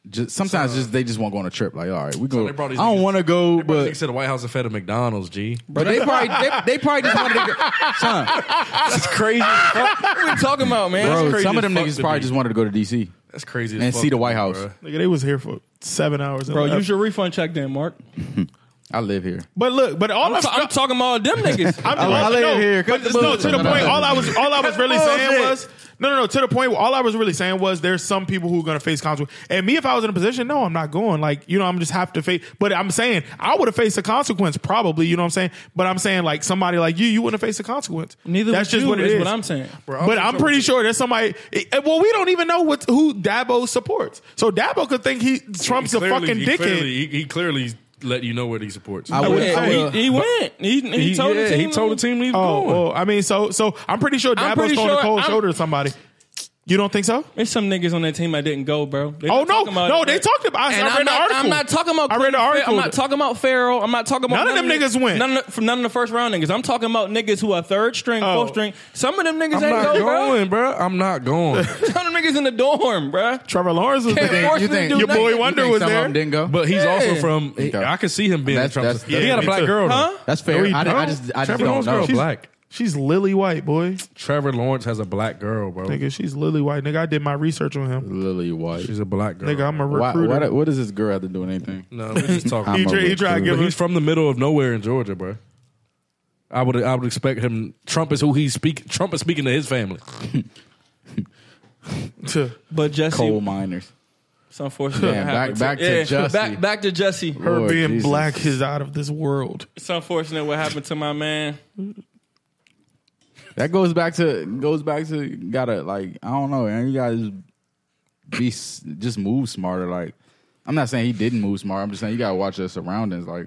B: just sometimes just they just won't go on a trip. Like, all right, we go.
E: they brought
B: I
E: these
B: don't
E: niggas-
B: want to go,
E: But
B: but
E: niggas to the White House and fed a McDonald's. G.
B: but they probably they, they probably just wanted
E: *laughs*
B: to go. Son,
E: That's crazy. as fuck.
A: *laughs* What we talking about, man?
B: bro,
E: crazy
B: some of
E: as
B: them
E: fuck
B: niggas
E: to
B: probably
E: me.
B: just wanted to go to DC.
E: That's crazy. As
B: And
E: fuck
B: see the
E: to me,
B: White House.
E: bruh.
F: Nigga, they was here for seven hours.
A: Bro,
F: left.
A: use your refund check
E: *laughs*
A: then, Mark.
B: I live here.
F: But look, but all
A: I'm,
F: I'm,
A: ta- I'm
E: *laughs*
A: talking about them niggas.
F: I'm, all,
B: I live
F: no,
B: here. Cut
F: But
B: the
F: no, to
B: bullshit.
F: the
B: No, no,
F: point.
B: no.
F: All I was, all I was really saying was No, no, no. To the point where all I was really saying was there's some people who are going to face consequences. And me, if I was in a position, no, I'm not going. Like, you know, I'm just have to face. But I'm saying I would have faced a consequence probably, you know what I'm saying? But I'm saying like somebody like you, you wouldn't have faced a consequence.
A: Neither
F: That's
A: would
F: just
A: you,
F: what it
A: is
F: is.
A: what I'm saying.
F: but I'm pretty sure there's somebody. eh, eh, well, we don't even know what who Dabo supports. So Dabo could think he Trump's
E: He
F: a fucking
E: he
F: dickhead.
E: Clearly, he, he clearly let you know what he supports.
B: I would
A: Yeah,
B: say,
A: he, he went. He, he,
E: he,
A: told
E: yeah,
A: the team.
E: he told the team he was
F: Oh,
E: going.
F: well, I mean, so so I'm pretty sure Dabo's
A: I'm pretty
F: throwing a
A: sure-
F: cold
A: I'm-
F: shoulder to somebody. You don't think so?
A: There's some niggas on that team that didn't go, bro. They
F: Oh
A: not
F: no,
A: talking about
F: no,
A: it,
F: they
A: bro.
F: talked about. I,
A: And
F: I read
A: I'm
F: the
A: not,
F: article.
A: I'm not talking about.
F: I read the
A: Clinton Fer-
F: article.
A: I'm not talking about Farrell. I'm not talking about
F: None of them niggas went.
A: None of, the, from none of the first round niggas. I'm talking about niggas who are third string,
F: Oh.
A: fourth string. Some of them niggas
E: I'm
A: ain't
E: not
A: go, bro.
E: going, bro. I'm not going.
A: *laughs* Some of them niggas in the dorm, bro.
F: Trevor Lawrence was
A: Can't
F: the
A: force
B: you
A: me to
B: think
A: do
B: you
F: Your
A: nothing.
F: boy
B: think
F: Wonder
B: some
F: was
B: of
F: there.
B: them didn't go,
E: But he's also
A: Yeah.
E: from. he- I can see him being.
B: That's- that's-
E: Trump's- he
B: that's-
E: got a black
F: me too.
E: girl. though.
A: Huh?
B: that's fair.
F: he
B: I, di- I
F: don't.
B: just, I just
E: Trevor
B: don't
E: Lawrence girl
B: know.
E: black.
F: She's Lily White, boy.
E: Trevor Lawrence has a black girl, bro.
F: Nigga, she's Lily White. Nigga, I did my research on him.
B: Lily White.
E: She's a black girl.
F: Nigga, I'm a
B: Why,
F: recruiter.
B: why, do- what does this girl have to do with anything?
E: no, we're just talking.
B: I'm
F: he
B: a
F: tried he tried to
B: recruiter.
F: give
E: But
F: her.
E: he's from the middle of nowhere in Georgia, bro. I would I would expect him. Trump is who he speak. Trump is speaking to his family.
B: *laughs*
A: But Jesse,
B: Coal miners.
A: it's unfortunate.
B: Damn,
A: what
B: back-
A: happened
B: back to
A: *laughs*
B: Jesse.
A: Back, back to Jesse.
F: her
B: Lord
F: being
B: Jesus.
F: black is out of this world.
A: It's unfortunate what happened to my man.
B: That goes back to goes back to gotta like I don't know, man. You gotta be s- just move smarter. Like I'm not saying he didn't move smart. I'm just saying you gotta watch your surroundings. Like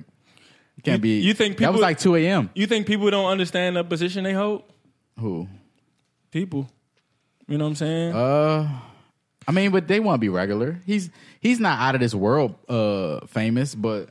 B: you can't be.
A: you think
B: that was
A: people-
B: like 2 a.m.
A: You think people don't understand the position they hold?
B: Who?
A: People. You know what I'm saying?
B: Uh, I mean, but they want to be regular. He's he's not out of this world uh famous, but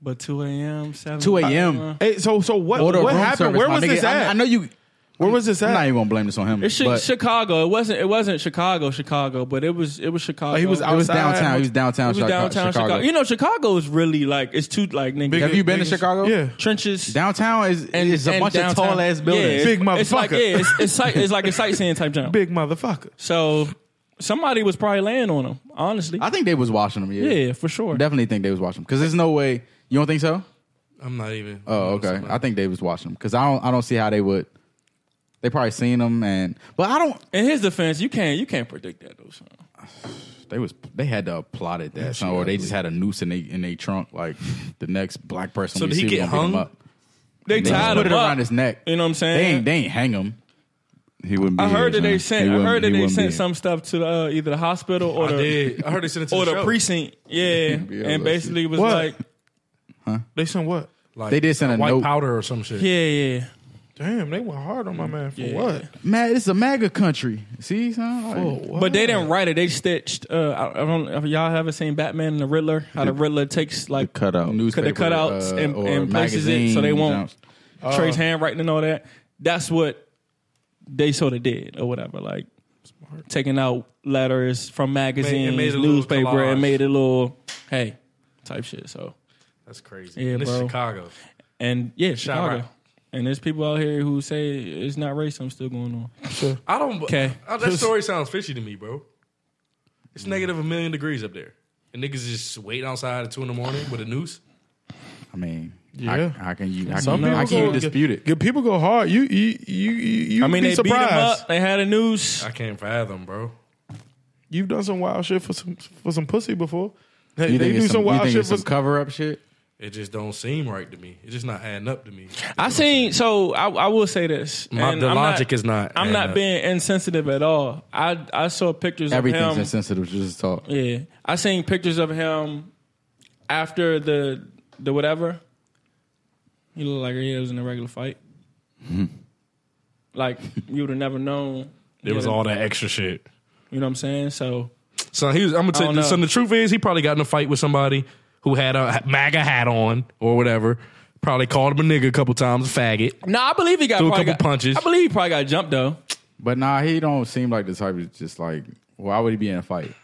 A: but 2 a.m., 7
B: 2 a.m.
F: Hey, so so what
B: Order
F: Uh, what
B: room
F: happened?
B: service,
F: Where
B: my
F: was
B: nigga.
F: this at?
B: I, I know you.
F: Where was this
B: I'm not
F: at?
B: even gonna blame this on him.
A: It should,
B: but
A: Chicago. It wasn't. It wasn't Chicago. Chicago, but it was. It was Chicago.
F: Oh, he was
A: It
B: it was
F: outside.
B: downtown. He was downtown.
A: was
B: Chica-
A: downtown Chicago. You know, Chicago is really like it's too like nigga.
B: Have you been to Chicago?
F: Yeah.
A: trenches?
B: Downtown is
A: and-
B: is a
A: and
B: bunch
A: downtown.
B: of tall ass buildings.
A: Yeah,
F: Big
A: it's- It's like, yeah,
F: motherfucker.
A: it's, it's, sight- it's like a sightseeing type town.
F: Big motherfucker.
A: So somebody was probably laying on him. Honestly,
B: I think they was watching them. Yeah,
A: yeah, for sure.
B: definitely think they was watching them because there's no way you don't think so.
E: I'm not even.
B: Oh, okay. I think they was watching them because I don't. I don't see how they would. They probably seen them and but I don't.
A: In his defense, you can't. You can't predict that though. Son.
B: They was they had to have plotted that son, or they just had a noose in they in their trunk like the next black person.
E: So
B: we
E: did he
B: see, we gonna
E: get
B: beat him
E: hung?
B: up.
A: They
B: They just
A: tied
B: put
A: him
B: it
A: up.
B: around his neck.
A: You know what I'm
B: They
A: saying?
B: ain't they ain't hang him.
C: He wouldn't. Be
A: I heard
C: here,
A: that
C: son.
A: they
C: He
A: sent. I
C: wouldn't-
A: heard that
C: he
A: they
C: wouldn't be
A: sent
C: here.
A: some stuff to uh, either the hospital or the
E: did. *laughs* I heard they sent it to
A: or
E: the,
A: the
E: show.
A: precinct. Yeah,
B: Yeah,
A: and
B: that's-
A: basically was
F: What?
A: like,
F: They sent what?
E: Like,
B: They did send a
E: white
B: note.
E: powder or some shit.
A: yeah, yeah.
F: Damn, they went hard on my man for
A: Yeah.
F: what?
B: Man, it's a MAGA country. See, son. Like,
A: But they didn't write it. They stitched. Uh, I, I don't. If y'all haven't seen Batman and the Riddler, how the Riddler takes like
C: cutout.
B: newspaper,
A: the cutouts
B: uh,
A: and,
B: or
A: and places it so they
B: magazine
A: won't
B: jumps.
E: Uh.
A: trace handwriting and all that. That's what they sort of did or whatever. Like taking out letters from magazines,
E: made a little
A: newspaper,
E: collage.
A: and made a little hey type shit. So
E: That's crazy.
A: Yeah,
E: and this is
A: bro.
E: Chicago.
A: and yeah, Chicago.
E: out.
A: And there's people out here who say it's not racism still going on.
E: I don't.
A: 'Kay.
E: I- that story sounds fishy to me, bro. It's negative a million degrees up there, and niggas just waiting outside at two in the morning with a noose.
B: I mean,
F: Yeah.
B: I, I can you. I
F: Some
B: can, I
F: people
B: can
F: go-
B: dispute it.
F: Good people go hard. You you you you. you
A: I mean,
F: be
A: they beat
F: surprised.
A: them up. They had a noose.
E: I can't fathom, bro.
F: You've done some wild shit for some for some pussy before. They,
B: You
F: they
B: think
F: do
B: it's
F: some,
B: some, you
F: wild
B: think
F: shit
B: it's
F: for
B: some cover up shit?
E: It just don't seem right to me. It's just not adding up to me.
A: I seen. So I, I will say this.
E: My-
A: and
E: the
A: I'm
E: logic is not
A: I'm
E: adding
A: not
E: up.
A: being insensitive at all. I I saw pictures of
B: Everything's
A: him.
B: insensitive. Just talk.
A: Yeah, I seen pictures of him after the the whatever. He looked like he was in a regular fight. like you would have never known.
E: It was all that extra shit.
A: You know what I'm saying? So
E: So he was. I'm gonna tell
A: don't
E: you.
A: know.
E: So the truth is, he probably got in a fight with somebody who had a MAGA hat on or whatever. Probably called him a nigga a couple times, a faggot.
A: no, I believe he got
E: Threw a
A: probably
E: couple
A: got-
E: punches.
A: I believe he probably got jumped though.
B: But nah, he don't seem like the type. That's just like, why would he be in a fight?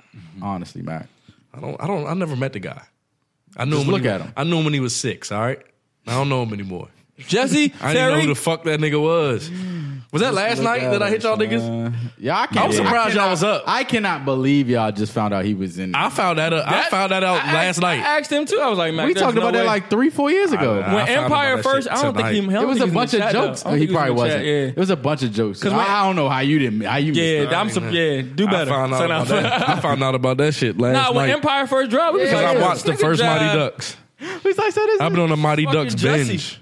B: Honestly, Mac.
E: I don't. I don't. I never met the guy. I knew
B: Just
E: him. when
B: look
E: he-
B: at him.
E: I knew him when he was six. All right. I don't know him anymore. Jesse, *laughs* I didn't know
A: Terry?
E: who the fuck that nigga was. Was that last night that I hit y'all niggas?
B: Yeah, I can't.
E: I'm surprised
B: I cannot-
E: y'all was up.
B: I cannot believe y'all just found out he was in.
E: I found that out. I found that out
A: I
E: last
A: asked-
E: night.
A: I asked him too. I was like, Mac,
B: we
A: there's
B: talked
A: no
B: about that
A: way.
B: like three, four years ago.
E: I- I
A: when
E: found out
A: Empire
E: that
A: first.
E: shit
A: I don't think he. I
E: tonight.
A: don't
B: it was
A: think
B: a
A: he's in
B: bunch
A: the
B: of
A: chat, though.
B: jokes.
A: I
B: Oh,
A: don't
B: he
A: think he's in
B: probably
A: the chat,
B: wasn't. It was a bunch of jokes. Because
A: when-
B: I, I don't know how you didn't. How you
A: Yeah,
B: missed
A: yeah.
B: that.
A: I'm some. Yeah, do
E: I
A: better.
E: found, out
A: Send
E: about that.
A: *laughs*
E: I found out about that shit last
A: Nah, when
E: night.
A: Empire first dropped, we was
E: Because
A: like,
E: I
A: yeah,
E: watched the
A: this nigga
E: first Mighty
A: jive.
E: Ducks.
B: He's like, so this
E: I've been on a Mighty
A: Fucking
E: Ducks
A: Jesse.
E: binge.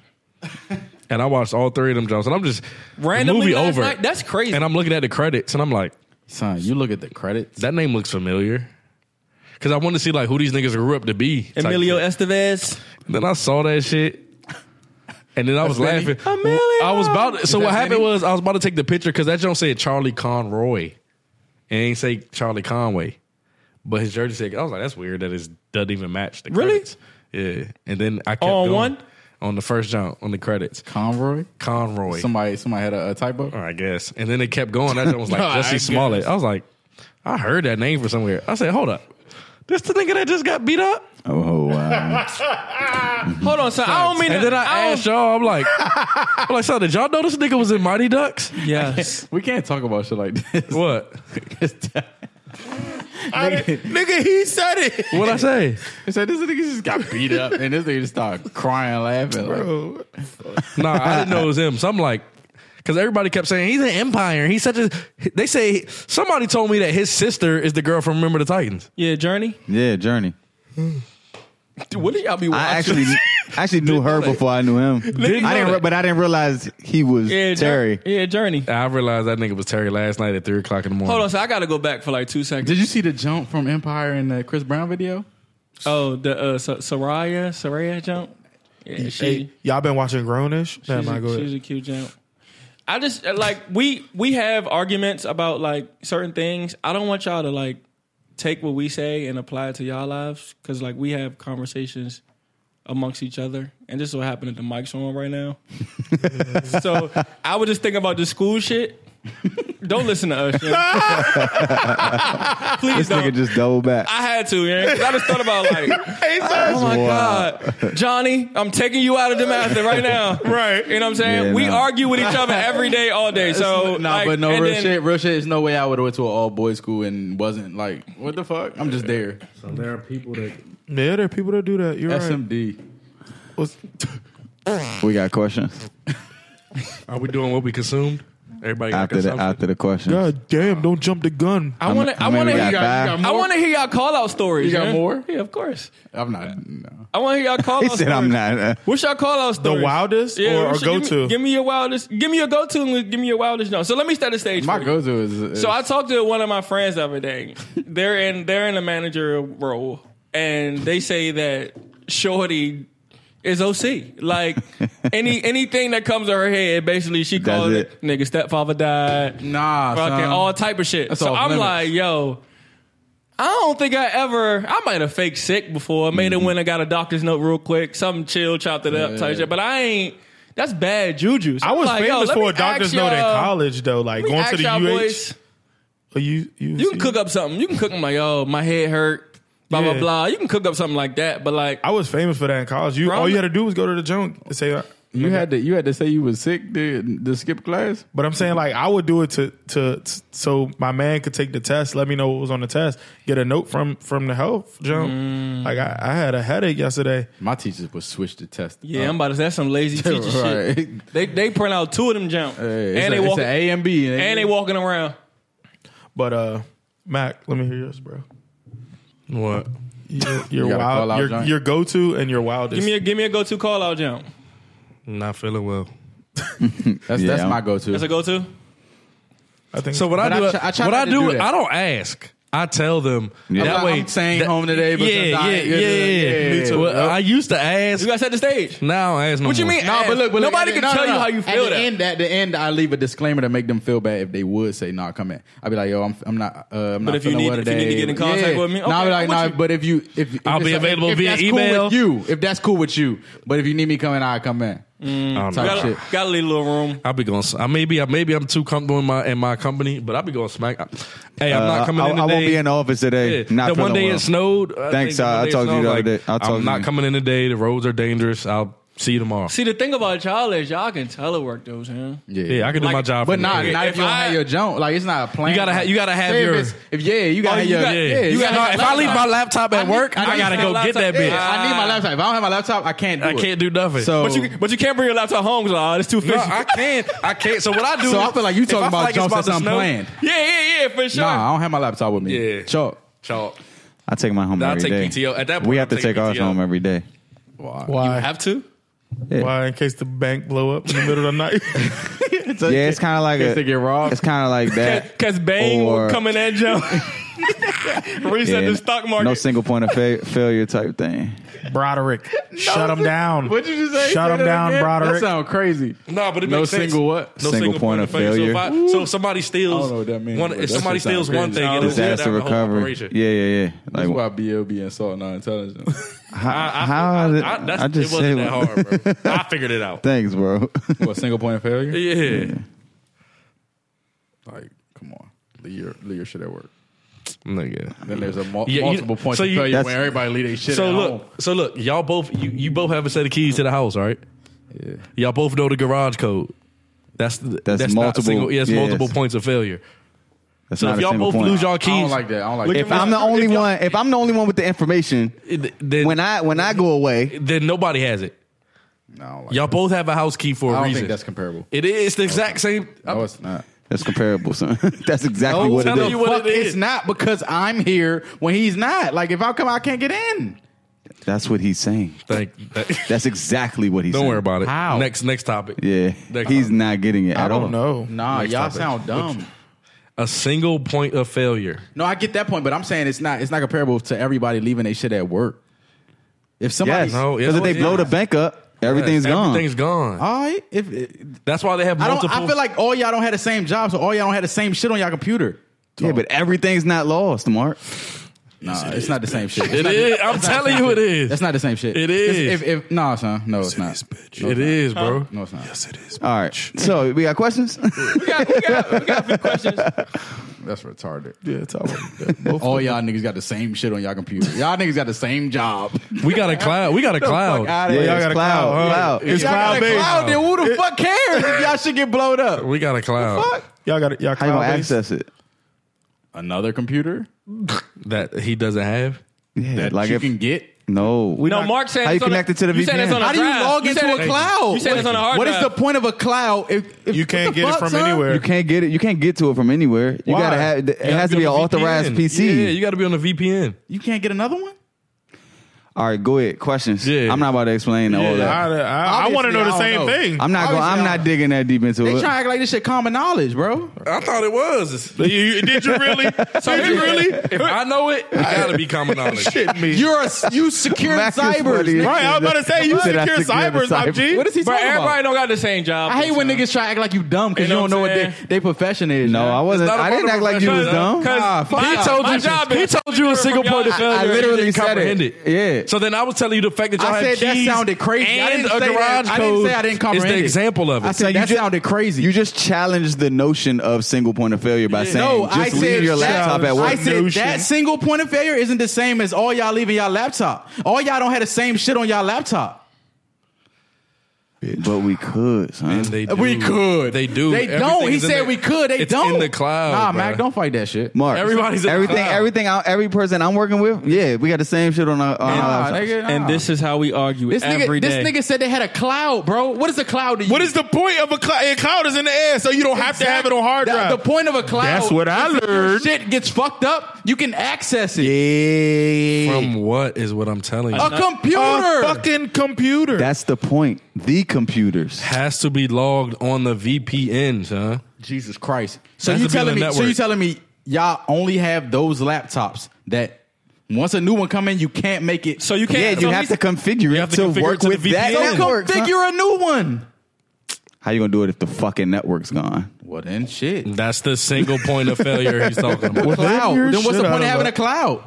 E: And I watched all three of them Jones. And I'm just
A: Randomly
E: the movie
A: last
E: over.
A: night? That's crazy.
E: And I'm looking at the credits and I'm like,
B: son. You look at the credits.
E: that name looks familiar. Cause I wanted to see like who these niggas grew up to be. type
A: Emilio
E: shit.
A: Estevez.
E: Then I saw that shit. And then I was
B: Benny?
E: laughing. I was about to, so
B: Is
E: what
B: that
E: happened
B: Benny?
E: was I was about to take the picture because that Jones said Charlie Conroy. And it ain't say Charlie Conway. But his jersey said I was like, that's weird that it doesn't even match the
A: Really?
E: credits. Yeah. And then I kept
A: On
E: going.
A: one?
E: on the first jump on the credits.
B: Conroy.
E: Conroy.
B: Somebody, somebody had a, a typo.
E: I guess. And then it kept going. That joint
B: *laughs*
E: was like
B: I
E: Jesse
B: guess.
E: Smollett. I was like, I heard that name from somewhere. I said, hold up. This the nigga that just got beat up?
C: Oh wow!
A: Hold on, son. I don't mean.
E: And then I asked y'all, I'm like, I'm like, so did y'all know this nigga was in Mighty Ducks?
A: Yes.
B: We can't talk about shit like this.
E: What?
A: Nigga, he said it.
E: What'd I say?
B: He said this nigga just got beat up, and this nigga just started crying, laughing. Like,
E: Nah, I didn't know it was him. So I'm like, because everybody kept saying he's an empire. He's such a. They say somebody told me that his sister is the girl from Remember the Titans. *laughs*
A: Yeah, Journey.
C: yeah, Journey.
A: Dude, what did y'all be watching?
C: I actually I actually knew her before I knew him. I didn't, re- but I didn't realize he was
A: *laughs* yeah, Jour-
C: Terry.
A: Yeah, Journey.
E: I realized that nigga was Terry last night at three o'clock in the morning.
A: Hold on, so I got to go back for like two seconds.
B: did you see the jump from Empire in the Chris Brown video?
A: Oh, the uh, Sa- Saraya, Saraya jump. Yeah, she.
F: Hey, y'all been watching Grownish? Nah,
A: She's
F: my
A: a,
F: go
A: she's
F: ahead.
A: a cute jump. I just uh, like we we have arguments about like certain things. I don't want y'all to like take what we say and apply it to y'all lives because like we have conversations amongst each other, and this is what happened at the mic's on right now. *laughs* so I was just thinking about the school shit. Don't listen to us. yeah. *laughs* Please
C: This
A: don't.
C: nigga just double back.
A: I had to, yeah. 'cause I just thought
B: *laughs*
A: about like, oh my god, Johnny, I'm taking you out of Damascus
B: *laughs*
A: right now. right. You know what I'm saying?
C: Yeah,
A: we
C: no.
A: argue with each other every day, all day. So
B: nah,
A: like,
B: but no
A: and
B: real
A: then-
B: shit. Real shit. There's no way I would have went to an all boys school and wasn't like, what the fuck? I'm just there.
E: there are people that
F: Yeah, there are people that do that. You're right.
B: SMD.
F: What's-
C: we got questions
E: are we doing what we consumed? Everybody got
C: after the
E: consumption?
C: after the questions.
F: God damn! Don't jump the gun.
A: I want to. I
C: how many
A: want to.
C: we got?
A: hear- I want to hear y'all call out stories.
B: You got
A: man.
B: more?
A: Yeah, of course.
B: I'm not. No.
A: I want to hear y'all
C: *laughs*
A: call
C: He
A: out.
C: said,
A: stories.
C: "I'm not." Uh,
A: What's y'all call out stories?
F: wildest or- or
A: what's your- give me-
F: go-to?
A: Give me your wildest. Give me your go to and give me your wildest. No. So let me start the stage.
B: My
A: for you.
B: go to is, is
A: So I talked to one of my friends the other
F: *laughs*
A: day. They're in they're in a manager role, and they say that Shorty is OC. Like
F: *laughs*
A: any anything that comes to her head, basically she
C: That's
A: calls it.
C: it.
A: nigga stepfather died,
B: nah,
A: fucking
B: son.
A: all type of shit.
B: That's
A: So
B: off
A: I'm
B: limits.
A: like, yo. I don't think I ever. I might have faked sick before. I made
F: Mm-hmm.
A: it when I got a doctor's note real quick. Something chill, chopped it up, type shit. But I ain't. That's bad juju. So
F: I
A: I'm
F: was
A: like, yo,
F: famous
A: let me
F: for a doctor's
A: ask
F: note in
A: y'all-
F: college, though.
A: let
F: Like
A: me
F: going to
A: ask
F: the
A: y'all
F: UH.
A: boys.
F: Oh, you, you,
A: You can cook up something. You can cook my yo, my head hurt, blah blah
F: Yeah.
A: blah. You can cook up something like that, but like
F: I was famous for that in college. You all you had to do was go to the junk and say. uh,
B: you had to you had to say you was sick to, to skip class.
F: But I'm saying like I would do it to to so my man could take the test, let me know what was on the test, get a note from from the health jump.
B: Mm.
F: Like I, I had a headache yesterday.
B: My teachers would switch the test.
A: yeah,
B: up.
A: I'm about to. That's some lazy teacher
B: *laughs*
A: shit.
B: Right.
A: They they print out two of them jump,
B: Hey, it's
A: and they
B: a,
A: walk
B: it's a A and B,
A: and they walking around.
F: But uh Mac, let me hear yours, bro.
E: What?
B: *laughs*
F: Your,
B: gotta
F: your
B: call out
F: wild, your,
B: junk.
F: your go to and your wildest.
A: Give me a give me a go to call out jump.
E: Not feeling well.
B: That's that's
C: Yeah.
B: my go to.
A: That's a go to.
F: I think
E: So what I
B: But
E: do,
B: I try- I try
E: what
B: not
E: I
B: to
E: do,
B: do that.
E: I don't ask. I tell them
C: Yeah.
E: that
B: I'm
E: way.
B: staying
E: that-
B: home today, but
E: yeah,
B: since
E: yeah,
B: I-
E: yeah, yeah.
B: Me too.
E: Well, I used to ask.
A: You got to set the stage.
E: Now I ask no
A: What you
E: more.
A: mean?
B: No, but look, but look,
A: nobody
B: at
A: can
B: the- no,
A: tell
B: no,
A: you
B: no.
A: how you feel.
B: At the
A: that.
B: end, at the end, I leave a disclaimer to make them feel bad if they would say, "Nah, come in." I'd be like, "Yo, I'm, I'm not, uh, I'm not."
A: if you
B: feeling
A: need-
B: well
A: if you
B: today.
A: need to get in contact with me,
B: nah, I'd
A: okay,
B: be like,
A: I'm with
B: nah.
A: you.
B: But if you, if, if
E: I'll be
B: it's-
E: available
B: if
E: via
B: that's Cool
E: email.
B: with you, if that's cool with you, but if you need me coming, I will come in.
E: I don't know.
B: Type
A: Gotta,
B: shit.
A: gotta leave a little room.
E: I'll be going. I maybe I maybe I'm too comfortable in my in my company, but I'll be going smack. Hey, I'm
C: I-
B: Uh,
E: not coming
C: Uh, I,
E: in today.
C: I won't be in the office today.
E: Yeah.
C: Not
E: That one
C: feeling
E: day
C: well.
E: it snowed. I
C: Thanks,
E: think
C: I-
E: one
C: I
E: day it
C: talked to you
E: snowed,
C: the other day. I talked
E: I'm
C: to
E: not
C: you.
E: coming in today. The roads are dangerous. I'll See you tomorrow.
G: See, the thing about y'all is y'all can telework those, huh?
E: yeah, I can do
G: Like,
E: my job.
B: But
E: from the
B: not
E: crib.
B: not if you don't
G: I-
B: have your jump. Like it's not a plan.
E: You gotta ha- you gotta have
B: Say if
E: your-
B: it's- if *laughs* yeah, you gotta have your
E: got- yeah.
B: you
E: You
B: gotta
E: got-
B: have
E: if I leave my laptop at
B: need-
E: work, I
B: need
E: gotta
B: my
E: go get
B: laptop.
E: that bitch.
B: Yeah, I need my laptop. If I don't have my laptop, I can't. Do
E: I
B: it.
E: can't do nothing.
B: So
G: But you, but you can't bring your laptop home because oh, it's too
E: no,
G: fishy.
E: I can't. I can't. So what I do?
B: so I feel like you
E: if I
B: talking
E: feel
B: about
E: like it's
B: jumps
E: about
B: that's
E: to snow,
B: unplanned.
G: yeah, yeah, yeah, for sure.
B: Nah, I don't have my laptop with me.
E: Yeah.
B: Chalk.
E: Chalk.
C: I take my home
E: Nah, I
C: every
E: take
C: day.
E: PTO. At that point,
C: we have
E: I
C: to
E: take
C: take ours
E: PTO.
C: home every day.
F: Why?
E: Have to.
C: Yeah.
F: Why? In case the bank blow up in the middle of the night.
B: *laughs*
C: yeah, it's kind of like
B: Case
C: a,
B: they get robbed.
C: It's kind of like that.
G: Because Bang
C: Or-
G: will come in that jump. Reset
C: Yeah,
G: the stock market.
C: No single point of fa- failure type thing.
F: Broderick, shut him down.
B: *laughs* What'd you just say?
F: Shut
B: Say
F: him
B: that
F: down,
B: again? That
F: Broderick.
B: sound crazy.
E: No, but it
B: No
E: makes sense.
B: single what?
E: No
C: Single point of failure.
E: So if, I, so if somebody
B: I
E: steals,
B: don't know what that means,
E: one,
B: but
E: if
B: that
E: somebody
B: shit sound
E: steals one
B: crazy.
E: thing, it'll tear down
C: Disaster
E: the Oh, whole
C: recovery.
E: operation.
C: Yeah, yeah, yeah.
B: That's
C: Like
B: why BL being so non-intelligent.
E: *laughs*
C: how,
E: I,
C: how
E: I,
C: is it?
E: I, that's,
C: I just
E: it wasn't
C: said
E: that hard,
C: *laughs*
E: bro. I figured it out.
C: Thanks, bro. *laughs*
B: what single point of failure?
E: Yeah.
B: Like, come on, leave your, leave your shit at work.
E: Nigga.
B: Then there's a mul-
E: Yeah, you-
B: multiple points
E: so
B: of
E: you-
B: failure
C: that's-
B: when everybody leave their shit
E: So
B: at
E: look,
B: home.
E: so look, y'all both you, you both have a set of keys to the house, all right?
B: Yeah.
E: Y'all both know the garage code. That's the-
C: That's
E: not
C: multiple-
E: single, yes,
C: yes.
E: multiple points of failure.
C: That's
E: So
C: not
E: if
C: a
E: y'all
C: single
E: both
C: point.
E: lose y'all
B: I
E: keys,
B: don't like that. I don't like
C: if
B: that.
C: I'm the only one, if I'm the only one with the information,
E: th- then
C: when I when I go away,
E: then nobody has it.
B: No, I don't like
E: Y'all both have a house key for
B: that. I
E: a
B: don't
E: reason.
B: think that's comparable.
E: it is the exact same. Oh.
B: No, it's not.
C: that's comparable, son. *laughs* that's exactly
E: No,
C: what it
E: tell
C: is.
E: me what
B: Fuck,
E: it is.
B: it's not because I'm here when he's not. Like, if I come, I can't get in.
C: That's what he's saying.
E: Thank.
C: That's exactly what he's.
E: Don't
C: saying.
E: worry about it.
B: How?
E: Next next topic.
C: Yeah,
E: Next
C: he's
E: topic.
C: not getting it at
F: I
C: all.
F: don't know.
B: Nah,
E: Next
B: y'all
E: topic.
B: sound dumb.
E: a single point of failure.
B: No, I get that point, but I'm saying it's not. It's not comparable to everybody leaving their shit at work. If somebody,
C: Yes, because
E: No, yes,
C: if they
E: it
C: blow
E: is.
C: the bank up, everything's gone.
E: Everything's gone.
B: all right, if
E: That's why they have
B: Oh. I don't,
E: multiple.
B: I feel like all y'all don't have the same job, so all y'all don't have the same shit on y'all computer.
C: yeah, but everything's not lost, Mark.
B: Nah, it's not the same shit.
E: it is. I'm telling you, it is.
B: That's not the same shit.
E: It
B: It's-
E: is.
B: If, if, no, son, no, it's not. No,
E: It is, bro.
B: No, it's not.
C: All right, so we
B: *laughs*
C: got questions.
G: *laughs*
B: That's retarded.
F: Yeah, it's
B: *laughs*
F: all right. Both
B: All y'all niggas got the same shit on y'all computer. Y'all niggas got the same job.
E: We got a cloud. We got a cloud.
B: outta
C: Yeah,
B: here.
C: it's
F: got a
C: cloud.
F: cloud, huh?
C: cloud.
F: It's
B: Y'all got a
F: cloud-based.
B: cloud, then who the fuck cares if y'all should get blown up?
E: we got a cloud.
F: y'all got it. Y'all
C: How you gonna
F: cloud-based?
C: access it?
B: Another computer
E: That he doesn't have.
C: Yeah,
B: that
C: like
B: you
C: if
B: can get.
C: no, we
G: no, Mark saying
C: How you
G: it's on a-
C: connected to the
G: you saying
C: VPN?
G: it's on a
B: How do you
G: drive.
B: log into
G: saying-
B: a cloud?
G: You said it's on a hard
B: What is
G: drive.
B: the point of a cloud if, if
F: You
B: what
F: can't
B: the
F: get it
B: fuck,
F: from
B: son?
F: anywhere.
C: You can't get it. You can't get to it from anywhere. You
E: Why?
C: gotta have. It
E: You gotta
C: has to be an
E: on a
C: authorized
E: VPN.
C: PC.
E: Yeah, you got to be on a VPN.
B: You can't get another one.
C: All right, go ahead. Questions.
E: Yeah.
C: I'm not about to explain all
F: I,
C: that.
F: I, I want
B: Obviously,
F: to know
B: I
F: the
B: don't
F: same
B: know.
F: thing.
C: I'm not going.
B: Obviously,
C: I'm
B: I
C: not
B: don't-
C: digging that deep into
B: They
C: it.
B: trying to act like this shit common knowledge, bro.
E: I thought it was.
F: You- you- Did you really?
E: *laughs* So
F: Did you really?
E: If I know it, it got to be common *laughs* knowledge.
F: Shit, me.
B: You're a you secured
C: Mac is
B: cyber.
C: funny.
F: right. I was about to say you
C: Said I
F: secure
C: secured
F: cybers,
C: the
F: my G.
C: cyber.
B: What is he
G: Bro,
B: talking
G: everybody
B: about?
G: don't got the same job.
B: I hate when niggas try to act like you dumb because you don't know what they, they profession is.
C: No, I wasn't.
E: not
C: I didn't
E: about
C: act
E: the
C: like you was
E: profession,
C: dumb.
G: Because
B: Nah, fuck
G: my,
B: that.
E: told
G: my
E: you-
G: job
E: he
G: is
E: told you a single
G: from
E: point
G: y'all.
E: of failure.
C: I literally said
E: comprehend
C: it. Yeah.
E: So then I was telling you the fact that y'all
B: I
E: have
B: said that
E: keys
B: sounded crazy. I
E: and
B: didn't say
E: a
B: that-
E: garage
B: I didn't
E: code.
B: say I didn't
E: Is
B: comprehend
E: the
B: it.
E: example of it.
B: I said
C: you
B: that
C: ju-
B: sounded crazy.
C: You just challenged the notion of single point of failure by saying
B: no,
C: just
B: I
C: leave
B: said
C: your
B: that-
C: laptop at work.
B: I said
F: Notion.
B: that single point of failure isn't the same as all y'all leaving y'all laptop. All y'all don't have the same shit on y'all laptop.
C: but we could, son.
E: And they
B: Uh, We
E: do.
B: could.
E: They do.
B: They don't.
E: Everything's
B: He
E: in
B: said
E: the-
B: we could. They
E: it's
B: don't.
E: in the cloud.
B: Nah,
E: bruh.
B: Mac, don't fight that shit.
C: Mark,
E: Everybody's in the
C: everything,
E: cloud.
C: everything, I- every person I'm working with. Yeah, we got the same shit on our. On
B: Nah,
C: our laptops.
B: nigga, nah.
G: And this is how we argue
B: This
G: every
B: nigga, this
G: day.
B: nigga said they had a cloud, bro. What is a cloud to you?
F: What is the point of a cloud? A cloud is in the air, so you don't have to have it on hard
B: The-
F: drive.
B: The, point of a cloud.
F: That's what I
B: is if your
F: learned.
B: Shit gets fucked up. You can access it.
C: Yeah,
E: From what is what I'm telling you.
B: A computer.
F: a fucking computer.
C: that's the point. The computers.
E: has to be logged on the VPN, huh?
B: Jesus Christ. So
E: That's
B: you
E: the
B: telling me?
E: building
B: So
E: network.
B: you telling me y'all only have those laptops that once a new one come in, you can't make it.
G: so you can't.
C: Yeah, you
G: so
C: have
G: he's-
C: to configure it
E: have to
C: to,
E: configure it
C: work
B: *laughs*
E: to the
C: with that
E: VPN.
B: So
C: network. son.
B: configure a new one.
C: How you gonna do it if the fucking network's gone?
B: Well then, shit.
C: Mm.
E: That's the single point of failure he's talking about.
B: Cloud.
F: your
B: Then what's
F: shit
B: the
F: out
B: point of
F: of
B: having a
F: luck.
B: cloud?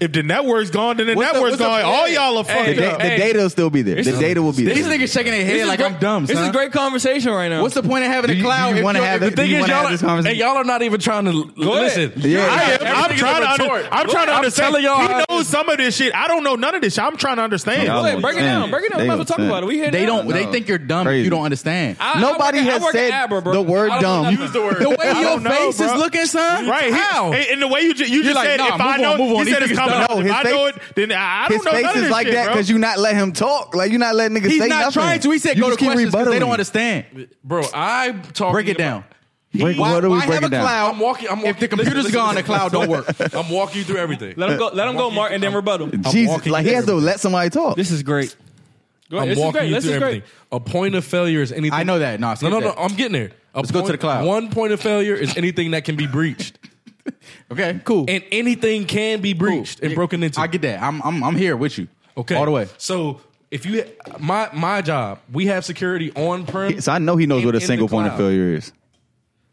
F: If the network's gone, then the
C: What's the-
F: network's
C: what's the-
F: gone. All y'all are fucked
C: The,
G: Hey,
C: da-
F: up.
C: the
G: hey.
C: data will still be there. The
G: is-
C: data will be there.
B: These niggas shaking their head
G: is
B: like
G: great-
B: I'm dumb.
G: This
B: son.
G: is great conversation right now.
B: What's the point of having
C: Do
B: a
C: you-
B: cloud?
C: do you
B: if
C: wanna
B: you're-
C: have
B: if
C: it-
B: the
C: you
B: thing is
C: wanna have
B: y'all
C: this conversation?
E: Hey, y'all are not even trying to l- listen.
C: Yeah.
F: I am. I'm
E: Everything is a
F: trying to. Under,
E: retort.
F: I'm trying to
E: I'm
F: understand.
E: telling y'all how-
F: he knows some of this shit. I don't know none of this. shit. I'm trying to understand.
C: Y'all
G: Go ahead, break it down.
C: understand.
G: Break it down.
C: They
G: We're about to talk
C: understand.
G: about it. We here
B: They
G: now.
B: don't. They
C: No.
B: think you're dumb. If
C: Crazy.
B: you don't understand.
G: I- I
C: Nobody
G: work at- I
C: has
G: work at
C: said
G: Abra, bro.
C: the word
G: I don't know
C: dumb.
G: how to use the word.
B: the way
F: I
B: your
F: don't know,
B: face is
F: bro.
B: looking, son.
F: Right,
B: How?
F: he, and the way you ju- you just
B: like,
F: said,
B: nah,
F: if I
B: move
F: know,
B: on, move on.
F: he said
B: These
F: it's
B: niggas
F: coming.
B: dumb.
F: up.
C: No,
F: if
C: his
F: I know it,
C: face-
F: then I I don't
C: His
F: know none
C: face
F: of
C: is
F: this
C: like
F: shit,
C: that
F: bro.
C: because you're not letting him talk. Like you're not letting niggas
B: He's
C: say
B: not
C: nothing.
B: trying to. He said
C: You
B: go to
C: just keep
B: questions 'cause they
C: rebuttaling.
B: don't understand.
E: Bro, I'm talking.
B: Break it
E: about-
B: down.
C: Break-
B: Why,
C: what are
B: why
C: we
B: have a
C: breaking down?
B: cloud?
E: I'm walking. I'm walking.
B: If the computer's
E: listen,
B: gone,
E: listen,
B: the cloud don't work.
E: *laughs* I'm walking you through everything.
G: Let him go. Let him go, Mark, and then rebuttal.
C: *laughs* Jesus,
E: walking
C: like he has to
E: everywhere.
C: let somebody talk.
G: This is great. Go
E: I'm
G: ahead. This is
E: walking
G: great.
E: you
G: This
E: through
G: is great.
E: everything. A point of failure is anything.
B: I know that. Nah,
E: No,
B: skip
E: no, no.
B: that.
E: I'm getting there. A
B: Let's go to
E: point-
B: the cloud.
E: One point of failure is anything that can be breached,
B: Okay, cool.
E: and anything can be breached and
B: Yeah,
E: broken into.
B: I get that. I'm I'm I'm here with you.
E: okay,
B: all the way.
E: So if you, my my job, we have security on prem.
C: So I know he knows
E: and
C: what a
E: in the
C: single point of
E: cloud.
C: failure is.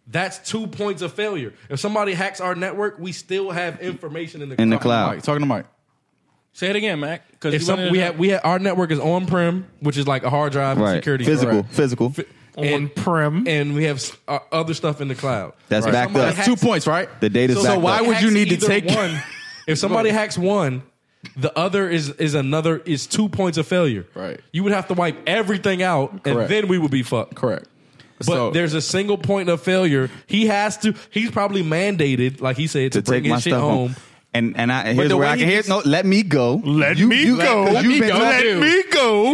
E: That's two points of failure. If somebody hacks our network, we still have information in the
C: In the
E: cloud.
C: cloud.
B: Mike, talking to Mike.
G: Say it again, Mac. Because
E: If some, we have we have our network is on prem, which is like a hard drive, and
C: Right.
E: security,
C: Physical.
E: Correct.
C: Physical.
E: Fi-
F: On
E: and,
F: prem,
E: and we have s- uh, other stuff in the cloud.
C: That's
E: If
C: backed
E: somebody
C: up.
E: hacks-
B: Two points, right?
C: The data's
B: So,
C: backed
B: so why
C: up.
B: would you
E: hacks
B: need to
E: either
B: take
E: one? if somebody hacks one, the other is is another is two points of failure.
B: Right.
E: You would have to wipe everything out,
B: Correct.
E: and then we would be fucked.
B: *laughs* Correct.
E: But
B: So-
E: there's a single point of failure. He has to. He's probably mandated, like he said, to,
C: to
E: bring
C: take my
E: his shit
C: stuff home.
E: home.
C: And and I here's
B: the
C: where
B: way
C: I
B: he
C: can hear.
B: gets-
C: No, let me go.
F: Let me go.
C: Let,
F: Let
C: me go.
F: let me go.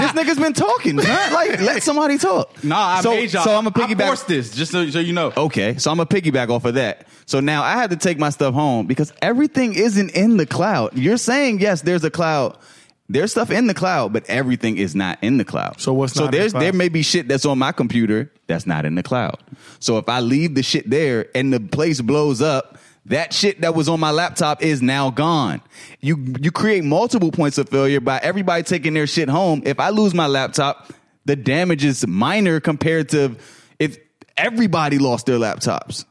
C: This nigga's been talking. man. Like let somebody talk.
B: Nah, Ah, I
C: so
B: made y'all.
C: so I'm a
B: I forced
C: piggyback.
B: this just so, so you know.
C: Okay, so I'm a piggyback off of that. So now I had to take my stuff home because everything isn't in the cloud. You're saying yes, there's a cloud. There's stuff in the cloud, but everything is not in the cloud.
F: So what's
C: so
F: not in the
C: there's
F: cloud?
C: there may be shit that's on my computer that's not in the cloud. So if I leave the shit there and the place blows up, that shit that was on my laptop is now gone. You you create multiple points of failure by everybody taking their shit home. If I lose my laptop, the damage is minor compared to if everybody lost their laptops.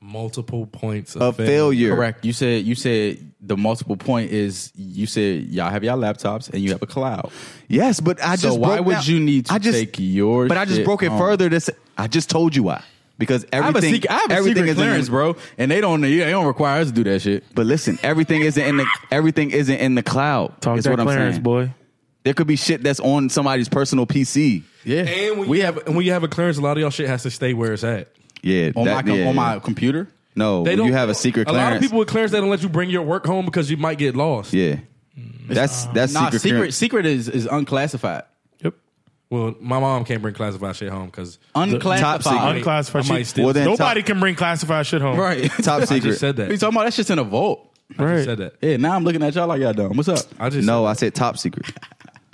E: Multiple points of,
C: A failure.
B: Correct. You said you said the multiple point is you said y'all have y'all laptops and you have a cloud.
C: Yes, but I
B: So
C: just
B: why
C: broke
B: would
C: down-
B: you need to
C: I just,
B: take your
C: But I just
B: shit
C: broke it
B: home?
C: further. To say, I just told you why because
B: I have a
C: everything
B: secret, I have a
C: everything
B: secret
C: is in the-
B: clearance, bro, and they don't they don't require us to do that shit.
C: But listen, everything isn't in the *laughs* everything isn't in the cloud.
F: Talk
C: is
F: that
C: what I'm
F: clearance,
C: saying.
F: boy.
C: There could be shit that's on somebody's personal PC.
B: Yeah,
E: And when we have and when you have a clearance, a lot of y'all shit has to stay where it's at.
C: Yeah,
B: on
C: that-
B: my com-
C: yeah,
B: on my
C: yeah.
B: computer.
C: no.
E: They don't.
C: you have a secret
E: A
C: clearance.
E: lot of people with clearance they don't let you bring your work home because you might get lost.
C: yeah,
B: Mm.
C: that's that's
B: Nah,
C: secret.
B: uh, secret secret,
C: clearance.
B: is is unclassified.
F: Yep.
E: Well, my mom can't bring classified shit home because
B: Unclassified.
C: secret.
F: Unclassified
E: I might
F: shit.
E: steal
C: Well, then
F: Nobody
C: top-
F: can bring classified shit
B: *laughs*
F: home.
B: right.
C: Top
E: I
C: secret.
E: just said
B: What you
E: that.
B: talking about? That shit's in a vault.
E: I
F: Right.
E: just said that.
B: Yeah, now I'm looking at y'all like y'all dumb. What's up?
E: I just
C: No, I said top secret.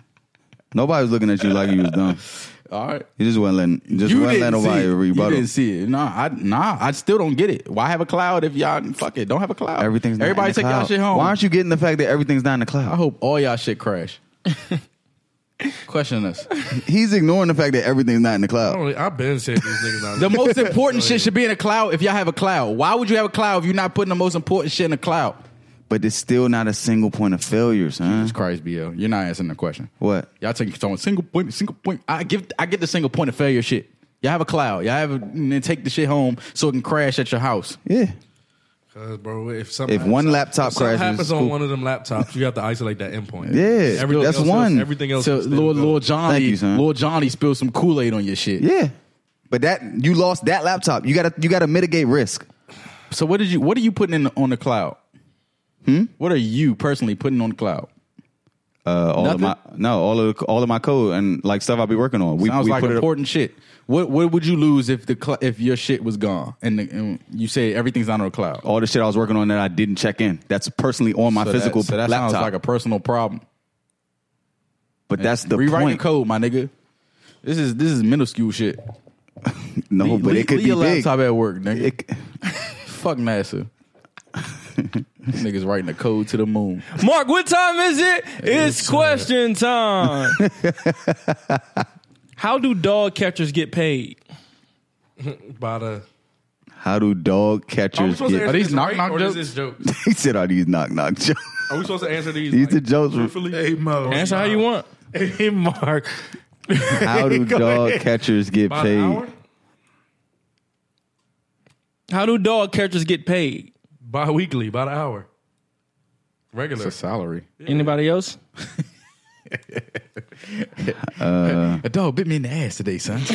C: *laughs* Nobody was looking at you like you was dumb.
B: All right.
C: You just wasn't letting just
B: You
C: wasn't letting
B: didn't, see
C: nobody
B: it. you
C: rebuttal.
B: didn't see it. Nah, I nah, I still don't get it. Why have a cloud if y'all fuck it? Don't have a cloud.
C: Everything's not in
B: everybody
C: the
B: take y'all
C: cloud.
B: shit home.
C: Why aren't you getting the fact that everything's not in the
B: I
C: cloud?
B: hope all y'all shit crash. *laughs* Question us.
C: He's ignoring the fact that everything's not in the
E: I
C: cloud.
E: don't. I've been said these niggas. Not
B: The most *laughs* important shit should be in a cloud if y'all have a cloud. Why would you have a cloud if you're not putting the most important shit in a cloud?
C: But it's still not a single point of failure, son.
B: Jesus Christ, BL. You're not answering the question.
C: What?
B: Y'all taking so single point, single point. I give I get the single point of failure shit. Y'all have a cloud. Y'all have a, and then take the shit home so it can crash at your house.
C: Yeah.
E: Cause, bro, if something
C: If one laptop
E: something
C: crashes,
E: happens on
C: cool.
E: one of them laptops, you have to isolate that endpoint.
C: Yeah,
E: everything
C: that's
E: else,
C: one.
E: everything else,
B: So
E: can still
B: Lord
E: go.
B: Lord Johnny,
C: Thank you, son.
B: Lord Johnny spilled some Kool Aid on your shit.
C: Yeah. But that you lost that laptop. You gotta you gotta mitigate risk.
B: So what did you? What are you putting in on the cloud? Hmm. What are you personally putting on the cloud?
C: Uh, all
B: Nothing?
C: of my no, all of the, all of my code and like stuff I'll be working on. We,
B: Sounds
C: we
B: like
C: put it up.
B: important shit. What What would you lose if the cl- if your shit was gone and, the, and you say everything's not on the cloud?
C: all the shit I was working on that I didn't check in. That's personally on my
B: Oh, So
C: physical
B: that, so that
C: laptop.
B: sounds like a personal problem.
C: but that's the
B: Rewrite
C: point.
B: the code, my nigga. This is this is minuscule shit.
C: No,
B: leave,
C: but
B: leave-
C: it could
B: leave
C: be
B: your
C: big.
B: laptop at work, nigga.
C: It c-
B: Fuck NASA. *laughs* Niggas writing a code to the moon.
G: Mark, what time is it? It's
C: uh, *laughs*
G: question time. How do dog catchers get paid?
E: by the
C: How do dog
J: Are we
C: catchers
J: supposed to
C: get?
J: answer
B: these
J: this
B: knock
J: right,
B: knock
J: or is
B: jokes?
J: this
E: *laughs*
J: joke?
C: *laughs* he said, "Are these knock knock jokes?"
J: Are we supposed to answer these?
C: *laughs* These the
J: like,
B: *laughs*
C: jokes.
J: truthfully?
F: Hey,
C: Oh,
F: Mo.
A: Answer how you want.
F: Hey, Mark.
C: How do dog catchers get
J: About an
C: paid?
J: hour?
A: How do dog catchers get paid?
E: Bi weekly, about an hour. Regular.
B: It's a salary.
A: Anybody else?
B: A dog bit me in the ass today, son.
E: *laughs*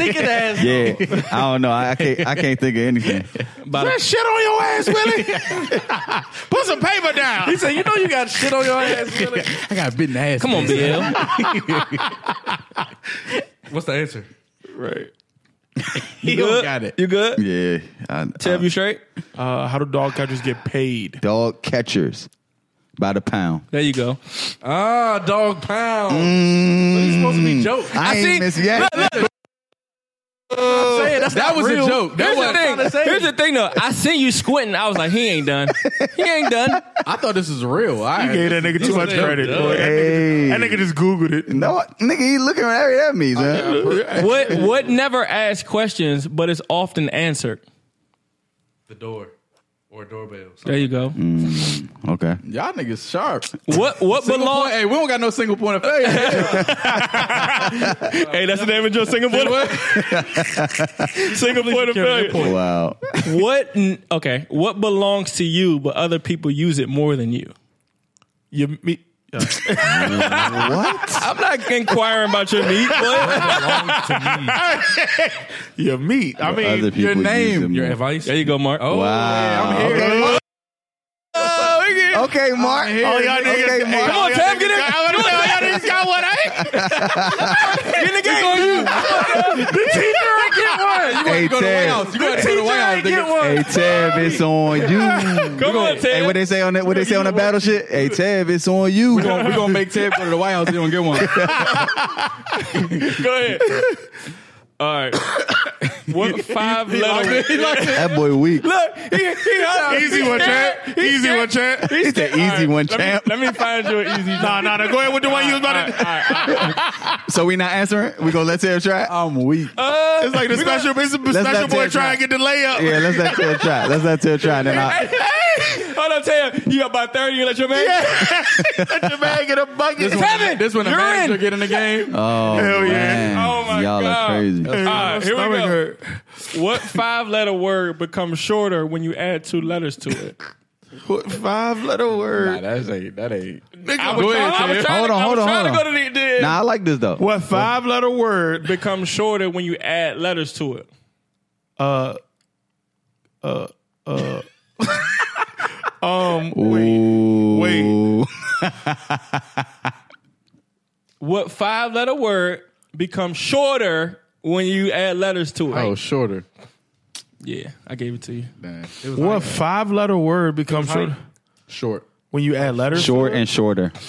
C: Yeah, I don't know. I, I can't. I can't think
B: *laughs*
C: of anything.
A: About
B: Shit on your ass, Willie. Put some paper down.
E: He said, you know you got shit on your ass. Willie."
B: *laughs* I got bit in the ass.
A: *laughs* come on,
B: today,
A: Bill.
E: What's the answer?
A: You
B: son.
A: good?
B: Got it.
A: You good?
C: Yeah, I,
A: Tell
C: I-
A: you straight.
F: Uh, how do dog catchers get paid?
C: dog catchers by the pound.
A: There you go.
E: Ah, dog pound. So you supposed to be joke.
C: Mm. I, ain't miss yet.
B: that was a joke. That was,
A: Here's the thing. Here's the thing, though. I seen you squinting. I was like, he ain't done. He ain't done.
B: I thought this was real. I
F: Gave that nigga too much credit. boy. That nigga-
C: Hey.
F: That nigga just Googled it.
C: No, I- nigga, he looking right at me, son.
A: What? What? Never asked questions, but it's often answered.
E: The door or doorbell.
A: There you go.
C: Okay.
B: Y'all niggas sharp.
A: What? What
B: Single
A: belongs?
B: point- hey, we don't got no single point of
A: *laughs*
B: failure.
A: Hey, that's the name of your single point. single point of failure.
C: Wow.
A: What? n- Okay. What belongs to you, but other people use it more than you? uh.
F: You me.
A: I'm not inquiring about your meat, but
F: *laughs* Your meat. I mean,
C: Other people
B: your name,
C: use them
E: Your
C: more.
E: advice?
A: there you go, Mark. Oh,
C: Wow. Okay, Mark. Okay, Mark.
F: Oh, y'all niggas-
C: Okay,
F: hey,
C: Mark.
F: y'all
A: on, Tam,
F: niggas
A: get in.
F: got- I'm gonna tell y'all niggas got one. I
A: eh? in the game.
C: Hey,
B: go to the White House.
C: Tab.
B: You gotta go to the White House, nigga.
C: Hey, Tab, it's on you.
A: Come on,
C: Hey, what
A: Ted.
C: they say on that? What they say on the battle shit? Hey, Tab, it's on you.
B: We gonna, we gonna make Ted go to the White House. You don't get one.
A: Go ahead. All *coughs* right. What five letter?
C: *laughs* That boy weak.
F: got *laughs* easy one,
A: *laughs*
F: champ. Easy one, champ.
C: It's the easy one, champ.
A: Let me find you an easy.
F: Nah, nah, nah. Go ahead with the one you was about to.
C: So we not answering? We gonna let Tab try?
B: I'm weak.
F: *laughs* It's like the special. It's a
C: Let's
F: special
C: not
F: boy
C: take
F: trying
C: that.
F: to get the layup.
C: Yeah, let's let Tab try. Let's let Tab try. Then I,
A: Hold on, Ted. You up by thirty? You let your man.
F: Let your man get a bucket.
B: This when, this when the
A: you're
B: manager
A: in.
B: get in the
F: *laughs* Uh,
B: game.
C: oh,
F: Hell yeah.
C: man.
A: Oh, my
C: Y'all
A: God.
C: are crazy.
A: All right, here we
F: Stomach
A: go.
F: hurt.
A: What five letter word becomes shorter when you add two letters to it?
F: What five letter word?
B: that's ain't that ain't.
A: I was
B: Go ahead,
A: trying- I was
B: Ted.
A: trying
C: Hold
A: to-
C: on,
A: I was
C: hold on,
A: trying
C: hold
A: to go to the- the-
C: Nah, I like this though.
F: What five letter word?
A: becomes shorter when you add letters to it.
C: Ooh.
F: Wait.
A: What five letter word becomes shorter when you add letters to it?
B: Oh, shorter.
A: Yeah, I gave it to you.
B: Damn.
F: What five letter word becomes short
B: Short.
F: when you add letters?
C: Short and shorter.
F: Oh,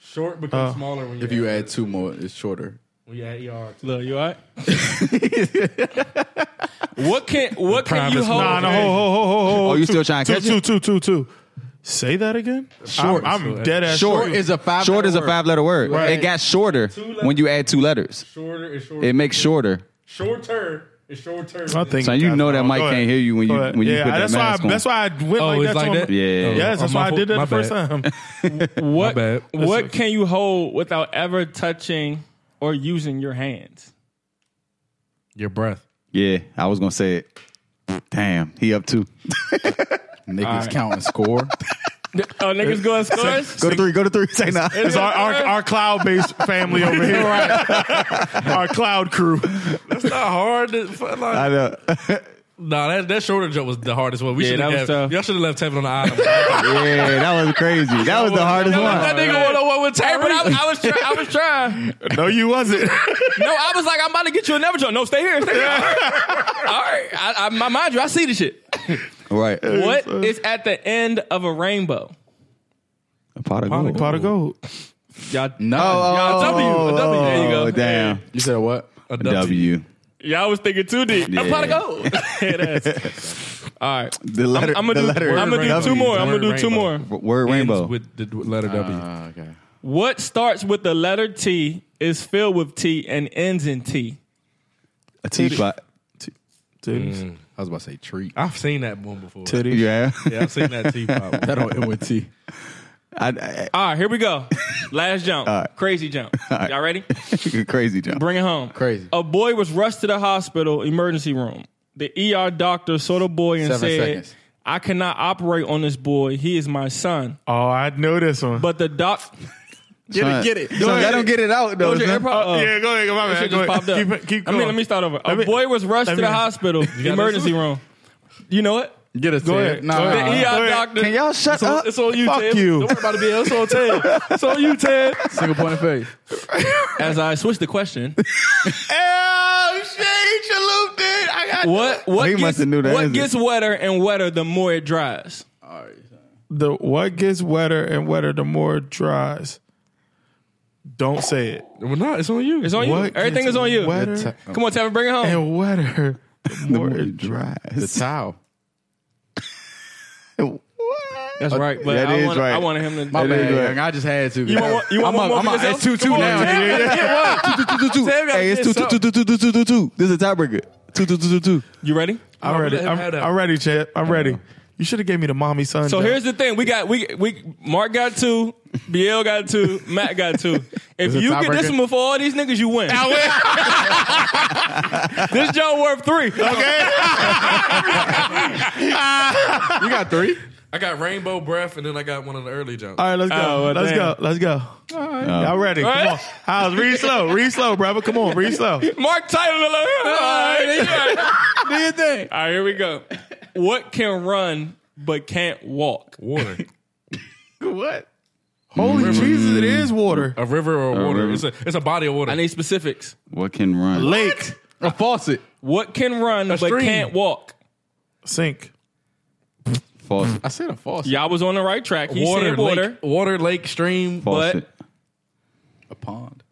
E: Short becomes smaller when you,
B: If you add two more, it's shorter.
E: when you add ER.
A: Look, you all right? what can what can you
E: Promise
A: hold?
F: Nah, no, ho, ho, ho, ho, ho.
C: Oh, you still trying to
F: Two,
C: catch it?
F: two, two, two, two. Say that again.
B: Short.
F: I'm, I'm dead ass
C: Short.
B: Short is a five.
C: Short is a five letter word.
B: Right.
C: It got shorter when you add two letters.
E: Shorter is shorter.
C: It makes shorter.
E: shorter is shorter.
F: I think
C: So you
F: that's
C: know that
F: wrong.
C: Mike
F: Go ahead.
C: can't hear you when you-
F: Go ahead.
C: when you
F: yeah,
C: put that
F: that's why
C: mask
F: I,
C: on.
F: That's why I went
E: Oh,
F: like
E: it's
F: that. to
E: like
F: him.
E: that?
C: Yeah.
E: Oh,
F: Yes, that's
E: my
F: why I
E: fault.
F: did that
E: My
F: the first
E: bad.
F: time.
A: What
E: bad.
A: what can you hold without ever touching or using your hands?
E: Your breath.
C: Yeah, I was gonna say it. Damn, he up *laughs* two.
B: Niggas counting score.
F: *laughs*
A: Oh, niggas going scores.
C: Go to three. Go to three. Say nah.
F: It's our our, our cloud based family over here. our cloud crew.
E: Not hard. To, fuck, like,
C: *laughs* I know.
E: nah, that, that shorter jump was the hardest one. We
A: Yeah,
E: should
A: that was
E: have.
A: tough.
E: Y'all should have left Tevin on the island.
C: Yeah, that was crazy. That was the hardest
A: That
C: one.
A: nigga want to one with Tyreek. but I, I was try, I was trying.
F: No, you wasn't.
A: No, I was like, I'm about to get you a never joke. No, stay here. Stay *laughs* here. All right, I, I, my- mind you, I see this shit.
C: Right. A
A: What is at the end of a rainbow?
C: pot of gold.
F: Pot of gold.
A: Y'all,
B: No.
F: Oh,
A: y'all W, a W. There you go.
C: Oh, damn.
B: You said what?
E: A
C: W.
A: Y'all was thinking too deep. I'm about to go. *laughs* Head ass. All right,
C: The letter.
A: I'm gonna
C: the
A: do.
C: letter.
A: I'm gonna do
E: Word
A: two more. I'm gonna do
E: rainbow.
A: two more.
C: Word rainbow.
E: Ends with the d- letter W.
B: okay.
A: What starts with the letter T is filled with T and ends in T.
C: a teapot.
F: Titties.
B: I was about to say treat.
E: I've seen that one before.
F: Titties.
C: Yeah.
E: Yeah,
C: *laughs*
E: I've seen that teapot.
B: That don't end with T.
C: I,
A: All right, here we
F: *laughs*
A: go. Last jump. Crazy jump.
C: right.
A: Y'all ready?
C: I, crazy jump.
A: Bring it home.
B: Crazy.
A: A boy was rushed to the hospital emergency room. The ER doctor saw the boy and
B: Seven
A: said,
B: seconds.
A: I cannot operate on this boy. He is my son.
F: Oh, I know this one.
A: But the
F: *laughs*
A: doc.
C: Get
F: it, get it. Go
C: So I
F: ahead.
C: don't get it out though.
A: Those your
C: son.
A: AirPod-
F: Oh,
A: oh.
F: yeah, go ahead. My
A: That
F: bad.
A: shit
F: Go
A: just
F: ahead.
A: popped up.
F: Keep, keep
A: I
F: going.
A: mean, let me start over. A
F: Let me-
A: boy was rushed
F: let
A: to the
F: me- *laughs*
A: hospital, emergency room. You know it?
B: Get a
F: Go
B: Ted.
F: ahead. Go
B: Nah,
E: E
A: The
F: ahead.
B: nah.
A: ER
F: ahead.
A: doctor.
C: Can y'all shut
A: it's on,
C: up?
A: It's on you,
C: Fuck
A: Ted.
C: you.
A: Don't worry about it, Bill. It's on Ted.
F: *laughs*
A: It's on you, Ted.
B: Single point of faith.
A: As I switch the
F: *laughs*
A: question,
C: Oh shit, he looped it. I got
A: what what
C: He must
A: gets,
C: have knew that
A: what
C: answer.
A: gets wetter and wetter the more it dries?
F: The what gets wetter and wetter the more it dries. Don't say it.
E: well, no, it's on you.
A: It's on
F: What
A: you. Everything
F: gets
A: is on you.
F: wetter
A: Come on, Tevin, bring it home.
F: And wetter the
C: the
F: more it dries.
C: dries.
B: The towel.
C: What?
A: That's right. But
C: That
A: I
C: is
A: wanted,
C: right.
A: I wanted him to.
B: My
C: It is
B: bad.
C: right.
B: young. I just had to.
A: You want- you
B: I'm
A: want one
B: up, I'm
A: more for
B: up. It's
A: yourself?
B: two two
A: Come on,
B: now.
A: Ted.
C: *laughs* Two, two, two, two.
A: Sam gotta
C: Hey, it's
A: get
C: two, two, two,
A: something.
C: two, two, two, two, two. This is a tiebreaker. Two, two, two, two, two.
A: You ready?
F: I'm ready.
E: let him have
F: I'm,
E: that.
F: I'm ready, Chad. I'm ready. You should have gave me the mommy son.
A: So
F: joke.
A: here's the thing: we got we we Mark got two, BL got two, Matt got *laughs* two. If
B: it
A: you get
B: tiebreaker?
A: this one before all these niggas, you win. *laughs* this Joe worth three. Okay.
B: You got three.
E: I got rainbow breath, and then I got one of the early jumps.
F: *laughs* All right, let's go.
A: Oh, well,
F: let's
A: damn.
F: go. Let's go. All right. Y'all ready? Come on. House, read slow. Read slow, brother. Come on, read slow.
A: Mark Tyler. All *laughs* right.
B: Do your thing.
A: All right. Here we go. What can run but can't walk?
E: Water.
F: what? Holy Jesus, it is water.
E: A river or water.
C: river.
E: It's a it's a body of water.
A: I need specifics.
C: What can run?
F: Lake.
B: A faucet.
A: What can run but
E: stream.
A: can't walk?
F: Sink.
C: *laughs* Faucet.
B: I said a faucet.
A: Y'all was on the right track. He
E: water,
A: said water.
E: lake, water, lake, stream,
C: Faucet.
B: A pond.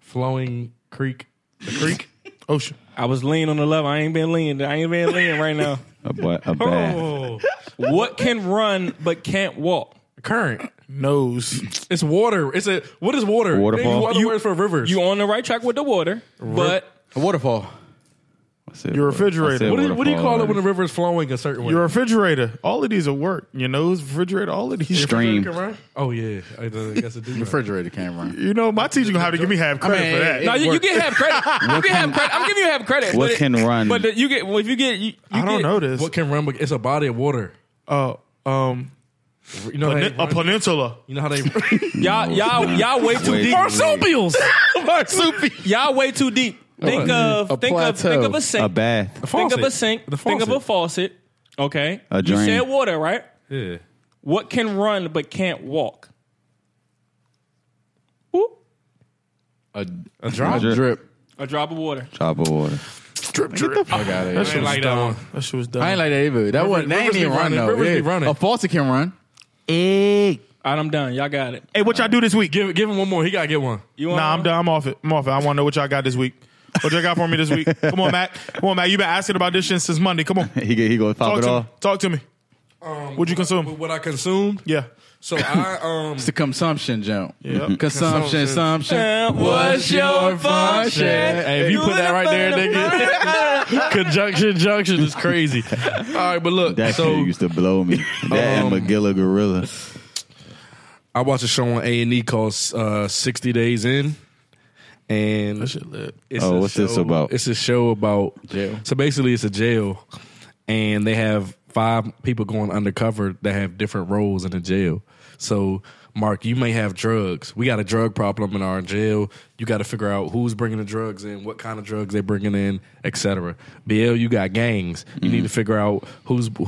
E: flowing creek, the creek.
F: Ocean.
A: I was lean on the left. I ain't been lean. I ain't been lean right *laughs* now.
C: A, ba- a bath.
A: Oh. what can run but can't walk?
E: current.
F: Nose.
E: It's water. It's a what is water?
C: Waterfall.
E: What
A: You-
E: other words for rivers?
A: You on the right track with the water, but
B: A waterfall.
C: I said
F: Your
C: wa-
F: refrigerator.
C: I said
E: what, do you, what do you
C: waterfall
E: call it when
C: already.
E: the river is flowing a certain way?
F: Your refrigerator. All of these are work. Your nose, refrigerator, all of these.
C: Stream.
E: oh yeah, I guess it do.
B: Refrigerator came around.
F: You know, my teacher gonna have to give me half credit
B: mean,
F: for that.
B: it-
A: No, you, you
B: work.
A: get
E: *laughs*
A: half *laughs* credit. you get half credit. I'm giving you half credit.
C: What
A: but
C: can
A: it,
C: run?
A: But the, you get well, if you get. You, you
F: I
A: get,
F: don't know this.
E: What can run? but- It's a body of water. Uh,
F: Oh, um,
E: You know, how they
F: a
E: run-
F: peninsula.
E: you know how *laughs* they
A: Y'all, y'all, y'all way too
C: Wait.
A: deep.
E: marsupials.
A: Y'all way too deep. Think of
B: A
A: think of think
B: plateau.
A: of a sink.
C: A bath.
A: think of a
E: Faucet.
A: sink.
E: The
A: Think of a
E: faucet.
A: faucet. *laughs* Okay.
C: A
A: You
C: drain.
A: said water, right?
E: yeah.
A: What can run but can't walk? Whoop.
B: A,
E: A drop.
C: Drip.
B: drip.
A: A drop of water.
C: Drop of water.
B: I got it.
F: That shit was
E: like that
F: dumb.
E: one.
F: That shit was dumb.
B: I ain't like that either. That wasn't. They ain't
E: rivers
B: even
E: be
B: run
E: running.
B: though.
E: Rivers be
B: Yeah.
E: running.
B: A faucet can run.
A: All right, I'm done. Y'all got it.
F: hey, what y'all do this week?
E: Give give him one more. He gotta get one.
A: You want
F: Nah, I'm
A: one?
F: done. I'm off it. I'm off it. I want to know what y'all got this week. What y'all got for me this
G: *laughs*
F: week? Come on, Matt. Come on, Matt. You've been asking about this shit since Monday. Come on,
C: *laughs* He go- he go top
F: talk
C: it
F: to
C: off.
F: me. Talk to me.
E: Um,
F: What'd you consume?
E: What I consumed.
F: Yeah.
E: So I *laughs* um.
B: It's the consumption jump.
F: Yep.
B: Consumption, consumption.
A: And What's your function?
E: Hey, if you put that right there, *laughs* nigga, conjunction junction is crazy. All right, but look,
C: That
E: so
C: shit used to blow *laughs* me. That
E: Um,
C: and McGilla Gorilla.
E: I watched a show on A and E called uh, "60 Days In," and It's
C: Oh,
E: a
C: what's this
E: show-
C: about?
E: It's a show about
B: Jail.
E: So basically, it's a jail, and they have five people going undercover that have different roles in the jail. So, Mark, you may have drugs. We got a drug problem in our jail. You got to figure out who's bringing the drugs in, what kind of drugs they're bringing in, etc. BL, you got gangs. You
C: Mm-hmm.
E: need to figure out who's who,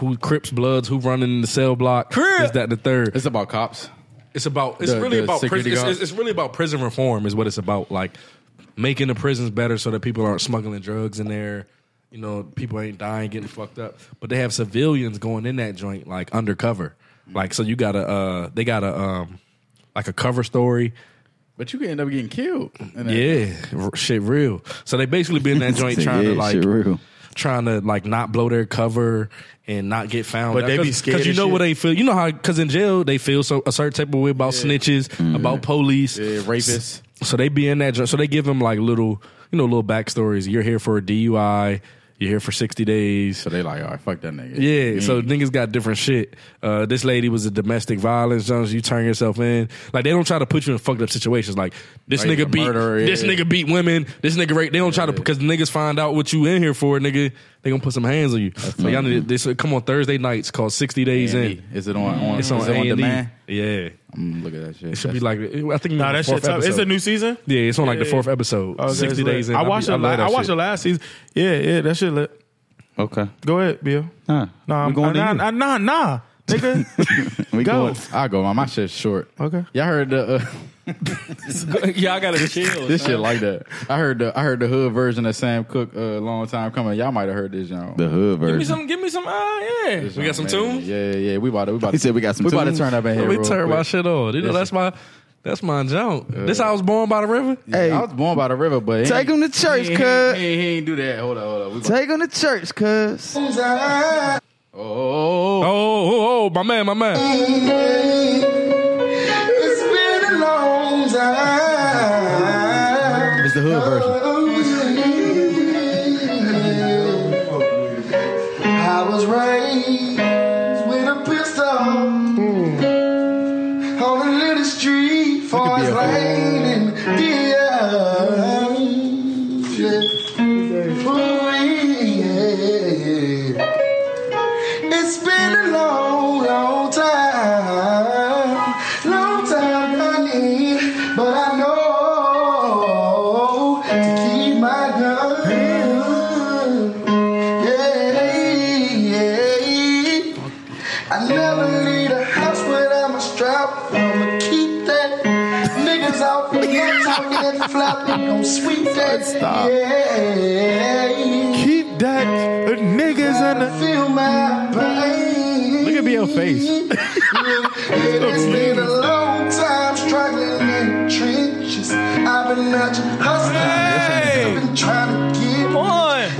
E: who Crips, Bloods, who running the cell block.
A: Crip.
E: Is that and the third?
B: It's about cops.
E: It's about it's
B: The-
E: really
B: the
E: about
B: security
E: prison. It's,
B: guards?
E: it's- it's really about prison reform is what it's about. Like making the prisons better so that people aren't smuggling drugs in there. You know, people ain't dying, getting fucked up. But they have civilians going in that joint like undercover. Like so, you got a uh, they got a um, like a cover story.
B: But you could end up getting killed. And then-
E: Yeah, r- shit real. So they basically been
B: *laughs*
E: in that joint
C: Say,
E: trying to
C: yeah,
E: like
C: shit real.
E: trying to like not blow their cover and not get found.
F: But they be
E: Cause,
F: scared
E: 'cause you
F: and
E: know
F: shit.
E: what they feel. You know how because in jail they feel so a certain type of way about snitches, about police,
B: Yeah, rapists.
E: So they be in that joint. So they give them like little you know, little backstories. You're here for a DUI. You're here for 60 days.
B: So they like, all right, fuck that nigga.
E: Yeah, so
B: Mm.
E: niggas got different shit. Uh, this lady was a domestic violence. Jones, you turn yourself in. Like they don't try to put you in fucked up situations. Like this
B: Like,
E: nigga beat,
B: murder, yeah.
E: this nigga beat women. This nigga rape. They don't try to because niggas find out what you in here for. Nigga, they gonna put some hands on you. So y'all need to, this come on Thursday nights called 60 Days
B: A&E.
E: In.
B: Is it on? on
E: It's on,
B: E. is it on
E: A&E.
B: demand?
E: Yeah, it
B: Mm, look at that shit.
E: should
B: That's-
E: be like I think
F: Nah, that shit.
E: fourth
F: Tough. It's
E: episode.
F: a new season.
E: yeah, it's on like the
F: Yeah. Oh,
E: fourth episode.
F: Okay,
E: 60
F: it's lit.
E: Days In.
F: I watched
E: be-
F: it.
E: love
F: la-
E: that
F: I watched
E: shit.
F: the last season. Yeah, yeah, that shit lit.
C: Okay.
F: Go ahead, Bill.
C: Nah, we're
F: Nah, I'm-
C: going
F: nah,
C: to
F: nah,
C: you.
F: nah, nah,
E: *laughs*
F: nigga.
C: We
F: go.
C: going-
B: I go, man. My shit's short.
F: Okay.
B: Y'all heard the uh, *laughs*
G: *laughs* Y'all gotta
A: *laughs*
G: chill.
B: this shit like that. I heard the I heard the hood version of Sam Cooke a uh, long time coming. Y'all might have heard this, y'all.
C: the hood
G: Give me
C: version.
G: some. Give me some. Uh, yeah.
B: we got some tunes. Yeah, yeah. We about to. We about to.
C: He said we got some
B: We about to
C: tunes.
B: turn up in here.
E: Let me
B: real
E: turn my
B: quick.
E: shit on. You know, that's my that's my junk. this I was born by the river.
C: Hey,
B: I was born by the river, but he
C: take
B: ain't-
C: him to church,
B: He, ain't-
C: cuz.
B: he, ain't- he ain't do that. Hold on, hold on. We about,
C: Take him to church, cuz.
B: oh, oh, oh,
E: Oh, oh, oh, my man, my man.
B: oh. it's the hood version.
K: I was raised with a pistol on a little street for his lane and Oh, yeah. It's been a long, long time, long time coming, but I know to keep my gun. Yeah, I never leave a house without my strap. I'ma keep that. Niggas out for no talking and flapping. Don't sweep that.
F: Stop.
K: Yeah.
F: Keep that uh, niggas in the.
K: Feel my pain.
B: Look at Bill's
K: *laughs*
B: face.
K: it's been a long time struggling in the trenches. I've been out here hustling. I've been trying to get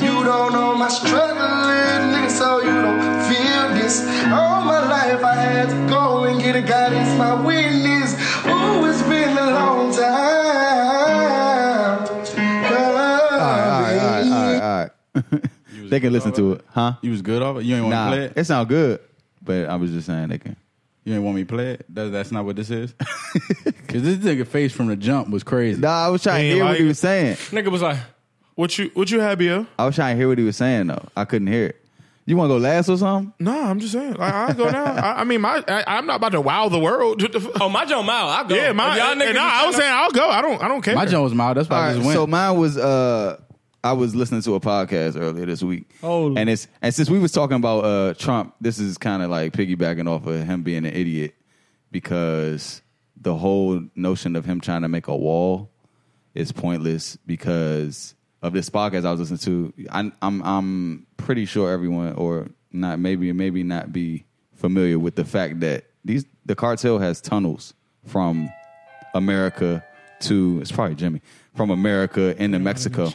K: you don't know my struggle, nigga, so you don't feel this. All my life I had to go and get a God is my witness. Ooh, it's been a long time.
C: All
B: Ah.
C: right, all right, all right, all right. they can listen to it, huh?
B: You was good off it. You ain't want
C: Nah,
B: me to play it.
C: it sound good, but I was just saying they can. *laughs*
B: You ain't want me to play it. That, that's not what this is. *laughs* Because this nigga face from the jump was crazy.
C: Nah, I was trying
F: Ain't
C: to hear what
F: like
C: he
F: it.
C: was saying.
G: Nigga was like,
F: What you What you had, Bill?
C: I was trying to hear what he was saying though. I couldn't hear it. You want to go last or something?
F: Nah, I'm just saying. I, I go now. I, I mean, my I, I'm not about to wow the world. What the fuck?
G: "Oh my Joe Mile, I go."
F: Yeah, my.
A: uh,
G: If y'all
F: and
G: niggas
F: nah,
G: be
F: I was
G: tryna-
F: saying I'll go. I don't. I don't care.
B: My joint was mild. That's why I
C: All
B: just
C: right,
B: went.
C: so mine was uh I was listening to a podcast earlier this week.
G: Oh.
C: And it's and since we was talking about uh Trump, this is kind of like piggybacking off of him being an idiot because the whole notion of him trying to make a wall is pointless because of this podcast I was listening to. I, I'm I'm pretty sure everyone or not maybe maybe not be familiar with the fact that these the cartel has tunnels from America to it's probably Jimmy from America into Mexico.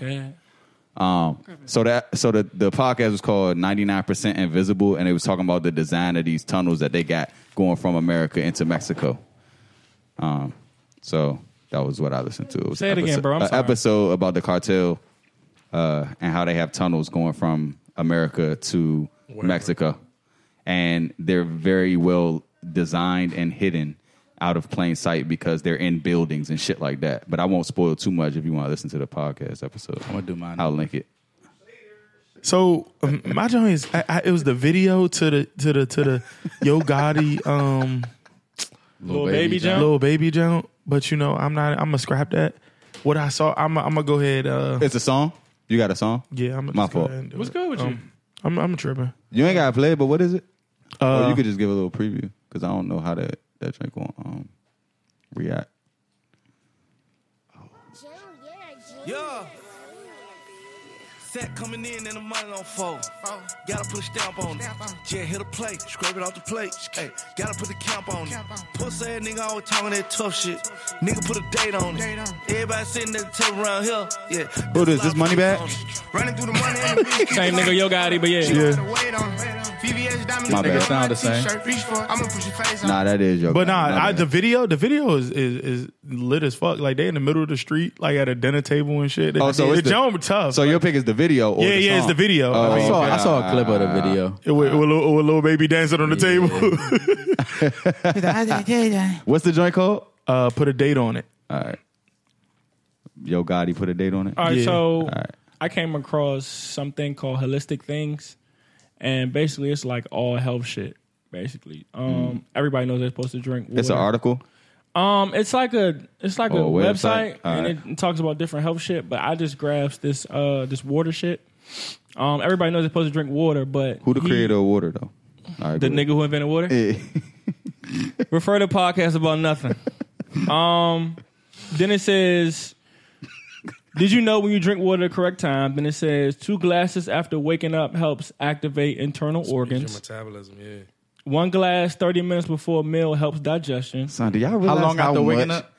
C: Um, so that so the the podcast was called 99% Invisible, and it was talking about the design of these tunnels that they got going from America into Mexico. Um, so that was what I listened to. It was
G: Say it again,
C: episode-
G: bro. I'm
C: a
G: sorry.
C: episode about the cartel uh, and how they have tunnels going from America to Mexico, and they're very well designed and hidden out of plain sight because they're in buildings and shit like that. But I won't spoil too much if you want to listen to the podcast episode. I'm
B: gonna do mine.
C: I'll link it.
F: So um, my joint is I, I, it was the video to the to the to the Yo Gotti um
B: Little
G: Baby John.
F: little baby joint, but you know I'm not I'm gonna scrap that. What I saw, I'm I'm gonna go ahead. Uh,
C: It's a song. You got a song?
F: yeah, I'm gonna
C: my
F: just go
C: fault.
F: ahead and do
G: What's
F: it.
G: good with you?
F: Um, I'm I'm tripping.
C: You ain't got to play it, but what is it?
F: Uh,
C: or you could just give a little preview because I don't know how that that drink will um, react.
L: Yeah. Set coming in and the money on fold. Gotta put a stamp on it. Yeah, hit a plate, scrape it off the plate. Hey, gotta put the camp on it. Pussy ass nigga always talking that tough shit. Nigga put a date on it. Everybody sitting at the table around here. Yeah.
C: Who this? This Moneybag? *laughs*
L: Running through the money and the bitch keep
G: Same nigga
L: on.
G: Yo Gotti, but yeah.
L: She don't have to wait on it. VVS
K: Precious diamonds.
C: My bad.
B: Sound the same.
K: T-shirt, reach for it. I'ma push your face
C: Nah, that is your.
F: But
C: guy.
F: nah,
C: My
F: I,
C: bad.
F: the video, the video is, is is lit as fuck. Like they in the middle of the street, like at a dinner table and shit. They,
C: Oh, so
F: they,
C: it's the-
F: John tough.
C: So your pick is the video or
F: Yeah,
C: the
F: yeah, it's
C: song?
F: the video. I
C: Oh,
F: mean-
B: I, saw,
C: okay.
B: I saw a clip of the video.
F: It with, with, little, with little baby dancing on the table.
C: *laughs*
F: *laughs*
C: What's the joint called?
F: uh, put a date on it.
C: All right. Yo, Gotti put a date on it.
A: All right,
F: Yeah.
A: so
C: right.
A: I came across something called holistic things, and basically it's like all health shit. Basically, um, everybody knows they're supposed to drink. Water.
C: Mm. It's an article.
A: Um, it's like a it's like
C: Oh,
A: a
C: a website?
A: website,
C: All
A: and
C: right.
A: it talks about different health shit. But I just grasped this uh this water shit. Um, everybody knows they're supposed to drink water, but
C: Who the
A: he-
C: creator of water though? All right,
A: the
C: go
A: nigga
C: ahead.
A: who invented water.
C: Yeah.
A: Refer to podcast about nothing. um, then it says, "Did you know when you drink water at the correct time?" Then it says, two glasses after waking up helps activate internal organs.
E: metabolism, yeah.
A: One glass thirty minutes before a meal helps
C: *laughs*
A: digestion."
C: Son, do y'all realize
B: long after waking
C: much-
B: up?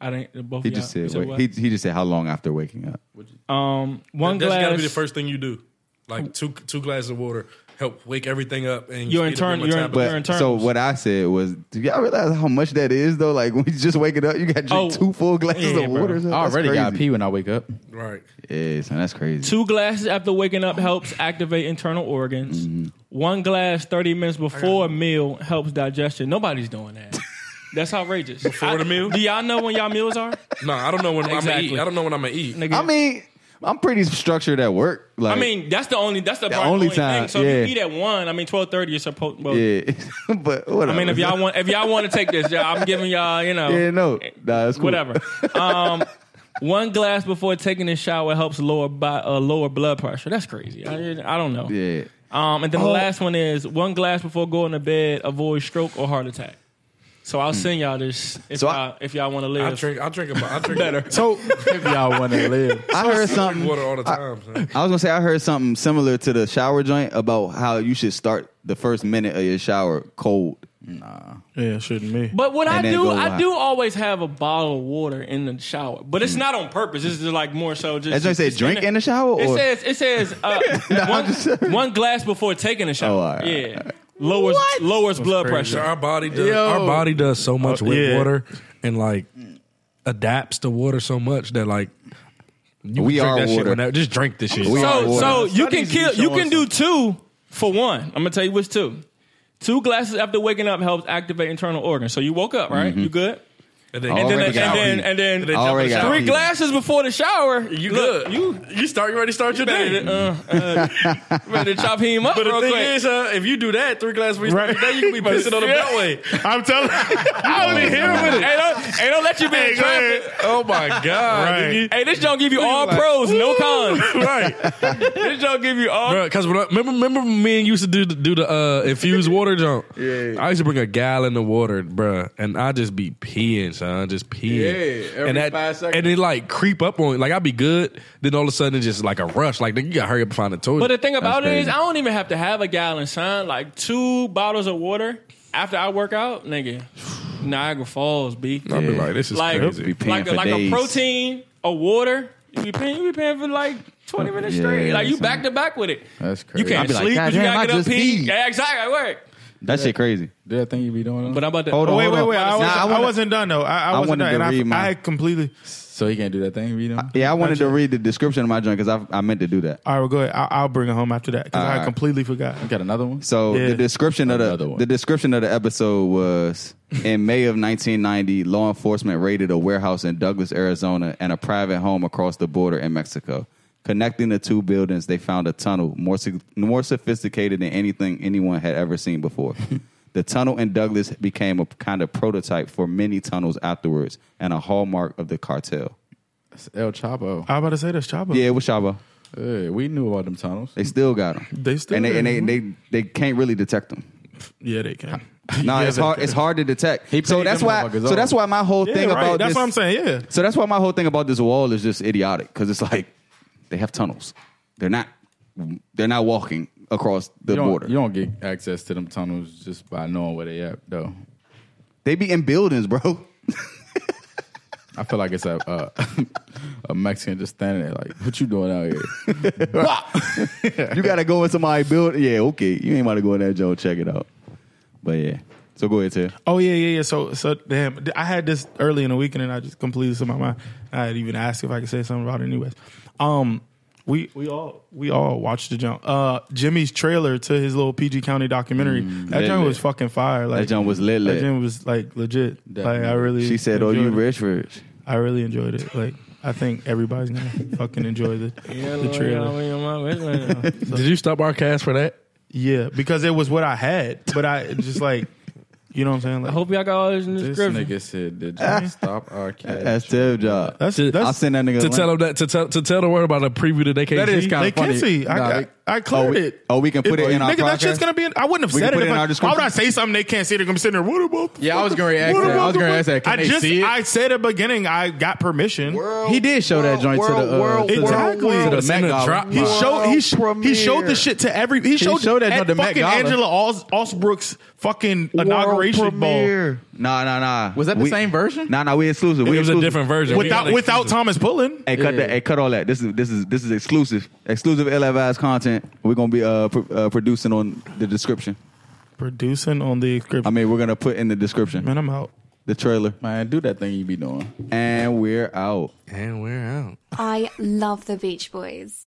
A: I didn't. Both
C: He
A: of y'all-
C: just
A: you
C: said,
A: said
C: wait,
A: what?
C: he he just said how long after waking up?
A: um, one
E: That's
A: glass.
E: gotta be the first thing you do. Like two two glasses of water help wake everything up and
A: Your
E: speed up
A: intern- your-
E: metabolism.
A: but-
C: But
A: internals.
C: so what I said was, do y'all realize how much that is though? Like *laughs* when you just waking up, you got to drink
A: Oh,
C: two full glasses
A: yeah,
C: of
A: bro.
C: water. son.
B: I
C: That's
B: already got
C: crazy.
B: pee when I wake up.
E: right.
C: Yeah, son, that's crazy.
A: Two glasses after waking up helps activate internal organs.
C: Mm-hmm.
A: One glass 30 minutes before a meal helps digestion. Nobody's doing that. That's outrageous. Before
E: the meal?
A: Do y'all know when y'all meals are?
E: No, I don't know when I'm gonna
A: Exactly.
E: eat. I don't know when I'm gonna eat.
A: Nigga.
C: I mean, I'm pretty structured at work. Like,
A: I mean, that's the only that's the,
C: The
A: part-
C: only time,
A: thing. So
C: yeah.
A: if you eat at one, I mean twelve thirty, you're supposed. Well,
C: yeah, *laughs* but whatever.
A: I mean if y'all want if y'all want to take this, yeah, I'm giving y'all you
C: *laughs*
A: know
C: yeah, no, nah, that's cool.
A: whatever. Um, one glass before taking a shower helps lower bi- uh, lower blood pressure. That's crazy. I, I don't know.
C: Yeah,
A: Um, and then
E: Oh.
A: the last one is one glass before going to bed avoid stroke or heart attack. So I'll send y'all this if
C: Hmm. So I-
A: y'all, if y'all want to
E: I
A: live.
E: drink. I drink. About, I drink better.
C: So
B: If y'all want to live,
C: I heard something.
E: Water all the time. son.
C: I was gonna say I heard something similar to the shower joint about how you should start the first minute of your shower cold.
F: Yeah, shouldn't me.
A: but what I
C: And then go
A: do, I
C: hot.
A: do always have a bottle of water in the shower, but it's not on purpose. It's just like more so just.
C: As I say,
A: it's
C: drink in the shower.
A: It
C: Or?
A: says it says
C: *laughs*
A: uh, one, one glass before taking a shower.
C: Oh, all right,
A: yeah, lowers lowers blood
E: So
A: pressure.
E: our body does.
B: Yo.
E: Our body does so much with
F: yeah.
E: water and like adapts to water so much that like you
C: We
E: can drink
C: are
E: that shit
C: water.
E: whenever- Just drink this shit.
C: We are
A: So
C: water.
A: so you can
B: Studies
A: kill.
B: be
A: You can
B: showing
A: do two for one. I'm gonna tell you which two. Two glasses after waking up helps activate internal organs. So you woke up, right?
C: Mm-hmm.
A: You good?
E: And then,
C: And
A: And then,
C: Already
A: and
C: got
A: then,
C: beat.
A: and then,
E: They
C: I
E: jump
C: already
E: in the
C: got
E: shower.
A: three
C: beat.
A: glasses before the shower.
E: you
A: look,
E: good.
A: You
E: You you start. You ready to start your
A: ready
E: day.
A: to, uh, uh, ready to chop him up
E: But the
A: real
E: thing
A: quick.
E: is, uh, if you do that three glasses before you start your day, you can be pissing
A: *laughs*
E: *laughs* on the
A: Yeah.
E: beltway.
F: I'm telling I don't even hear
A: hey,
F: with it.
A: don't, hey, don't let you be in
F: go ahead.
A: traffic.
E: Oh my god!
F: Right.
E: nigga.
A: Hey, this don't give you all pros, no cons.
E: *laughs* right.
A: This don't give you all.
E: Bro, cause when I, remember, remember, me and you used to do the, do the uh, infused water *laughs* jump.
C: Yeah.
E: I used to bring a gallon of water, bruh, and I just be peeing, son, just peeing.
B: Yeah, every
E: and
B: five seconds.
E: and it like creep up on, like I be good, then all of a sudden it's just like a rush, like nigga, you gotta hurry up and find the toilet.
A: But the thing about it is,
C: crazy.
A: I don't even have to have a gallon, son. Like two bottles of water after I work out, nigga. Niagara Falls, b.
E: I be like, this is
A: Like-
E: crazy.
C: Be peeing
A: like a,
C: for
A: like a
C: days.
A: protein, a water. You be paying, you be paying for like twenty minutes
C: Yeah,
A: straight. Like you
C: son.
A: back to back with it.
B: That's
A: You
B: crazy.
A: can't
C: I'd be like,
A: sleep, but you
C: "Goddamn, I
A: gotta get up
C: just
A: pee.
C: peed."
A: Yeah, exactly. I work.
C: that shit crazy.
B: do that thing you be doing.
A: But
B: But
A: I'm about to.
C: Hold
A: oh,
C: on,
A: wait,
C: hold
A: wait,
C: on.
A: wait. I
C: Nah,
A: was,
C: I
F: I,
C: wanna-
F: wasn't done though. I, I wasn't
C: wanted to
F: done. and I-
C: read my-
F: I, had completely.
B: so he can't do that thing you be doing.
C: Yeah, I wanted to read the description of my joint because I, I meant to do that.
F: All right, well, go ahead. I'll, I'll bring it home after that because I
C: Alright.
F: completely forgot.
B: Got another one.
C: So
F: Yeah.
C: the description of
B: Another
C: the,
B: one.
C: the description of the episode was in May of 1990, law enforcement raided a warehouse in Douglas, Arizona, and a private home across the border in Mexico. Connecting the two buildings, they found a tunnel more sig- more sophisticated than anything anyone had ever seen
B: *laughs*
C: before. the tunnel in Douglas became a kind of prototype for many tunnels afterwards, and a hallmark of the cartel.
B: It's El Chapo.
F: I was about to say this, Chaba.
C: Yeah, it was Shaba.
B: Hey, we knew about them tunnels.
C: They still got them.
F: They still
C: and they, and
F: got
C: they,
F: 'em.
C: they they can't really detect them.
F: yeah, they can.
C: No,
F: Yeah,
C: it's
F: they
C: hard.
F: can.
C: It's hard to detect.
B: He
C: So
B: paid
C: that's
B: them
C: why.
B: motherfuckers
C: So that's
B: off.
C: why my whole
F: Yeah,
C: thing
F: right.
C: about
F: That's
C: this,
F: what I'm saying. Yeah,
C: So that's why my whole thing about this wall is just idiotic because it's like they have tunnels. They're not. They're not walking across the
B: You don't,
C: border.
B: you don't get access to them tunnels just by knowing where they at, though.
C: They be in buildings, bro.
B: I feel like it's a *laughs* uh, a Mexican just standing there like, what you doing out here?
C: *laughs* you gotta go in somebody's building. Yeah, okay. You ain't about to go in that joint. Check it out. But yeah. So go ahead, Ted.
F: Oh yeah, yeah, yeah. So, so damn, I had this early in the weekend, and I just completely slipped my mind. I had even asked if I could say something about it, anyways. Um, we we all we all watched the jump. Uh, Jimmy's trailer to his little PG County documentary. that
C: lit,
F: jump
C: Mm, lit.
F: was fucking fire. Like
C: That joint was lit, lit.
F: That jump was like legit.
B: Definitely.
F: Like I really.
C: She said, "Oh, you
F: enjoyed it.
C: rich, rich."
F: I really enjoyed it. Like I think everybody's gonna fucking enjoy the the trailer.
E: Did you stop our cast for that?
F: Yeah, because it was what I had, but I just like, you know what I'm saying? Like,
G: I hope y'all got all this in the
F: This
G: description.
B: Nigga said,
C: *laughs*
B: did you stop our cat?
C: That's Ted's job.
F: that's
E: To-
C: I
F: that's
C: sent that nigga
E: To
C: a
E: tell
C: link.
E: them that to tell to tell the world about a preview that they can't
B: That is
E: see?
B: kinda
F: they
B: funny.
F: can see. I,
B: Nah,
F: I,
B: they-
F: I cleared
C: Oh, we-
F: it.
C: oh, we can put it in our
F: nigga, that shit's
C: podcast?
F: gonna be. In, I wouldn't have
C: We can
F: said
C: put
F: it.
C: it
F: if
C: in our
F: I- why would
C: description?
F: I say something they can't see? They're gonna be sitting there. What about?
B: Yeah, I was gonna ask
F: what
B: that. I was gonna
F: the-
B: ask that. Can
F: I
B: they
F: just
B: see it?
F: I said at the beginning. I got permission.
B: He did show that joint to the, uh, to the-
F: Exactly.
B: to the
E: It's in
B: Met
E: the
B: Gala.
E: drop
F: He
E: box.
F: showed he, sh- he
C: premiere.
F: showed the shit to every he showed,
B: showed that
F: at
B: on the Met
F: fucking
B: Gala.
F: Angela Os- Osbrook's fucking inauguration ball
C: Nah, nah, nah.
B: Was that the
C: We-
B: same version?
C: Nah, nah. We exclusive.
E: It
C: We
E: was a
C: exclusive.
E: different version. We
F: without
E: ain't
F: without
E: exclusive.
F: Thomas Pullen.
C: Hey, cut that. Hey, cut all that. This is this is this is exclusive. Exclusive LFI's content. We're gonna be uh, pr- uh producing on the description.
F: Producing on the script.
C: I mean, we're gonna put in the description
F: Man, I'm out.
C: the trailer,
B: Man, do that thing you be doing.
C: and we're out.
E: And we're out.
M: I love the Beach Boys.